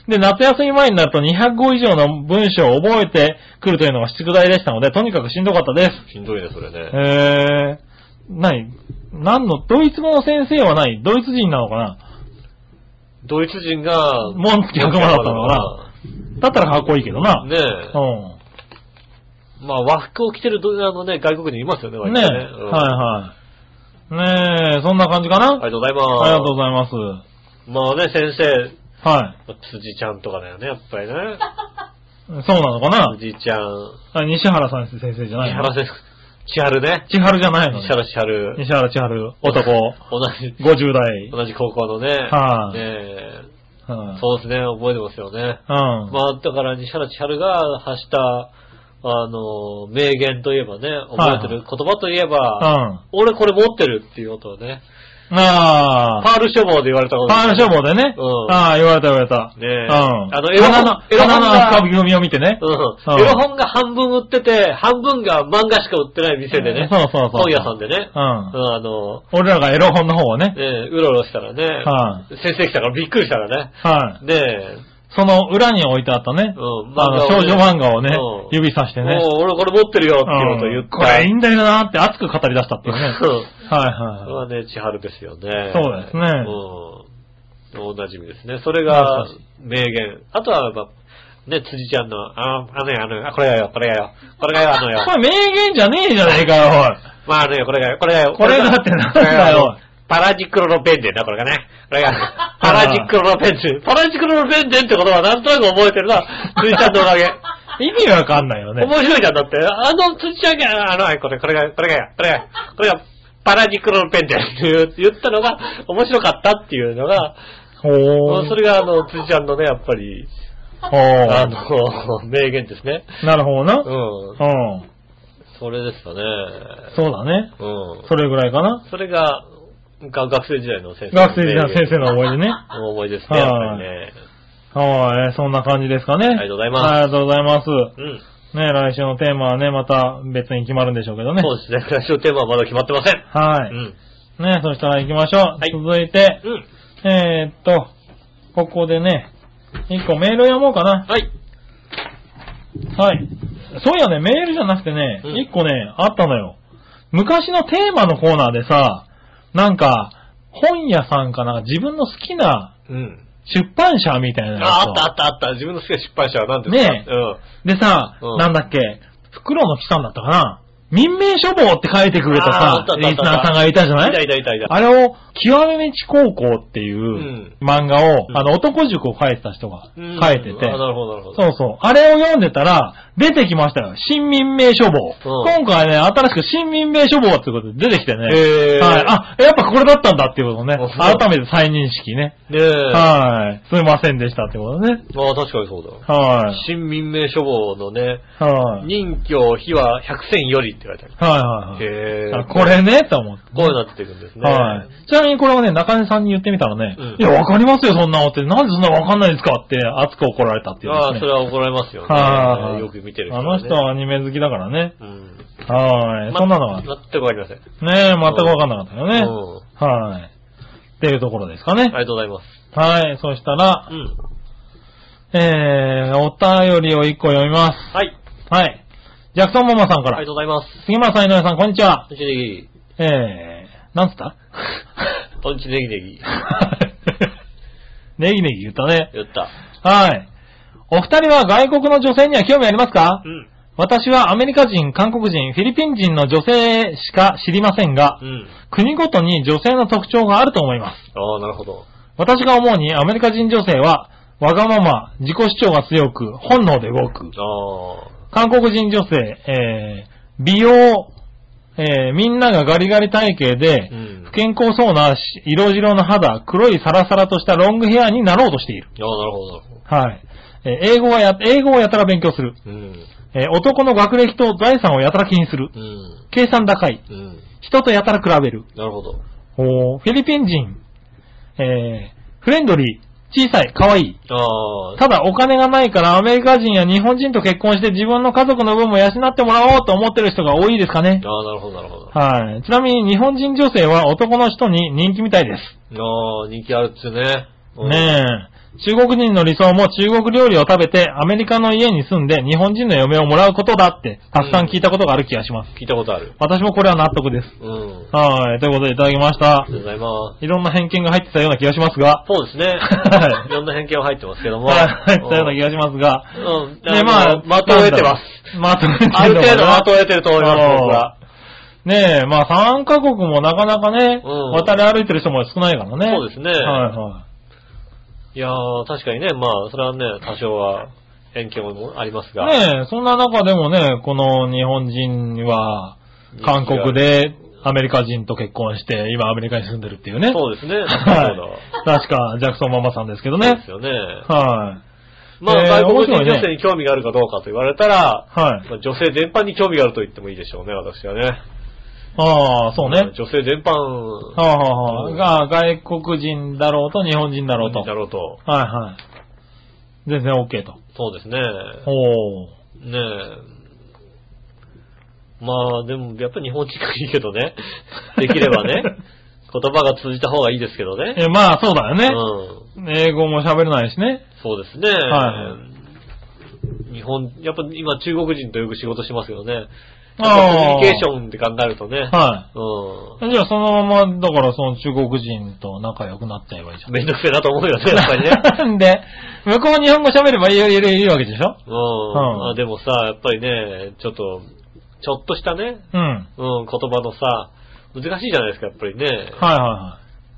[SPEAKER 2] ぇ
[SPEAKER 3] で、夏休み前になると200語以上の文章を覚えてくるというのが宿題でしたので、とにかくしんどかったです。
[SPEAKER 2] しんどいね、それね。
[SPEAKER 3] えー、何何の、ドイツ語の先生は何ドイツ人なのかな
[SPEAKER 2] ドイツ人が、
[SPEAKER 3] 門付き袴だったのかだったらかっこいいけどな。
[SPEAKER 2] ねえ
[SPEAKER 3] う。ん。
[SPEAKER 2] まあ、和服を着てるど、あのね、外国人いますよね、割と
[SPEAKER 3] ねえ、
[SPEAKER 2] うん
[SPEAKER 3] はいはい。ねえ、そんな感じかな、
[SPEAKER 2] ありがとうございます。
[SPEAKER 3] ありがとうございます。
[SPEAKER 2] まあね、先生、
[SPEAKER 3] はい。
[SPEAKER 2] 辻ちゃんとかだよね、やっぱりね。
[SPEAKER 3] そうなのかな
[SPEAKER 2] 辻ちゃん、
[SPEAKER 3] あ西原さん先生じゃ
[SPEAKER 2] 千
[SPEAKER 3] ないの
[SPEAKER 2] 原先生、千春ね。
[SPEAKER 3] 千春じゃないの
[SPEAKER 2] 千原千春。
[SPEAKER 3] 西原千春、男、
[SPEAKER 2] 同じ、
[SPEAKER 3] 50代。
[SPEAKER 2] 同じ高校のね。
[SPEAKER 3] はい
[SPEAKER 2] ねえ
[SPEAKER 3] うん
[SPEAKER 2] そうですね、覚えてますよね。
[SPEAKER 3] うん。
[SPEAKER 2] まあ、だから西原千春が発した、あの、名言といえばね、覚えてる言葉といえば、
[SPEAKER 3] うん。
[SPEAKER 2] 俺これ持ってるっていうことをね、
[SPEAKER 3] ああ、
[SPEAKER 2] パール処方で言われたこと
[SPEAKER 3] パール消防でね。
[SPEAKER 2] うん
[SPEAKER 3] ああ、言われた言われた。
[SPEAKER 2] ねえ
[SPEAKER 3] うん。
[SPEAKER 2] あのエロ本
[SPEAKER 3] 花の、
[SPEAKER 2] エロ本が
[SPEAKER 3] 花の赤組を見てね。
[SPEAKER 2] うん。エロ本が半分売ってて、半分が漫画しか売ってない店でね。
[SPEAKER 3] そうそうそう
[SPEAKER 2] 本屋さんでね。
[SPEAKER 3] うん
[SPEAKER 2] うん。あの、
[SPEAKER 3] 俺らがエロ本の方をね。
[SPEAKER 2] ねえうろうろしたらね。
[SPEAKER 3] は
[SPEAKER 2] 先生来たからびっくりしたらね。
[SPEAKER 3] はい。
[SPEAKER 2] ねえ、
[SPEAKER 3] その裏に置いてあったね。
[SPEAKER 2] うん
[SPEAKER 3] あの、少女漫画をね
[SPEAKER 2] うん、
[SPEAKER 3] 指さしてね。
[SPEAKER 2] もう俺これ持ってるよっていうことを言
[SPEAKER 3] う
[SPEAKER 2] っ
[SPEAKER 3] ん
[SPEAKER 2] て。
[SPEAKER 3] これいいんだよなーって熱く語り出したって いうね。
[SPEAKER 2] そう
[SPEAKER 3] はい
[SPEAKER 2] そ
[SPEAKER 3] はい
[SPEAKER 2] れ
[SPEAKER 3] はい。
[SPEAKER 2] はね、千春ですよね。
[SPEAKER 3] そうですね
[SPEAKER 2] うん。おなじみですね。それが
[SPEAKER 3] 懐か
[SPEAKER 2] 名言。あとは、まあ、ね、辻ちゃんの、あ、あのよ、あのよ、あこれがよ、これがよ、これがよ、あ のよ。
[SPEAKER 3] これ名言じゃねえじゃねえかよ、
[SPEAKER 2] まあ、あのよ、これがよ、これがよ。
[SPEAKER 3] これがってなんだよ
[SPEAKER 2] これがパラジクロロペンデンだ、これがね。これが、パラジクロロペンデン。パラジクロロペンデンってことはなんとなく覚えてるな、辻ちゃんのおかげ。
[SPEAKER 3] おい。意味わかんないよね。
[SPEAKER 2] 面白いじゃん、だって。あの土屋が、あの、はいこれ、これが、これがや、これがや、これが、パラジクロのペンデンって言ったのが、面白かったっていうのが、
[SPEAKER 3] ほー。
[SPEAKER 2] それがあの、辻ちゃんのね、やっぱり、
[SPEAKER 3] ほ
[SPEAKER 2] あ
[SPEAKER 3] ー。
[SPEAKER 2] の、名言ですね。
[SPEAKER 3] なるほどな。
[SPEAKER 2] う。
[SPEAKER 3] うんん。
[SPEAKER 2] それですかね。
[SPEAKER 3] そうだね。
[SPEAKER 2] うん。
[SPEAKER 3] それぐらいかな。
[SPEAKER 2] それが、が学生時代の先生。
[SPEAKER 3] 学生時代の先生。の思い出ね。
[SPEAKER 2] の思い出ですね、やっぱりね。
[SPEAKER 3] はい、そんな感じですかね。あ
[SPEAKER 2] りがとうございます
[SPEAKER 3] ありがとうございます。
[SPEAKER 2] うん。
[SPEAKER 3] ね、来週のテーマはね、また別に決まるんでしょうけどね。
[SPEAKER 2] そうですね。来週のテーマはまだ決まってません。
[SPEAKER 3] は
[SPEAKER 2] う
[SPEAKER 3] い。
[SPEAKER 2] ん。
[SPEAKER 3] ね、そしたら行きましょう。
[SPEAKER 2] はい
[SPEAKER 3] 続いて、
[SPEAKER 2] うん。
[SPEAKER 3] えーっと、ここでね、一個メールを読もうかな。
[SPEAKER 2] はい。
[SPEAKER 3] はい。そういやね、メールじゃなくてね、
[SPEAKER 2] うん
[SPEAKER 3] 一、個ね、あったのよ。昔のテーマのコーナーでさ、なんか、本屋さんかなんか自分の好きな
[SPEAKER 2] うん。
[SPEAKER 3] 出版社みたいなやつを
[SPEAKER 2] あ、あったあったあった。自分の好きな失敗者は何ですか
[SPEAKER 3] ねえ
[SPEAKER 2] うん。
[SPEAKER 3] でさ、
[SPEAKER 2] うん
[SPEAKER 3] なんだっけ、袋の木さんだったかな民命書房って書いてくれた
[SPEAKER 2] あーあったあ、
[SPEAKER 3] さ
[SPEAKER 2] ったあ
[SPEAKER 3] リ
[SPEAKER 2] っ
[SPEAKER 3] ス
[SPEAKER 2] た
[SPEAKER 3] ナーさんがいたじゃない
[SPEAKER 2] いたいたいたいた。
[SPEAKER 3] あれを、極め道高校っていう漫画を、
[SPEAKER 2] うん
[SPEAKER 3] あの、男塾を書いてた人が
[SPEAKER 2] うん
[SPEAKER 3] 書いてて、
[SPEAKER 2] あなるほど、なるほど。
[SPEAKER 3] そうそう。あれを読んでたら、出てきましたよ。新民名書
[SPEAKER 2] う
[SPEAKER 3] 房。
[SPEAKER 2] ん
[SPEAKER 3] 今回ね、新しく新民名書房ってことで出てきてね。
[SPEAKER 2] へー
[SPEAKER 3] はい。あ、やっぱこれだったんだっていうことをね
[SPEAKER 2] あ。そう
[SPEAKER 3] 改めて再認識ね。
[SPEAKER 2] ねえ。
[SPEAKER 3] はい。すいませんでしたってことね。
[SPEAKER 2] まあ確かにそうだよ。
[SPEAKER 3] はい。
[SPEAKER 2] 新民命書房のね、
[SPEAKER 3] はい。
[SPEAKER 2] 任教秘話100選よりって書いてある。
[SPEAKER 3] はいはいはい。
[SPEAKER 2] へ
[SPEAKER 3] あ
[SPEAKER 2] え。
[SPEAKER 3] これね、と思って。
[SPEAKER 2] こうなってくるんですね。
[SPEAKER 3] はい。ちなみにこれをね、中根さんに言ってみたらね、
[SPEAKER 2] うん
[SPEAKER 3] いや、わかりますよ、そんなのって。なんでそんなわかんないんですかって熱く怒られたっていう、ね。
[SPEAKER 2] ああ、それは怒られますよ
[SPEAKER 3] は
[SPEAKER 2] ね。
[SPEAKER 3] い。
[SPEAKER 2] よく見てる人
[SPEAKER 3] あ
[SPEAKER 2] は
[SPEAKER 3] の
[SPEAKER 2] ね
[SPEAKER 3] 人はアニメ好きだからね。
[SPEAKER 2] うん。
[SPEAKER 3] はい。そんなのは
[SPEAKER 2] ま全くわかりません。
[SPEAKER 3] ねえ、全くわかんなかったよね。
[SPEAKER 2] うん
[SPEAKER 3] はい。っていうところですかね
[SPEAKER 2] あ。りがとうございます。
[SPEAKER 3] はい。そしたら
[SPEAKER 2] う、ん。
[SPEAKER 3] えー、お便りを一個読みま
[SPEAKER 2] はい。
[SPEAKER 3] す。はい。ジャクソンママさんか
[SPEAKER 2] ありが
[SPEAKER 3] ら。
[SPEAKER 2] とうございます。
[SPEAKER 3] 杉村さん、井上さん、こんにちは。
[SPEAKER 2] とんちねぎ。
[SPEAKER 3] えー、なんつった
[SPEAKER 2] とんちねぎねぎ。
[SPEAKER 3] ネギネギ言ったね。
[SPEAKER 2] 言った。
[SPEAKER 3] はい。お二人は外国の女性には興味ありますか
[SPEAKER 2] うん。
[SPEAKER 3] 私はアメリカ人、韓国人、フィリピン人の女性しか知りませんが
[SPEAKER 2] う、ん。
[SPEAKER 3] 国ごとに女性の特徴があると思います。
[SPEAKER 2] ああ、なるほど。
[SPEAKER 3] 私が思うにアメリカ人女性は、わがまま、自己主張が強く、本能で動く。
[SPEAKER 2] ああ。
[SPEAKER 3] 韓国人女性、えー、美容、えー、みんながガリガリ体型で
[SPEAKER 2] う、ん
[SPEAKER 3] 不。健康そうなし色白の肌、黒いサラサラとしたロングヘアになろうとしている。
[SPEAKER 2] ああ、なるほど、なるほど。
[SPEAKER 3] はい。えー英語はや、英語をやたら勉強する。
[SPEAKER 2] うん。
[SPEAKER 3] えー男の学歴と財産をやたら気にする。
[SPEAKER 2] うん。
[SPEAKER 3] 計算高い。
[SPEAKER 2] うん。
[SPEAKER 3] 人とやたら比べる。
[SPEAKER 2] なるほど。
[SPEAKER 3] おーフィリピン人、えーフレンドリー、小さい、可愛い。
[SPEAKER 2] ああ。
[SPEAKER 3] ただお金がないからアメリカ人や日本人と結婚して自分の家族の分も養ってもらおうと思ってる人が多いですかね。
[SPEAKER 2] ああ、なるほど、なるほど。
[SPEAKER 3] はい。ちなみに日本人女性は男の人に人気みたいです。
[SPEAKER 2] ああ、人気あるっつね。うん
[SPEAKER 3] ねえ。中国人の理想も中国料理を食べてアメリカの家に住んで日本人の嫁をもらうことだってたくさん聞いたことがある気がします。
[SPEAKER 2] 聞いたことある。
[SPEAKER 3] 私もこれは納得です。
[SPEAKER 2] うん。あ
[SPEAKER 3] はい。ということでいただきました
[SPEAKER 2] りがとう。ございます。
[SPEAKER 3] いろんな偏見が入ってたような気がしますが。
[SPEAKER 2] そうですね。
[SPEAKER 3] はい
[SPEAKER 2] いろんな偏見は入ってますけども。
[SPEAKER 3] はい。入ってたような気がしますが。
[SPEAKER 2] うん。
[SPEAKER 3] ね、まあ、
[SPEAKER 2] まとえてます。。
[SPEAKER 3] まとえてるのかな
[SPEAKER 2] ある程度まとえてると思います、僕は。
[SPEAKER 3] ねえ、まあ3カ国もなかなかね、
[SPEAKER 2] うん
[SPEAKER 3] 渡り歩いてる人も少ないからね。
[SPEAKER 2] そうですね
[SPEAKER 3] はいはい
[SPEAKER 2] やー、確かにね、まあ、それはね、多少は、遠距もありますが。
[SPEAKER 3] い。ねえ、そんな中でもね、この日本人は、韓国でアメリカ人と結婚して、今アメリカに住んでるっていうね。
[SPEAKER 2] そうですね。
[SPEAKER 3] はい。確か、ジャクソンママさんですけど
[SPEAKER 2] そうだ。そうで
[SPEAKER 3] ね
[SPEAKER 2] す。よね。
[SPEAKER 3] は
[SPEAKER 2] ま
[SPEAKER 3] えー
[SPEAKER 2] あ、外国人
[SPEAKER 3] 面白いね
[SPEAKER 2] 女性に興味があるかどうかと言われたら、
[SPEAKER 3] い。はい。
[SPEAKER 2] まあ女性全般に興味があると言ってもいいでしょうね、私はね。
[SPEAKER 3] ああ、そうね。
[SPEAKER 2] 女性全般、
[SPEAKER 3] はあ、はあはあ、が外国人だろうと日本人だろうと。
[SPEAKER 2] だろうと。
[SPEAKER 3] はいはい。全然 OK と。
[SPEAKER 2] そうですね。
[SPEAKER 3] おー。
[SPEAKER 2] ねえ。まあ、でも、やっぱり日本人がいいけど ね。できればね。言葉が通じた方がいいですけどね。
[SPEAKER 3] え、まあそうだよ
[SPEAKER 2] う
[SPEAKER 3] ね。
[SPEAKER 2] ん。
[SPEAKER 3] 英語も喋れないしね。
[SPEAKER 2] そうですね。
[SPEAKER 3] は
[SPEAKER 2] 日本、やっぱ今中国人とよく仕事しますよね。
[SPEAKER 3] あー
[SPEAKER 2] コミュニケーションって考えるとね。
[SPEAKER 3] は
[SPEAKER 2] う
[SPEAKER 3] い。じゃあそのまま、だからその中国人と仲良くなっちゃえばいいじゃ
[SPEAKER 2] ん。
[SPEAKER 3] ん。
[SPEAKER 2] めんどくせえなと思うよね、やっぱり ね。
[SPEAKER 3] なんで、向こう日本語喋ればいいいいいいわけでしょ
[SPEAKER 2] うん。
[SPEAKER 3] ん
[SPEAKER 2] あでもさ、やっぱりね、ちょっと、ちょっとしたね、
[SPEAKER 3] うん。はい
[SPEAKER 2] うん、言葉のさ、難しいじゃないですか、やっぱりね。
[SPEAKER 3] は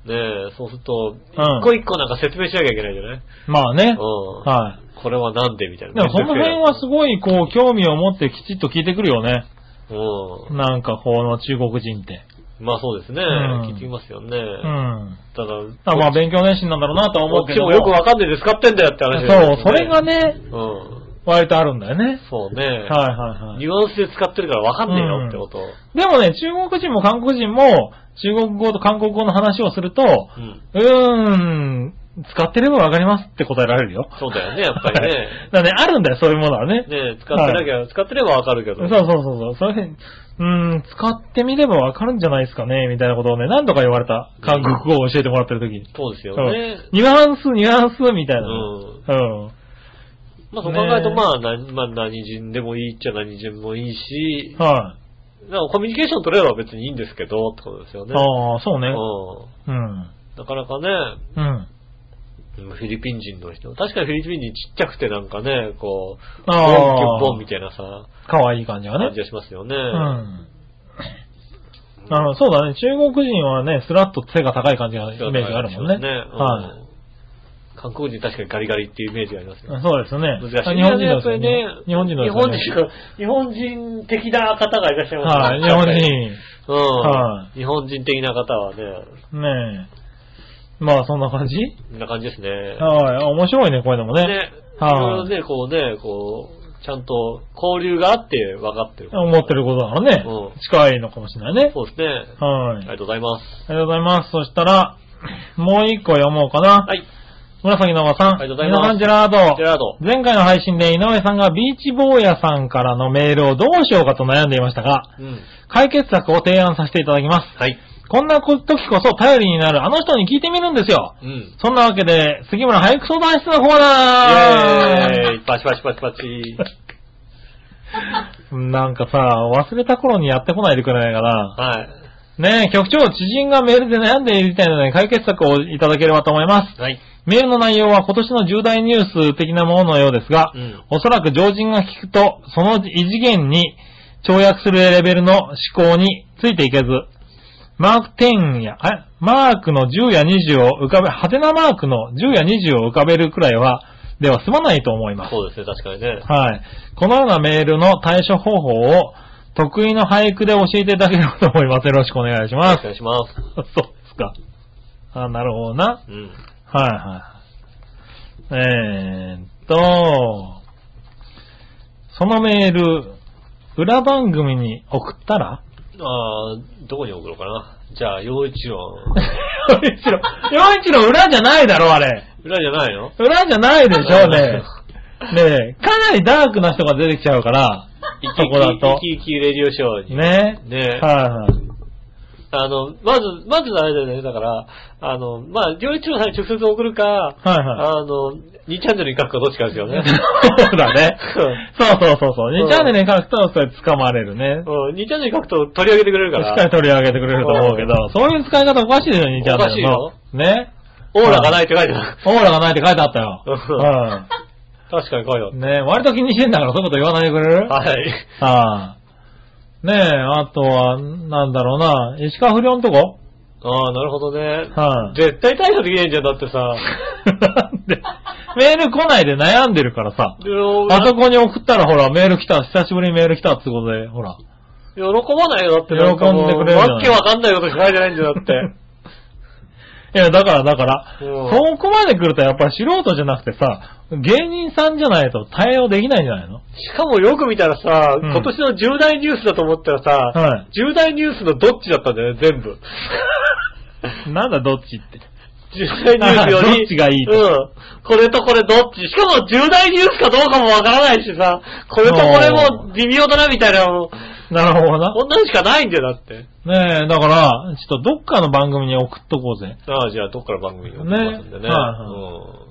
[SPEAKER 3] いは
[SPEAKER 2] ねえ、そうすると、
[SPEAKER 3] うん
[SPEAKER 2] 一個一個なんか説明しなきゃいけないじゃない、
[SPEAKER 3] い。まあね。
[SPEAKER 2] うん。
[SPEAKER 3] は
[SPEAKER 2] これはなんでみたい
[SPEAKER 3] い。で
[SPEAKER 2] な。
[SPEAKER 3] もその辺はすごいこう興味を持ってきちっと聞いてくるよね。
[SPEAKER 2] う
[SPEAKER 3] なんかこの中国人って。
[SPEAKER 2] ん。まあそうですね。
[SPEAKER 3] うん
[SPEAKER 2] 聞いてみますよね。
[SPEAKER 3] うん。
[SPEAKER 2] ただ、
[SPEAKER 3] あまあ勉強熱心なんだろうなとは思
[SPEAKER 2] こ
[SPEAKER 3] う
[SPEAKER 2] っ
[SPEAKER 3] け
[SPEAKER 2] ち
[SPEAKER 3] ど。
[SPEAKER 2] もよくわかんねえで使ってんだよって話ですよ
[SPEAKER 3] そ
[SPEAKER 2] ね
[SPEAKER 3] う、それが。ね、
[SPEAKER 2] うん。
[SPEAKER 3] 割とあるんだよね。
[SPEAKER 2] そうね。
[SPEAKER 3] はいはいはい。
[SPEAKER 2] ニュアンスで使ってるからわかんねえよってこと。
[SPEAKER 3] でもね、中国人も韓国人も、中国語と韓国語の話をすると、
[SPEAKER 2] うん。
[SPEAKER 3] うーん、使ってればわかりますって答えられるよ。
[SPEAKER 2] そうだよね、やっぱりね。
[SPEAKER 3] はい。 だからね、あるんだよ、そういうものはね。
[SPEAKER 2] ねえ使ってなきゃ、使ってればわかるけ
[SPEAKER 3] そ
[SPEAKER 2] ど。
[SPEAKER 3] うそうそうそう。それうーん、使ってみればわかるんじゃないですかね、みたいなことをね、何度か言われた。韓国語を教えてもらってる時に。
[SPEAKER 2] そうですよ
[SPEAKER 3] そう
[SPEAKER 2] ね。
[SPEAKER 3] ニュアンス、ニュアンス、みたいな。
[SPEAKER 2] うん。
[SPEAKER 3] うん。
[SPEAKER 2] まあそう考えると、
[SPEAKER 3] ねえ
[SPEAKER 2] まあ、何、まあ何人でもいいっちゃ何人もいいし、
[SPEAKER 3] はい。
[SPEAKER 2] だからコミュニケーション取れれば別にいいんですけど、ってことですよね。
[SPEAKER 3] ああ、そうね。
[SPEAKER 2] うん。
[SPEAKER 3] うん。
[SPEAKER 2] なかなかね、
[SPEAKER 3] うん。
[SPEAKER 2] フィリピン人の人。確かにフィリピン人ちっちゃくてなんかね、こう、ボン
[SPEAKER 3] あー
[SPEAKER 2] キュッボンみたいなさ、
[SPEAKER 3] かわいい感じがね
[SPEAKER 2] 感。じがしますよね。
[SPEAKER 3] うん。あの、そうだね。中国人はね、スラッと背が高い感じが、イメージがあるもんね。
[SPEAKER 2] うん
[SPEAKER 3] はい。
[SPEAKER 2] 韓国人確かにガリガリっていうイメージがありますよ。
[SPEAKER 3] そうですね。
[SPEAKER 2] 難しい。
[SPEAKER 3] 日本人
[SPEAKER 2] や
[SPEAKER 3] の
[SPEAKER 2] っぱりね、
[SPEAKER 3] 日本人の
[SPEAKER 2] 日本人が、日本人的な方がいらっしゃいます
[SPEAKER 3] はい、日本。人。
[SPEAKER 2] うん、
[SPEAKER 3] は
[SPEAKER 2] 日本人的な方はね、
[SPEAKER 3] ねえ。まあ、そんな感じ
[SPEAKER 2] こんな感じですね。
[SPEAKER 3] はい。面白いね、こういうのもね。
[SPEAKER 2] ね、い
[SPEAKER 3] はい
[SPEAKER 2] ろいろね、こうね、こう、ちゃんと交流があって分かってる。
[SPEAKER 3] 思ってることだからね
[SPEAKER 2] うん。
[SPEAKER 3] 近いのかもしれないね。
[SPEAKER 2] そうですね。
[SPEAKER 3] は
[SPEAKER 2] あ
[SPEAKER 3] い。
[SPEAKER 2] り
[SPEAKER 3] あ
[SPEAKER 2] がとうございます。
[SPEAKER 3] りがとうございます。そしたら、もう一個読もうかな。
[SPEAKER 2] はい。
[SPEAKER 3] 紫の和さん。
[SPEAKER 2] ありがとうございます
[SPEAKER 3] 皆さん、ジェラード
[SPEAKER 2] ジェ。ラード。
[SPEAKER 3] 前回の配信で井上さんがビーチ坊やさんからのメールをどうしようかと悩んでいましたが、
[SPEAKER 2] うん。
[SPEAKER 3] 解決策を提案させていただきます。
[SPEAKER 2] はい。
[SPEAKER 3] こんな時こそ頼りになるあの人に聞いてみるんですよ。
[SPEAKER 2] うん。
[SPEAKER 3] そんなわけで、杉村俳句相談室のコー
[SPEAKER 2] イ
[SPEAKER 3] ナ
[SPEAKER 2] ェ
[SPEAKER 3] ー
[SPEAKER 2] ーイパチパチパチパチ。
[SPEAKER 3] なんかさ、忘れた頃にやってこないでくれないかな。
[SPEAKER 2] はい。
[SPEAKER 3] ねえ、局長、知人がメールで悩んでいるみたいなので解決策をいただければと思います。
[SPEAKER 2] はい。
[SPEAKER 3] メールの内容は今年の重大ニュース的なもののようですが、
[SPEAKER 2] うん
[SPEAKER 3] おそらく常人が聞くと、その異次元に跳躍するレベルの思考についていけず、マーク10や、あマークの10や20を浮かべ、派手なマークの10や20を浮かべるくらいは、では済まないと思います。
[SPEAKER 2] そうですね、確かにね。
[SPEAKER 3] はい。このようなメールの対処方法を、得意の俳句で教えていただければと思います。よろしくお願いします
[SPEAKER 2] お。願いします。
[SPEAKER 3] そうですか。あ、なるほどな。
[SPEAKER 2] うん。
[SPEAKER 3] はいはい。えーっと、そのメール、裏番組に送った ら
[SPEAKER 2] あー、どこに送ろうかな。じゃあ、陽一郎。
[SPEAKER 3] 洋一郎、洋一郎裏じゃないだろ、あれ。
[SPEAKER 2] 裏じゃないの
[SPEAKER 3] 裏じゃないでしょうね。ねえ、かなりダークな人が出てきちゃうから、そこだ
[SPEAKER 2] 生。
[SPEAKER 3] と
[SPEAKER 2] き生きレディオショーに。
[SPEAKER 3] ね
[SPEAKER 2] ね
[SPEAKER 3] え。はいはい。
[SPEAKER 2] あの、まず、まずあれだよね、だから、あの、まあ、両一郎さんに直接送るか、
[SPEAKER 3] はいはい
[SPEAKER 2] あの、2チャンネルに書くかどっちかですよね。
[SPEAKER 3] そうだね。そうそうそうそう。
[SPEAKER 2] うん
[SPEAKER 3] 2チャンネルに書くと、それ掴まれるね。
[SPEAKER 2] うん、2チャンネルに書くと取り上げてくれる
[SPEAKER 3] し
[SPEAKER 2] か
[SPEAKER 3] っ
[SPEAKER 2] ら。
[SPEAKER 3] かり取り上げてくれると思うけど、そういう使い方おかしいでしょ、2チャンネル
[SPEAKER 2] お
[SPEAKER 3] の
[SPEAKER 2] か。
[SPEAKER 3] ね。
[SPEAKER 2] オーラがないって書いてある。
[SPEAKER 3] オーラがないって書いてあったよ。
[SPEAKER 2] 確かに書いてあ
[SPEAKER 3] う
[SPEAKER 2] る。
[SPEAKER 3] ん。ね割と気にしてんだから、そういうこと言わないでくれる
[SPEAKER 2] はい。
[SPEAKER 3] ああ。ねえ、あとは、なんだろうな、石川不良のとこ
[SPEAKER 2] ああ、なるほどね。
[SPEAKER 3] はい
[SPEAKER 2] 絶対対処できないんじゃん、だってさ。
[SPEAKER 3] なんで、メール来ないで悩んでるからさ。
[SPEAKER 2] でも
[SPEAKER 3] あそこに送ったらほら、メール来た、久しぶりにメール来たってことで、ほら。
[SPEAKER 2] 喜ばないよ、だってなんかもう。
[SPEAKER 3] 喜んでくれるじゃない
[SPEAKER 2] わけわかんないことしか書いてないんじゃん、だって。
[SPEAKER 3] いや、だから、だから、
[SPEAKER 2] う
[SPEAKER 3] そこまで来るとやっぱり素人じゃなくてさ、芸人さんじゃないと対応できないんじゃないの
[SPEAKER 2] しかもよく見たらさ、
[SPEAKER 3] うん
[SPEAKER 2] 今年の重大ニュースだと思ったらさ、
[SPEAKER 3] は
[SPEAKER 2] 重大ニュースのどっちだったんだよね、全 部。
[SPEAKER 3] なんだどっちって。
[SPEAKER 2] 重大ニュースより。
[SPEAKER 3] どっちがいいと
[SPEAKER 2] うん。これとこれどっちしかも重大ニュースかどうかもわからないしさ、これとこれも微妙だなみたいな、もう
[SPEAKER 3] なるほどな。
[SPEAKER 2] こんなのしかないんだよ、だって。
[SPEAKER 3] ねえ、だから、ちょっとどっかの番組に送っとこうぜ。
[SPEAKER 2] ああ、じゃあどっから番組に送りますんでね。
[SPEAKER 3] ねは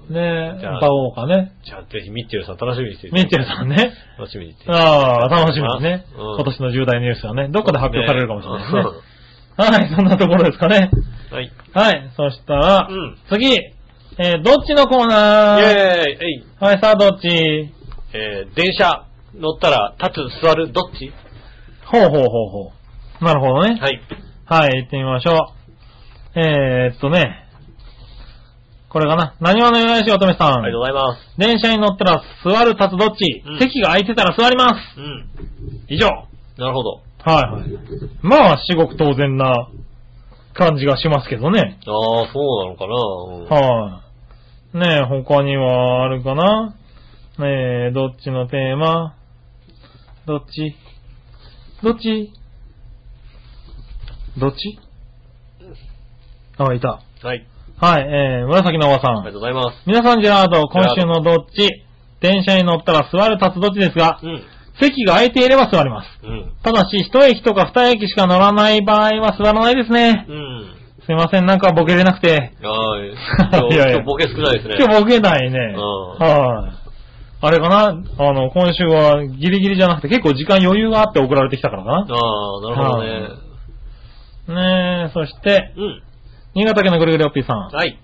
[SPEAKER 2] うん
[SPEAKER 3] ねえ、
[SPEAKER 2] じゃあ
[SPEAKER 3] 馬王かね。
[SPEAKER 2] じゃあぜひミッチェルさん楽しみにしていて
[SPEAKER 3] ミッチェルさんね。
[SPEAKER 2] 楽しみにしていて。
[SPEAKER 3] ああ、楽しみですね。
[SPEAKER 2] うん
[SPEAKER 3] 今年の重大ニュースがね、どっかで発表されるかもしれないですね。
[SPEAKER 2] い
[SPEAKER 3] はい、そんなところですかね。
[SPEAKER 2] はい。
[SPEAKER 3] はい、そしたら、
[SPEAKER 2] うん
[SPEAKER 3] 次、えーどっちのコーナー
[SPEAKER 2] イェーイえい
[SPEAKER 3] はい、さあどっち
[SPEAKER 2] えー、電車乗ったら立つ、座る、どっち
[SPEAKER 3] ほうほうほうほう。なるほどね。
[SPEAKER 2] はい。
[SPEAKER 3] はい、行ってみましょう。えー、っとね、これかな。何話のよやしおとめさん。
[SPEAKER 2] ありがとうございます。
[SPEAKER 3] 電車に乗ったら座る、立つ、どっち、
[SPEAKER 2] うん
[SPEAKER 3] 席が空いてたら座ります。
[SPEAKER 2] うん。
[SPEAKER 3] 以上。
[SPEAKER 2] なるほど。
[SPEAKER 3] はいはい。まあ、至極当然な感じがしますけどね。
[SPEAKER 2] ああ、そうなのかな、
[SPEAKER 3] はい、ねえ、他にはあるかなねえ、どっちのテーマどっちどっちどっちあ、いた。
[SPEAKER 2] うん、はい。
[SPEAKER 3] はい、えー、紫のおばさ
[SPEAKER 2] ありが
[SPEAKER 3] ん。
[SPEAKER 2] とうございます。
[SPEAKER 3] 皆さん、ジェラード、今週のどっち電車に乗ったら座る立つどっちですが
[SPEAKER 2] う、ん。
[SPEAKER 3] 席が空いていれば座ります。
[SPEAKER 2] うん。
[SPEAKER 3] ただし、一駅とか二駅しか乗らない場合は座らないですね。
[SPEAKER 2] うん。
[SPEAKER 3] すいません、なんかボケれなくて。
[SPEAKER 2] はい。今日
[SPEAKER 3] いやいや
[SPEAKER 2] 今日ボケ少ないですね。
[SPEAKER 3] 今日ボケないね。
[SPEAKER 2] うん
[SPEAKER 3] はい。あれかなあの、今週はギリギリじゃなくて結構時間余裕があって送られてきたからか
[SPEAKER 2] ああ、なるほどね
[SPEAKER 3] は。な。ねえ、そして、
[SPEAKER 2] うん。
[SPEAKER 3] 新潟県のぐるぐるおっぴーさん。
[SPEAKER 2] はい。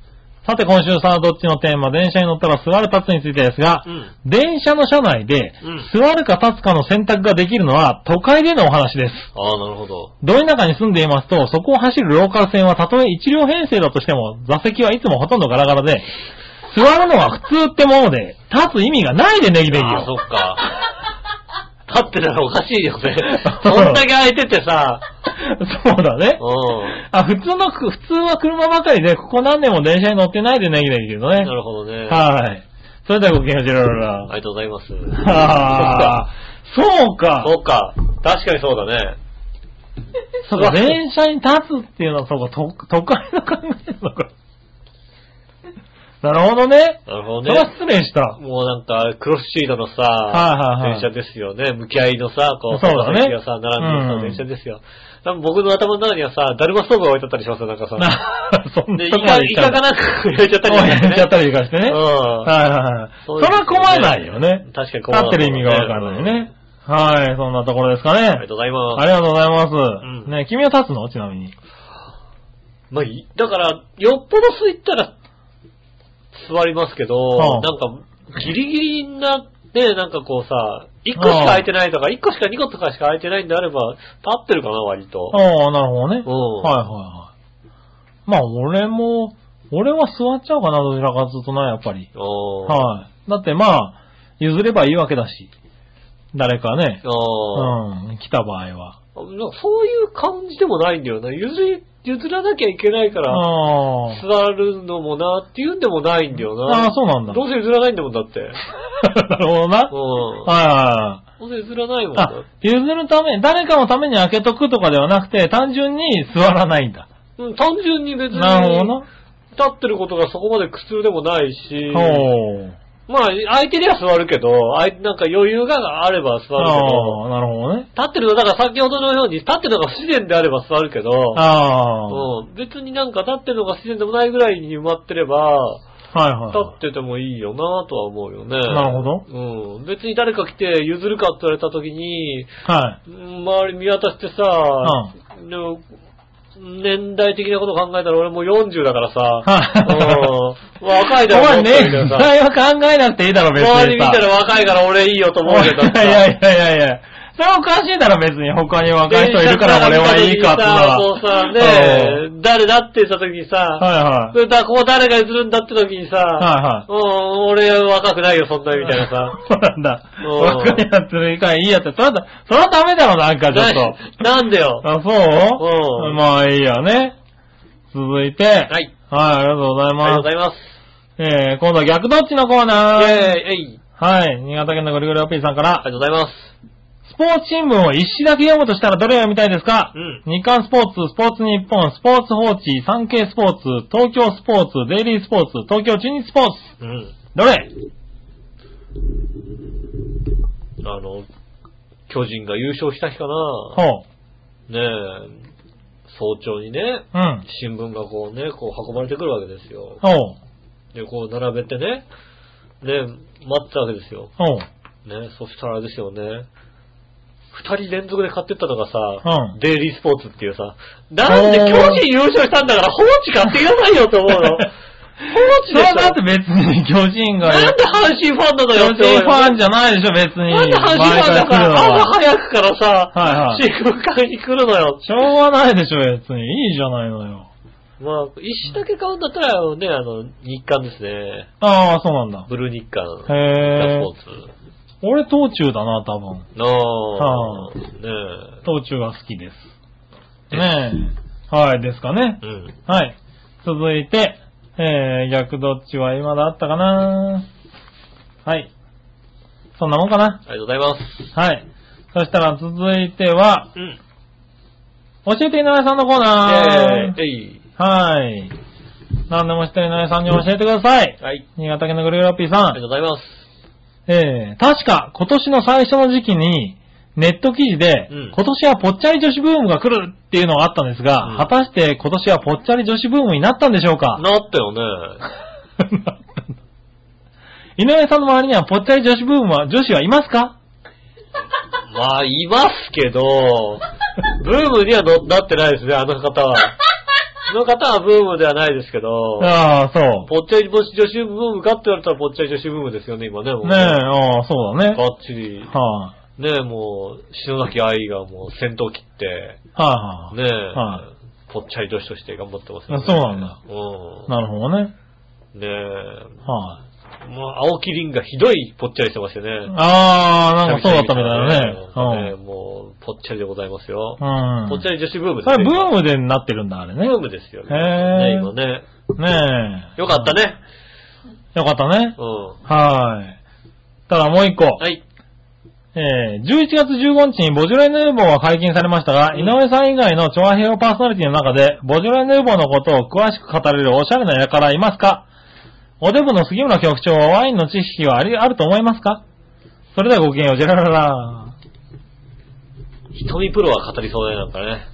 [SPEAKER 3] さて今週さあどっちのテーマ、電車に乗ったら座る立つについてですが、
[SPEAKER 2] うん。
[SPEAKER 3] 電車の車内で
[SPEAKER 2] うん
[SPEAKER 3] 座るか立つかの選択ができるのは都会でのお話です。
[SPEAKER 2] ああ、なるほど。
[SPEAKER 3] ど田舎に住んでいますと、そこを走るローカル線はたとえ一両編成だとしても、座席はいつもほとんどガラガラで、座るのは普通ってもので、立つ意味がないでネギネギ
[SPEAKER 2] ああ、そ
[SPEAKER 3] を。
[SPEAKER 2] っ か。立ってたらおかしいよね。こんだけ空いててさ。
[SPEAKER 3] そうだね
[SPEAKER 2] う。ん。
[SPEAKER 3] あ、普通の、普通は車ばかりで、ここ何年も電車に乗ってないでネギネギけどね。
[SPEAKER 2] なるほどね。
[SPEAKER 3] はい。それではごきげんよう、ジェララ
[SPEAKER 2] あ
[SPEAKER 3] ラ。
[SPEAKER 2] りがとうございます。
[SPEAKER 3] はあそうか。
[SPEAKER 2] そっか。確かにそうだね。
[SPEAKER 3] そうか、電車に立つっていうのは、そうか、都都会の考えなのか。なるほどね。
[SPEAKER 2] なるほど
[SPEAKER 3] それは
[SPEAKER 2] ね。
[SPEAKER 3] 失礼した。
[SPEAKER 2] もうなんか、クロスシードのさ、
[SPEAKER 3] はいはいはい
[SPEAKER 2] 電車ですよね。向き合いのさ、こう、
[SPEAKER 3] そうだね
[SPEAKER 2] 席がさ、並んでるさ、
[SPEAKER 3] うん
[SPEAKER 2] 電車ですよ。多分僕の頭の中にはさ、だるまストーブが置いてあったりしますよ、なんかさ。
[SPEAKER 3] な、 そん
[SPEAKER 2] で、
[SPEAKER 3] な
[SPEAKER 2] イ
[SPEAKER 3] とこま
[SPEAKER 2] カ、
[SPEAKER 3] で
[SPEAKER 2] イ
[SPEAKER 3] 行っちゃ
[SPEAKER 2] カ
[SPEAKER 3] う
[SPEAKER 2] かなんか焼いち ゃったり
[SPEAKER 3] そうやっちゃったりとかして
[SPEAKER 2] ね。
[SPEAKER 3] ね。
[SPEAKER 2] う
[SPEAKER 3] はいはいはい。そ
[SPEAKER 2] そうで
[SPEAKER 3] れ
[SPEAKER 2] すよね
[SPEAKER 3] は困らないよね。
[SPEAKER 2] ん。確かに
[SPEAKER 3] 立ってる意味がわからないよね。。はい、そんなところですかね。
[SPEAKER 2] ありがとうございます。
[SPEAKER 3] ありがとうございます。
[SPEAKER 2] うん
[SPEAKER 3] ね、君は立つのちなみに。
[SPEAKER 2] まあ、いだから、よっぽど空いたら、座りますけど、
[SPEAKER 3] はあ
[SPEAKER 2] なんか、ギリギリになって、なんかこうさ、1個しか空いてないとか、1個しか2個とかしか空いてないんであれば、立ってるかな、割と。
[SPEAKER 3] ああ、なるほどね。
[SPEAKER 2] うん
[SPEAKER 3] はいはいはい。まあ、俺も、俺は座っちゃうかな、どちらかというとな、やっぱり。
[SPEAKER 2] おー
[SPEAKER 3] はい。だってまあ、譲ればいいわけだし。誰かね。
[SPEAKER 2] あ
[SPEAKER 3] うん、来た場合は。
[SPEAKER 2] ーなんかそういう感じでもないんだよな。譲り、譲らなきゃいけないから、
[SPEAKER 3] ああ。
[SPEAKER 2] 座るのもなっていうんでもないんだよな。
[SPEAKER 3] ああ、そうなんだ。
[SPEAKER 2] どうせ譲らないんだもんだ って。うん。
[SPEAKER 3] なるほどな。はいはいはい。
[SPEAKER 2] どうせ譲らないもんだ
[SPEAKER 3] あ、譲るため、誰かのために開けとくとかではなくて、単純に座らないんだ。
[SPEAKER 2] うん、単純に別に。
[SPEAKER 3] なるほどな。
[SPEAKER 2] 立ってることがそこまで苦痛でもないし、
[SPEAKER 3] ほう。
[SPEAKER 2] まあ、空いてりゃ座るけど、あいなんか余裕があれば座るけど、
[SPEAKER 3] ああ、なるほどね。
[SPEAKER 2] 立ってるの、だから先ほどのように、立ってるのが不自然であれば座るけど、
[SPEAKER 3] ああ。は
[SPEAKER 2] うん、別になんか立ってるのが不自然でもないぐらいに埋まってれば、
[SPEAKER 3] いはい
[SPEAKER 2] 立
[SPEAKER 3] は
[SPEAKER 2] っててもいいよなとは思うよね。
[SPEAKER 3] なるほ
[SPEAKER 2] ど。うん。別に誰か来て譲るかって言われた時に、
[SPEAKER 3] い。はい。
[SPEAKER 2] うん周り見渡してさ、でも年代的なことを考えたら俺もう40だから さ、
[SPEAKER 3] はい
[SPEAKER 2] うん若いだ
[SPEAKER 3] お
[SPEAKER 2] ろうと思っ
[SPEAKER 3] 前
[SPEAKER 2] てる
[SPEAKER 3] ね、
[SPEAKER 2] けどさ、
[SPEAKER 3] 時代は考えなくていいだろ、別にさ。
[SPEAKER 2] 周り見たら若いから俺いいよと思うけどさ
[SPEAKER 3] い、やいやいやいや。それはおかしいだろ、別に。他に若い人いるから俺はいいかってのは
[SPEAKER 2] そうさ、ね誰だって言った時にさ、
[SPEAKER 3] はいはい。
[SPEAKER 2] それだここ誰が譲るんだって時にさ、
[SPEAKER 3] は
[SPEAKER 2] うん、俺若くないよ、そんなに
[SPEAKER 3] いは
[SPEAKER 2] み
[SPEAKER 3] い。
[SPEAKER 2] たいなさ。
[SPEAKER 3] そうなんだ
[SPEAKER 2] う。ん
[SPEAKER 3] 若いやつのいいかいいやつ。それは、それはダメだろ、なんかちょっと。
[SPEAKER 2] ななんでよ。
[SPEAKER 3] あ、
[SPEAKER 2] う
[SPEAKER 3] そうんまあいいやね。続いて。
[SPEAKER 2] は
[SPEAKER 3] は
[SPEAKER 2] い、
[SPEAKER 3] い。ありがとうござい
[SPEAKER 2] ありがとう
[SPEAKER 3] ま
[SPEAKER 2] ご
[SPEAKER 3] す。
[SPEAKER 2] ざいます。
[SPEAKER 3] えー、今度は逆どっちのコーナ
[SPEAKER 2] イェーイ、
[SPEAKER 3] ー。
[SPEAKER 2] えい、
[SPEAKER 3] はい。新潟県のぐるぐるおっぴーさんから
[SPEAKER 2] あ。りがとうございます。
[SPEAKER 3] スポーツ新聞を一紙だけ読むとしたらどれを読みたいですか、
[SPEAKER 2] うん
[SPEAKER 3] 日刊スポーツ、スポーツ日本、スポーツ報知、産経スポーツ、東京スポーツ、デイリースポーツ、東京中日スポーツ。
[SPEAKER 2] うん。
[SPEAKER 3] どれ
[SPEAKER 2] あの、巨人が優勝した日かな。
[SPEAKER 3] ほう。
[SPEAKER 2] ねえ、早朝にね、
[SPEAKER 3] うん。
[SPEAKER 2] 新聞がこうね、こう運ばれてくるわけですよ。
[SPEAKER 3] ほう。
[SPEAKER 2] で、こう並べてね、ね、待ってたわけですよ。
[SPEAKER 3] ほう。
[SPEAKER 2] ね、そしたらあれですよね、二人連続で買ってったのがさ、
[SPEAKER 3] うん
[SPEAKER 2] デイリースポーツっていうさ、なんで巨人優勝したんだから放置買ってくださいよ と思うの。放置
[SPEAKER 3] そ
[SPEAKER 2] でし
[SPEAKER 3] れは
[SPEAKER 2] ょ
[SPEAKER 3] だって別に巨人が、
[SPEAKER 2] なんで阪神ファンなのよって思う
[SPEAKER 3] 巨人
[SPEAKER 2] よ
[SPEAKER 3] ファンじゃないでしょ、別に。
[SPEAKER 2] なんで阪神ファンだから
[SPEAKER 3] 毎回来るのは
[SPEAKER 2] 朝早くからさ、
[SPEAKER 3] はいはい
[SPEAKER 2] 新聞買いに来るのよ。
[SPEAKER 3] しょうがないでしょ、別に。いいじゃないのよ。
[SPEAKER 2] まあ、石だけ買うんだったら、ね、あの、日刊ですね。
[SPEAKER 3] ああ、そうなんだ。
[SPEAKER 2] ブルー日刊。
[SPEAKER 3] へえ
[SPEAKER 2] スポーツ。
[SPEAKER 3] 俺、東中だな、多分。
[SPEAKER 2] ああ
[SPEAKER 3] は。
[SPEAKER 2] ね
[SPEAKER 3] 東中が好きです。ねえ。はい、ですかね
[SPEAKER 2] え。。うん。
[SPEAKER 3] はい。続いて、えー、逆どっちは今だあったかなはい。そんなもんかな
[SPEAKER 2] ありがとうございます。
[SPEAKER 3] はい。そしたら続いては、
[SPEAKER 2] うん。
[SPEAKER 3] 教えて井上さんのコーナー。
[SPEAKER 2] えい。
[SPEAKER 3] はい。何でも知ってる井上さんに教えてください。
[SPEAKER 2] はい。
[SPEAKER 3] 新潟県のグルーラッピーさ
[SPEAKER 2] あ
[SPEAKER 3] ん
[SPEAKER 2] りがとう。ございます。
[SPEAKER 3] えー、確か今年の最初の時期に、ネット記事で、
[SPEAKER 2] うん
[SPEAKER 3] 今年はぽっちゃり女子ブームが来るっていうのがあったんですが、
[SPEAKER 2] うん
[SPEAKER 3] 果たして今年はぽっちゃり女子ブームになったんでしょうか
[SPEAKER 2] なった よね。
[SPEAKER 3] 井上さんの周りにはぽっちゃり女子ブームは、女子はいますか
[SPEAKER 2] まあ、いますけど、ブームにはのなってないですね、あの方は。あの方はブームではないですけど。
[SPEAKER 3] ああ、そ
[SPEAKER 2] ぽっちゃり女子女子ブームかって言われたらぽっちゃり女子ブームですよね、今ね。も
[SPEAKER 3] う。
[SPEAKER 2] う
[SPEAKER 3] ねえ、ああ、そうだね。
[SPEAKER 2] ば
[SPEAKER 3] はい、
[SPEAKER 2] っちり。ねえ、もう、篠崎愛がもう先頭切って、
[SPEAKER 3] はい、
[SPEAKER 2] ねえ、
[SPEAKER 3] は
[SPEAKER 2] ぽっちゃり女子として頑張ってますよね。
[SPEAKER 3] そうなんだ。
[SPEAKER 2] う
[SPEAKER 3] なるほどね。
[SPEAKER 2] ん。ねえ、
[SPEAKER 3] はい、
[SPEAKER 2] もう青木凛がひどいぽっちゃりしてましたね。
[SPEAKER 3] ああ、なんかそうだったみた
[SPEAKER 2] 久々に
[SPEAKER 3] いだ
[SPEAKER 2] 見たらね
[SPEAKER 3] ね。
[SPEAKER 2] もう、ぽっちゃりでございますよ。
[SPEAKER 3] うん。
[SPEAKER 2] ぽっちゃり女子ブーム
[SPEAKER 3] それブ
[SPEAKER 2] 今
[SPEAKER 3] ームでなってるんだ、あれね。
[SPEAKER 2] ブームですよね。
[SPEAKER 3] へ
[SPEAKER 2] ね
[SPEAKER 3] え
[SPEAKER 2] 今ね。
[SPEAKER 3] ねえ。
[SPEAKER 2] よかった。ね。
[SPEAKER 3] よかったね。
[SPEAKER 2] うん。
[SPEAKER 3] はい。ただもう一個。
[SPEAKER 2] はい。
[SPEAKER 3] えー、11月15日にボジョレ・ヌーボーが解禁されましたが、
[SPEAKER 2] うん
[SPEAKER 3] 井上さん以外の調和平和パーソナリティの中で、ボジョレ・ヌーボーのことを詳しく語れるおしゃれな輩はいますかおデブの杉村局長はワインの知識はあり、あると思いますかそれではごきげんよう、ジェラララ。
[SPEAKER 2] 瞳プロは語りそうだね、なんかね。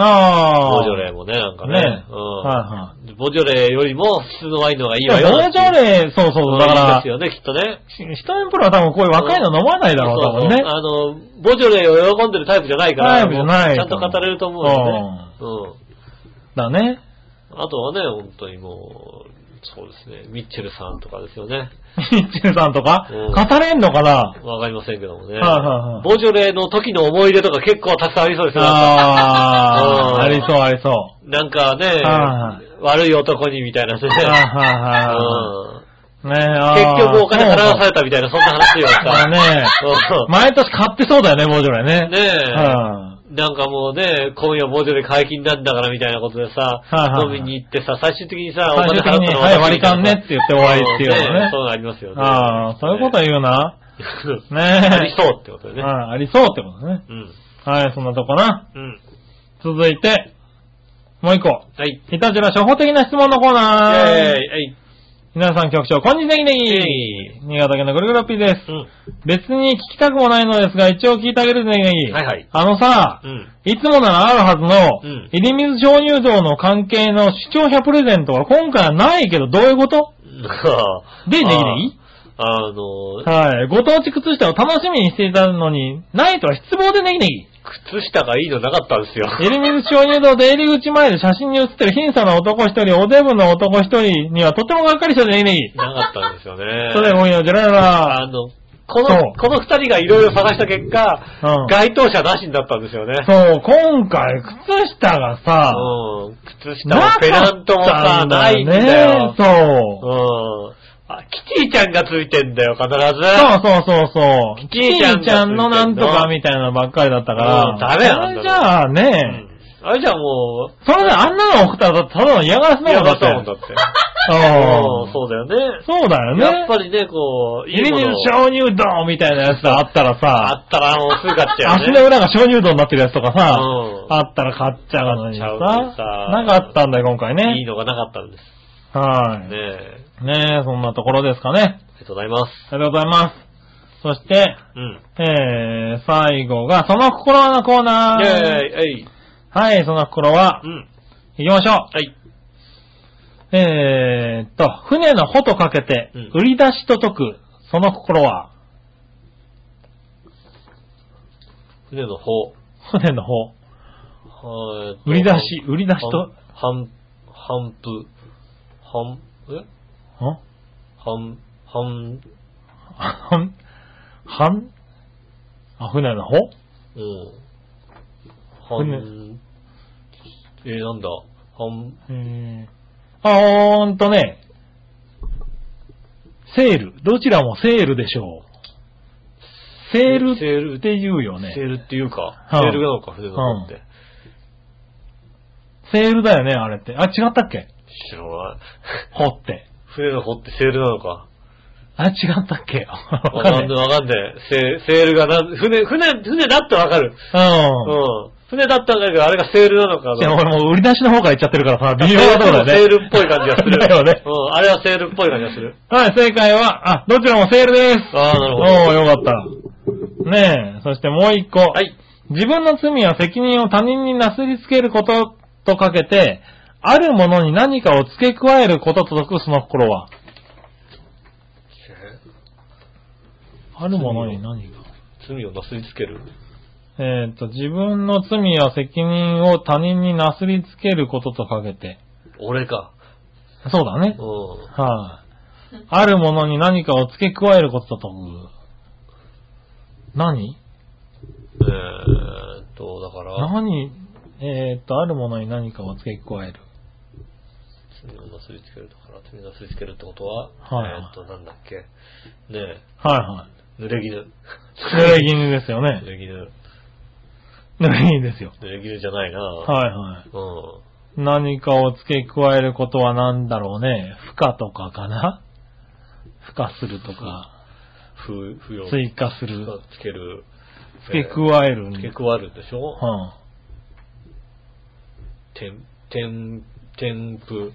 [SPEAKER 3] あ
[SPEAKER 2] ボ
[SPEAKER 3] あ。
[SPEAKER 2] ジョレーもね、なんかね。
[SPEAKER 3] ね
[SPEAKER 2] うん
[SPEAKER 3] は
[SPEAKER 2] ボジョレーよりも普通のワインの方がい
[SPEAKER 3] い
[SPEAKER 2] い
[SPEAKER 3] は
[SPEAKER 2] わ
[SPEAKER 3] い。
[SPEAKER 2] よ。
[SPEAKER 3] ボジョレー、そうそう、だか
[SPEAKER 2] いい
[SPEAKER 3] ら
[SPEAKER 2] です、よね、きっとね。
[SPEAKER 3] 一目プロは多分こういう若いの飲まないだろう、多分
[SPEAKER 2] そう
[SPEAKER 3] ね
[SPEAKER 2] そう。あの、ボジョレーを喜んでるタイプじゃないから、
[SPEAKER 3] タイプじゃない
[SPEAKER 2] ちゃんと語れると思うんですね。うん。
[SPEAKER 3] だね。
[SPEAKER 2] あとはね、本当にもう、そうですね、ミッチェルさんとかですよね。
[SPEAKER 3] ミッチェルさんとか、
[SPEAKER 2] うん
[SPEAKER 3] 語れんのかな
[SPEAKER 2] わかりませんけどもね。
[SPEAKER 3] はいはいはい
[SPEAKER 2] ボジョレーの時の思い出とか結構たくさんありそうですよ。
[SPEAKER 3] あ
[SPEAKER 2] うん
[SPEAKER 3] あ、ありそうありそう。
[SPEAKER 2] なんかね、
[SPEAKER 3] は
[SPEAKER 2] 悪い男にみたいなね。
[SPEAKER 3] あ
[SPEAKER 2] う
[SPEAKER 3] は
[SPEAKER 2] ん
[SPEAKER 3] いはい。ねえ、あ
[SPEAKER 2] 結
[SPEAKER 3] ー
[SPEAKER 2] 局お金払わされたみたいな、そんな話よ。
[SPEAKER 3] そうそうだね
[SPEAKER 2] う
[SPEAKER 3] 毎年買ってそうだよね、ボジョレね。
[SPEAKER 2] んねえ、
[SPEAKER 3] うん
[SPEAKER 2] なんかもうね、今夜ボジョレー解禁なんだからみたいなことでさ、
[SPEAKER 3] はいはいはい
[SPEAKER 2] 飲みに行ってさ、最終的にさ、お
[SPEAKER 3] 最
[SPEAKER 2] 金
[SPEAKER 3] 終的
[SPEAKER 2] 払った
[SPEAKER 3] に、
[SPEAKER 2] の
[SPEAKER 3] はい、割り勘ねって言って終わりっていう
[SPEAKER 2] ね
[SPEAKER 3] の
[SPEAKER 2] そう
[SPEAKER 3] ね。
[SPEAKER 2] なりますよね。
[SPEAKER 3] ああ、そういうこと
[SPEAKER 2] ね
[SPEAKER 3] 言うな。ねえ
[SPEAKER 2] ありそうってことで
[SPEAKER 3] う
[SPEAKER 2] ね。
[SPEAKER 3] んありそうってことね。
[SPEAKER 2] うん。
[SPEAKER 3] はい、そんなとこな。
[SPEAKER 2] うん。
[SPEAKER 3] 続いて、もう一個。
[SPEAKER 2] はい。
[SPEAKER 3] いたじら初歩的な質問のコーナー。
[SPEAKER 2] イ
[SPEAKER 3] 皆さん局長、こんにちは、ネ
[SPEAKER 2] ェーイ
[SPEAKER 3] ギネギ。
[SPEAKER 2] イェーイ
[SPEAKER 3] 新潟県のぐるぐるピーです。
[SPEAKER 2] うん。
[SPEAKER 3] 別に聞きたくもないのですが、一応聞いてあげるぜ、ネギネギ。
[SPEAKER 2] はいはい
[SPEAKER 3] あのさ、
[SPEAKER 2] うん。
[SPEAKER 3] いつもならあるはず
[SPEAKER 2] う
[SPEAKER 3] の
[SPEAKER 2] ん、
[SPEAKER 3] 入水鍾乳洞の関係の視聴者プレゼントは今回はないけど、どういうことで、ネギネギ
[SPEAKER 2] あーあのー、
[SPEAKER 3] はい。ご当地靴下を楽しみにしていたのに、ないとは失望でネギネギ。
[SPEAKER 2] 靴下がいいのなかったんですよ。
[SPEAKER 3] 入水鍾乳洞出入り口前で写真に写ってる貧相な男一人、おデブの男一人にはとてもがっかりしたネギネギ。
[SPEAKER 2] なかったんですよね。
[SPEAKER 3] それもいいよ、ジェララ
[SPEAKER 2] あの、こ
[SPEAKER 3] そ
[SPEAKER 2] の、
[SPEAKER 3] う
[SPEAKER 2] この二人がいろいろ探した結果、
[SPEAKER 3] うん
[SPEAKER 2] 該当者なしになったんですよね。
[SPEAKER 3] そう、今回、靴下がさ、
[SPEAKER 2] うん。靴下もペナントもさ、ないん
[SPEAKER 3] ね
[SPEAKER 2] だよ。
[SPEAKER 3] そう。
[SPEAKER 2] うん。あ、キティちゃんがついてんだよ、必ず。
[SPEAKER 3] そうそうそうそ
[SPEAKER 2] キ
[SPEAKER 3] う。
[SPEAKER 2] ティちゃんが
[SPEAKER 3] キティちゃんのなんとかみたいなのばっかりだったから。
[SPEAKER 2] うんダメなんだ
[SPEAKER 3] それじゃあ
[SPEAKER 2] う
[SPEAKER 3] ね、
[SPEAKER 2] ん。あれじゃあもう、
[SPEAKER 3] それであんなの送ったらただの嫌がらせだ
[SPEAKER 2] 嫌
[SPEAKER 3] も
[SPEAKER 2] が
[SPEAKER 3] んだ
[SPEAKER 2] っ
[SPEAKER 3] って。
[SPEAKER 2] たもんだって。うん、
[SPEAKER 3] そ
[SPEAKER 2] そうだよね
[SPEAKER 3] う。。そうだよね。
[SPEAKER 2] やっぱりね、こう、い
[SPEAKER 3] 入
[SPEAKER 2] い
[SPEAKER 3] り
[SPEAKER 2] ものを
[SPEAKER 3] 口鍾乳洞みたいなやつがあったら
[SPEAKER 2] あ
[SPEAKER 3] さ、
[SPEAKER 2] ったらもうすぐ買っちゃうよ
[SPEAKER 3] 足
[SPEAKER 2] ね。
[SPEAKER 3] の裏が鍾乳洞になってるやつとかさ、
[SPEAKER 2] うん
[SPEAKER 3] あったら買っちゃうのにさ、
[SPEAKER 2] 買っちゃうのにさ
[SPEAKER 3] なかったんだよ、今回
[SPEAKER 2] いい
[SPEAKER 3] ね。
[SPEAKER 2] のがなかったんです。
[SPEAKER 3] はい。
[SPEAKER 2] ね
[SPEAKER 3] ね
[SPEAKER 2] え。
[SPEAKER 3] え、そんなところですかね。
[SPEAKER 2] ありがとうございます。
[SPEAKER 3] ありがとうございます。そして、
[SPEAKER 2] うん。
[SPEAKER 3] えー、最後が、その心はのコーナー。
[SPEAKER 2] イェーイ、えい。
[SPEAKER 3] はい、その心は
[SPEAKER 2] う、ん。
[SPEAKER 3] 行きましょ
[SPEAKER 2] はい。
[SPEAKER 3] う。えーっと、船の帆とかけて
[SPEAKER 2] うん、
[SPEAKER 3] 売り出しと解く、その心は、
[SPEAKER 2] 船の方。
[SPEAKER 3] 船の帆、
[SPEAKER 2] は
[SPEAKER 3] 売り出し、売り出しと、
[SPEAKER 2] 半、半布。半、え
[SPEAKER 3] ん
[SPEAKER 2] 半、半、
[SPEAKER 3] はん、はん、あ、船の帆
[SPEAKER 2] うん。
[SPEAKER 3] 船
[SPEAKER 2] 半、えー、なんだ。半、
[SPEAKER 3] えー、あ、ほーんとね、セール。どちらもセールでしょう。セー
[SPEAKER 2] セール
[SPEAKER 3] ルって言うよね。
[SPEAKER 2] セールっていうか、
[SPEAKER 3] うん
[SPEAKER 2] セールなのか、船の方って。
[SPEAKER 3] セールだよね、あれって。あ、違ったっけ
[SPEAKER 2] 知らない。
[SPEAKER 3] ほって。
[SPEAKER 2] 船の方ってセールなのか。
[SPEAKER 3] あ、違ったっけわ
[SPEAKER 2] わ
[SPEAKER 3] か
[SPEAKER 2] かんな
[SPEAKER 3] ん
[SPEAKER 2] い、
[SPEAKER 3] ない。
[SPEAKER 2] わかんない。セセールがなん、船、船、船だってわかる。
[SPEAKER 3] うん。
[SPEAKER 2] うん。船だったんだけど、あれがセールなのか
[SPEAKER 3] いや、
[SPEAKER 2] な。
[SPEAKER 3] 俺もう売り出しの方から言っちゃってるからさ、微妙なところだ
[SPEAKER 2] セ
[SPEAKER 3] よ
[SPEAKER 2] ー
[SPEAKER 3] ね。
[SPEAKER 2] ルっぽい感じがする。
[SPEAKER 3] だよね
[SPEAKER 2] う。ん、あれはセールっぽい感じがする。
[SPEAKER 3] はい、正解は、あ、どちらもセールです。
[SPEAKER 2] あーなるほど
[SPEAKER 3] おー、よかった。ねえ、そしてもう一個。
[SPEAKER 2] はい。
[SPEAKER 3] 自分の罪は責任を他人になすりつけることとかけて、あるものに何かを付け加えることと解くその心は。あるものに何か。
[SPEAKER 2] 罪をなすりつける。
[SPEAKER 3] えっ、と、自分の罪は責任を他人になすりつけることとかけて。
[SPEAKER 2] 俺か。
[SPEAKER 3] そうだね
[SPEAKER 2] う。ん。
[SPEAKER 3] はい、あ。るものに何かを付け加えることと解く。
[SPEAKER 2] え
[SPEAKER 3] 何
[SPEAKER 2] ーっと、だから、
[SPEAKER 3] 何えっ、と、あるものに何かを付け加える。
[SPEAKER 2] 罪をなすりつけるだから、罪をなすりつけるってことは、
[SPEAKER 3] はい
[SPEAKER 2] えーっと、なんだっけ。ね
[SPEAKER 3] はいはい。
[SPEAKER 2] え、濡れ衣。
[SPEAKER 3] 濡れ衣ですよ
[SPEAKER 2] 濡
[SPEAKER 3] ね。
[SPEAKER 2] れ衣。
[SPEAKER 3] 濡れ衣ですよ。
[SPEAKER 2] 濡れ衣じゃないな
[SPEAKER 3] はいはい。
[SPEAKER 2] うん。
[SPEAKER 3] 何かを付け加えることは何だろうね。付加とかかな付加するとか、
[SPEAKER 2] ふ、不要。
[SPEAKER 3] 追加する、
[SPEAKER 2] つける。
[SPEAKER 3] 付け加える。
[SPEAKER 2] えー付け加えるでしょ
[SPEAKER 3] うん
[SPEAKER 2] 天、天、天ぷ、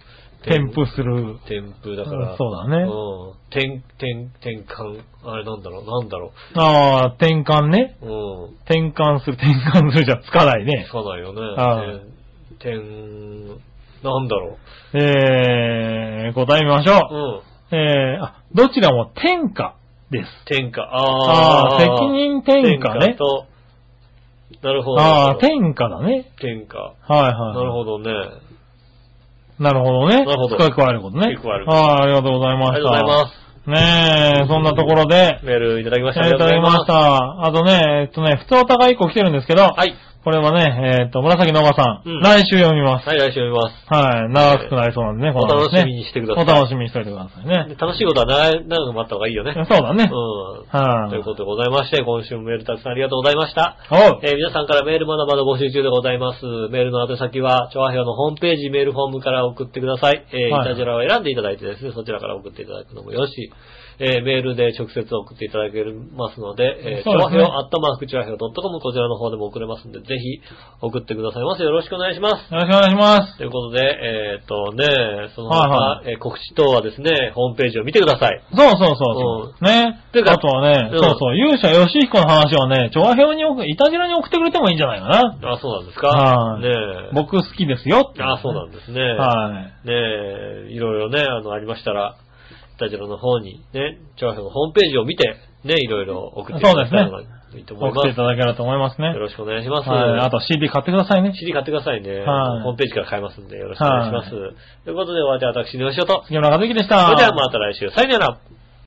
[SPEAKER 3] 添付する。
[SPEAKER 2] 天風だから。
[SPEAKER 3] うんそうだね
[SPEAKER 2] うん。天、天、天換、あれなんだろう、なんだろ
[SPEAKER 3] ああ、転換ね。
[SPEAKER 2] う。うん。
[SPEAKER 3] 転換する、転換するじゃつかないね
[SPEAKER 2] つ。かないよね。
[SPEAKER 3] はい
[SPEAKER 2] 天、天、なんだろ
[SPEAKER 3] えー、答え見ましょ
[SPEAKER 2] う。
[SPEAKER 3] う。
[SPEAKER 2] うん。
[SPEAKER 3] えー、あ、どちらも天下です。
[SPEAKER 2] 天下、
[SPEAKER 3] あ
[SPEAKER 2] あ
[SPEAKER 3] あ、
[SPEAKER 2] あ。
[SPEAKER 3] 責任天下ね
[SPEAKER 2] 天。と、なるほど。
[SPEAKER 3] ああ、天下だね。
[SPEAKER 2] 天下。
[SPEAKER 3] はいはい。
[SPEAKER 2] なるほどね。
[SPEAKER 3] なるほど
[SPEAKER 2] な
[SPEAKER 3] ね。
[SPEAKER 2] るほど
[SPEAKER 3] 付け加えることね。
[SPEAKER 2] 付け加える
[SPEAKER 3] はい、ありがとうござい
[SPEAKER 2] あ
[SPEAKER 3] ました。
[SPEAKER 2] りがとうございます。
[SPEAKER 3] ねえ、そんなところで、
[SPEAKER 2] メールいただきました。
[SPEAKER 3] ありがとうございまし
[SPEAKER 2] あ
[SPEAKER 3] た。あとね、えっとね、普通お互い1個来てるんですけ
[SPEAKER 2] り
[SPEAKER 3] ど、
[SPEAKER 2] がとうございます。
[SPEAKER 3] これはね、えっと、紫のおばさん、
[SPEAKER 2] うん
[SPEAKER 3] 来週読みます。
[SPEAKER 2] はい。はい、来週読みます。
[SPEAKER 3] はい、長くなりそうなんでね、こ
[SPEAKER 2] お
[SPEAKER 3] の話
[SPEAKER 2] 楽
[SPEAKER 3] ね。
[SPEAKER 2] しみにしてください。
[SPEAKER 3] お楽しみにしておいてください
[SPEAKER 2] で
[SPEAKER 3] ね。
[SPEAKER 2] 楽しいことは長い長く待った方がいいよね。
[SPEAKER 3] そうだね。
[SPEAKER 2] うん。
[SPEAKER 3] はい、
[SPEAKER 2] ということでございまして、今週もメールたくさんありがとうございました。
[SPEAKER 3] おう
[SPEAKER 2] えー皆さんからメールまだまだ募集中でございます。メールの宛先は、調和表のホームページメールフォームから送ってください。えー、
[SPEAKER 3] はい
[SPEAKER 2] イタジェラを選んでいただいてですね、そちらから送っていただくのもよし、えーメールで直接送っていただけますので、えー、
[SPEAKER 3] そ
[SPEAKER 2] 調和
[SPEAKER 3] うですね
[SPEAKER 2] 表、アットマーク調和表 .com こちらの方でも送れますんで、ぜひ送ってくださいませ。よろしくお願いします。
[SPEAKER 3] よろしくお願いします。
[SPEAKER 2] ということで、えっ、とね、その他、
[SPEAKER 3] は
[SPEAKER 2] えー告知等はですね、ホームページを見てください。
[SPEAKER 3] そうそうそうそう。ね。
[SPEAKER 2] てか
[SPEAKER 3] あとはね、
[SPEAKER 2] うん
[SPEAKER 3] そうそう、勇者吉彦の話はね、調和表に送、いたじらに送ってくれてもいいんじゃないかな。
[SPEAKER 2] あ、そうなんですか
[SPEAKER 3] はい
[SPEAKER 2] ねえ。
[SPEAKER 3] 僕好きですよって。
[SPEAKER 2] あ、そうなんですね。
[SPEAKER 3] はい。
[SPEAKER 2] ねえ、いろいろね、あの、ありましたら、スタジオの方に、ね、長編のホームページを見て、ね、いろいろ送っていただいたらいいと思い
[SPEAKER 3] 送
[SPEAKER 2] ま
[SPEAKER 3] っ
[SPEAKER 2] す。
[SPEAKER 3] ていただければと思いますね
[SPEAKER 2] よ。ろしくお願いします。
[SPEAKER 3] はい。あと CD 買ってくださいね。
[SPEAKER 2] CD 買ってくださいね。
[SPEAKER 3] はい
[SPEAKER 2] ホームページから買えますんで、よろしくお願いします。ということで、お相手は私、のよしおと。
[SPEAKER 3] 杉村和之でした。
[SPEAKER 2] それではまた来週、さよなら。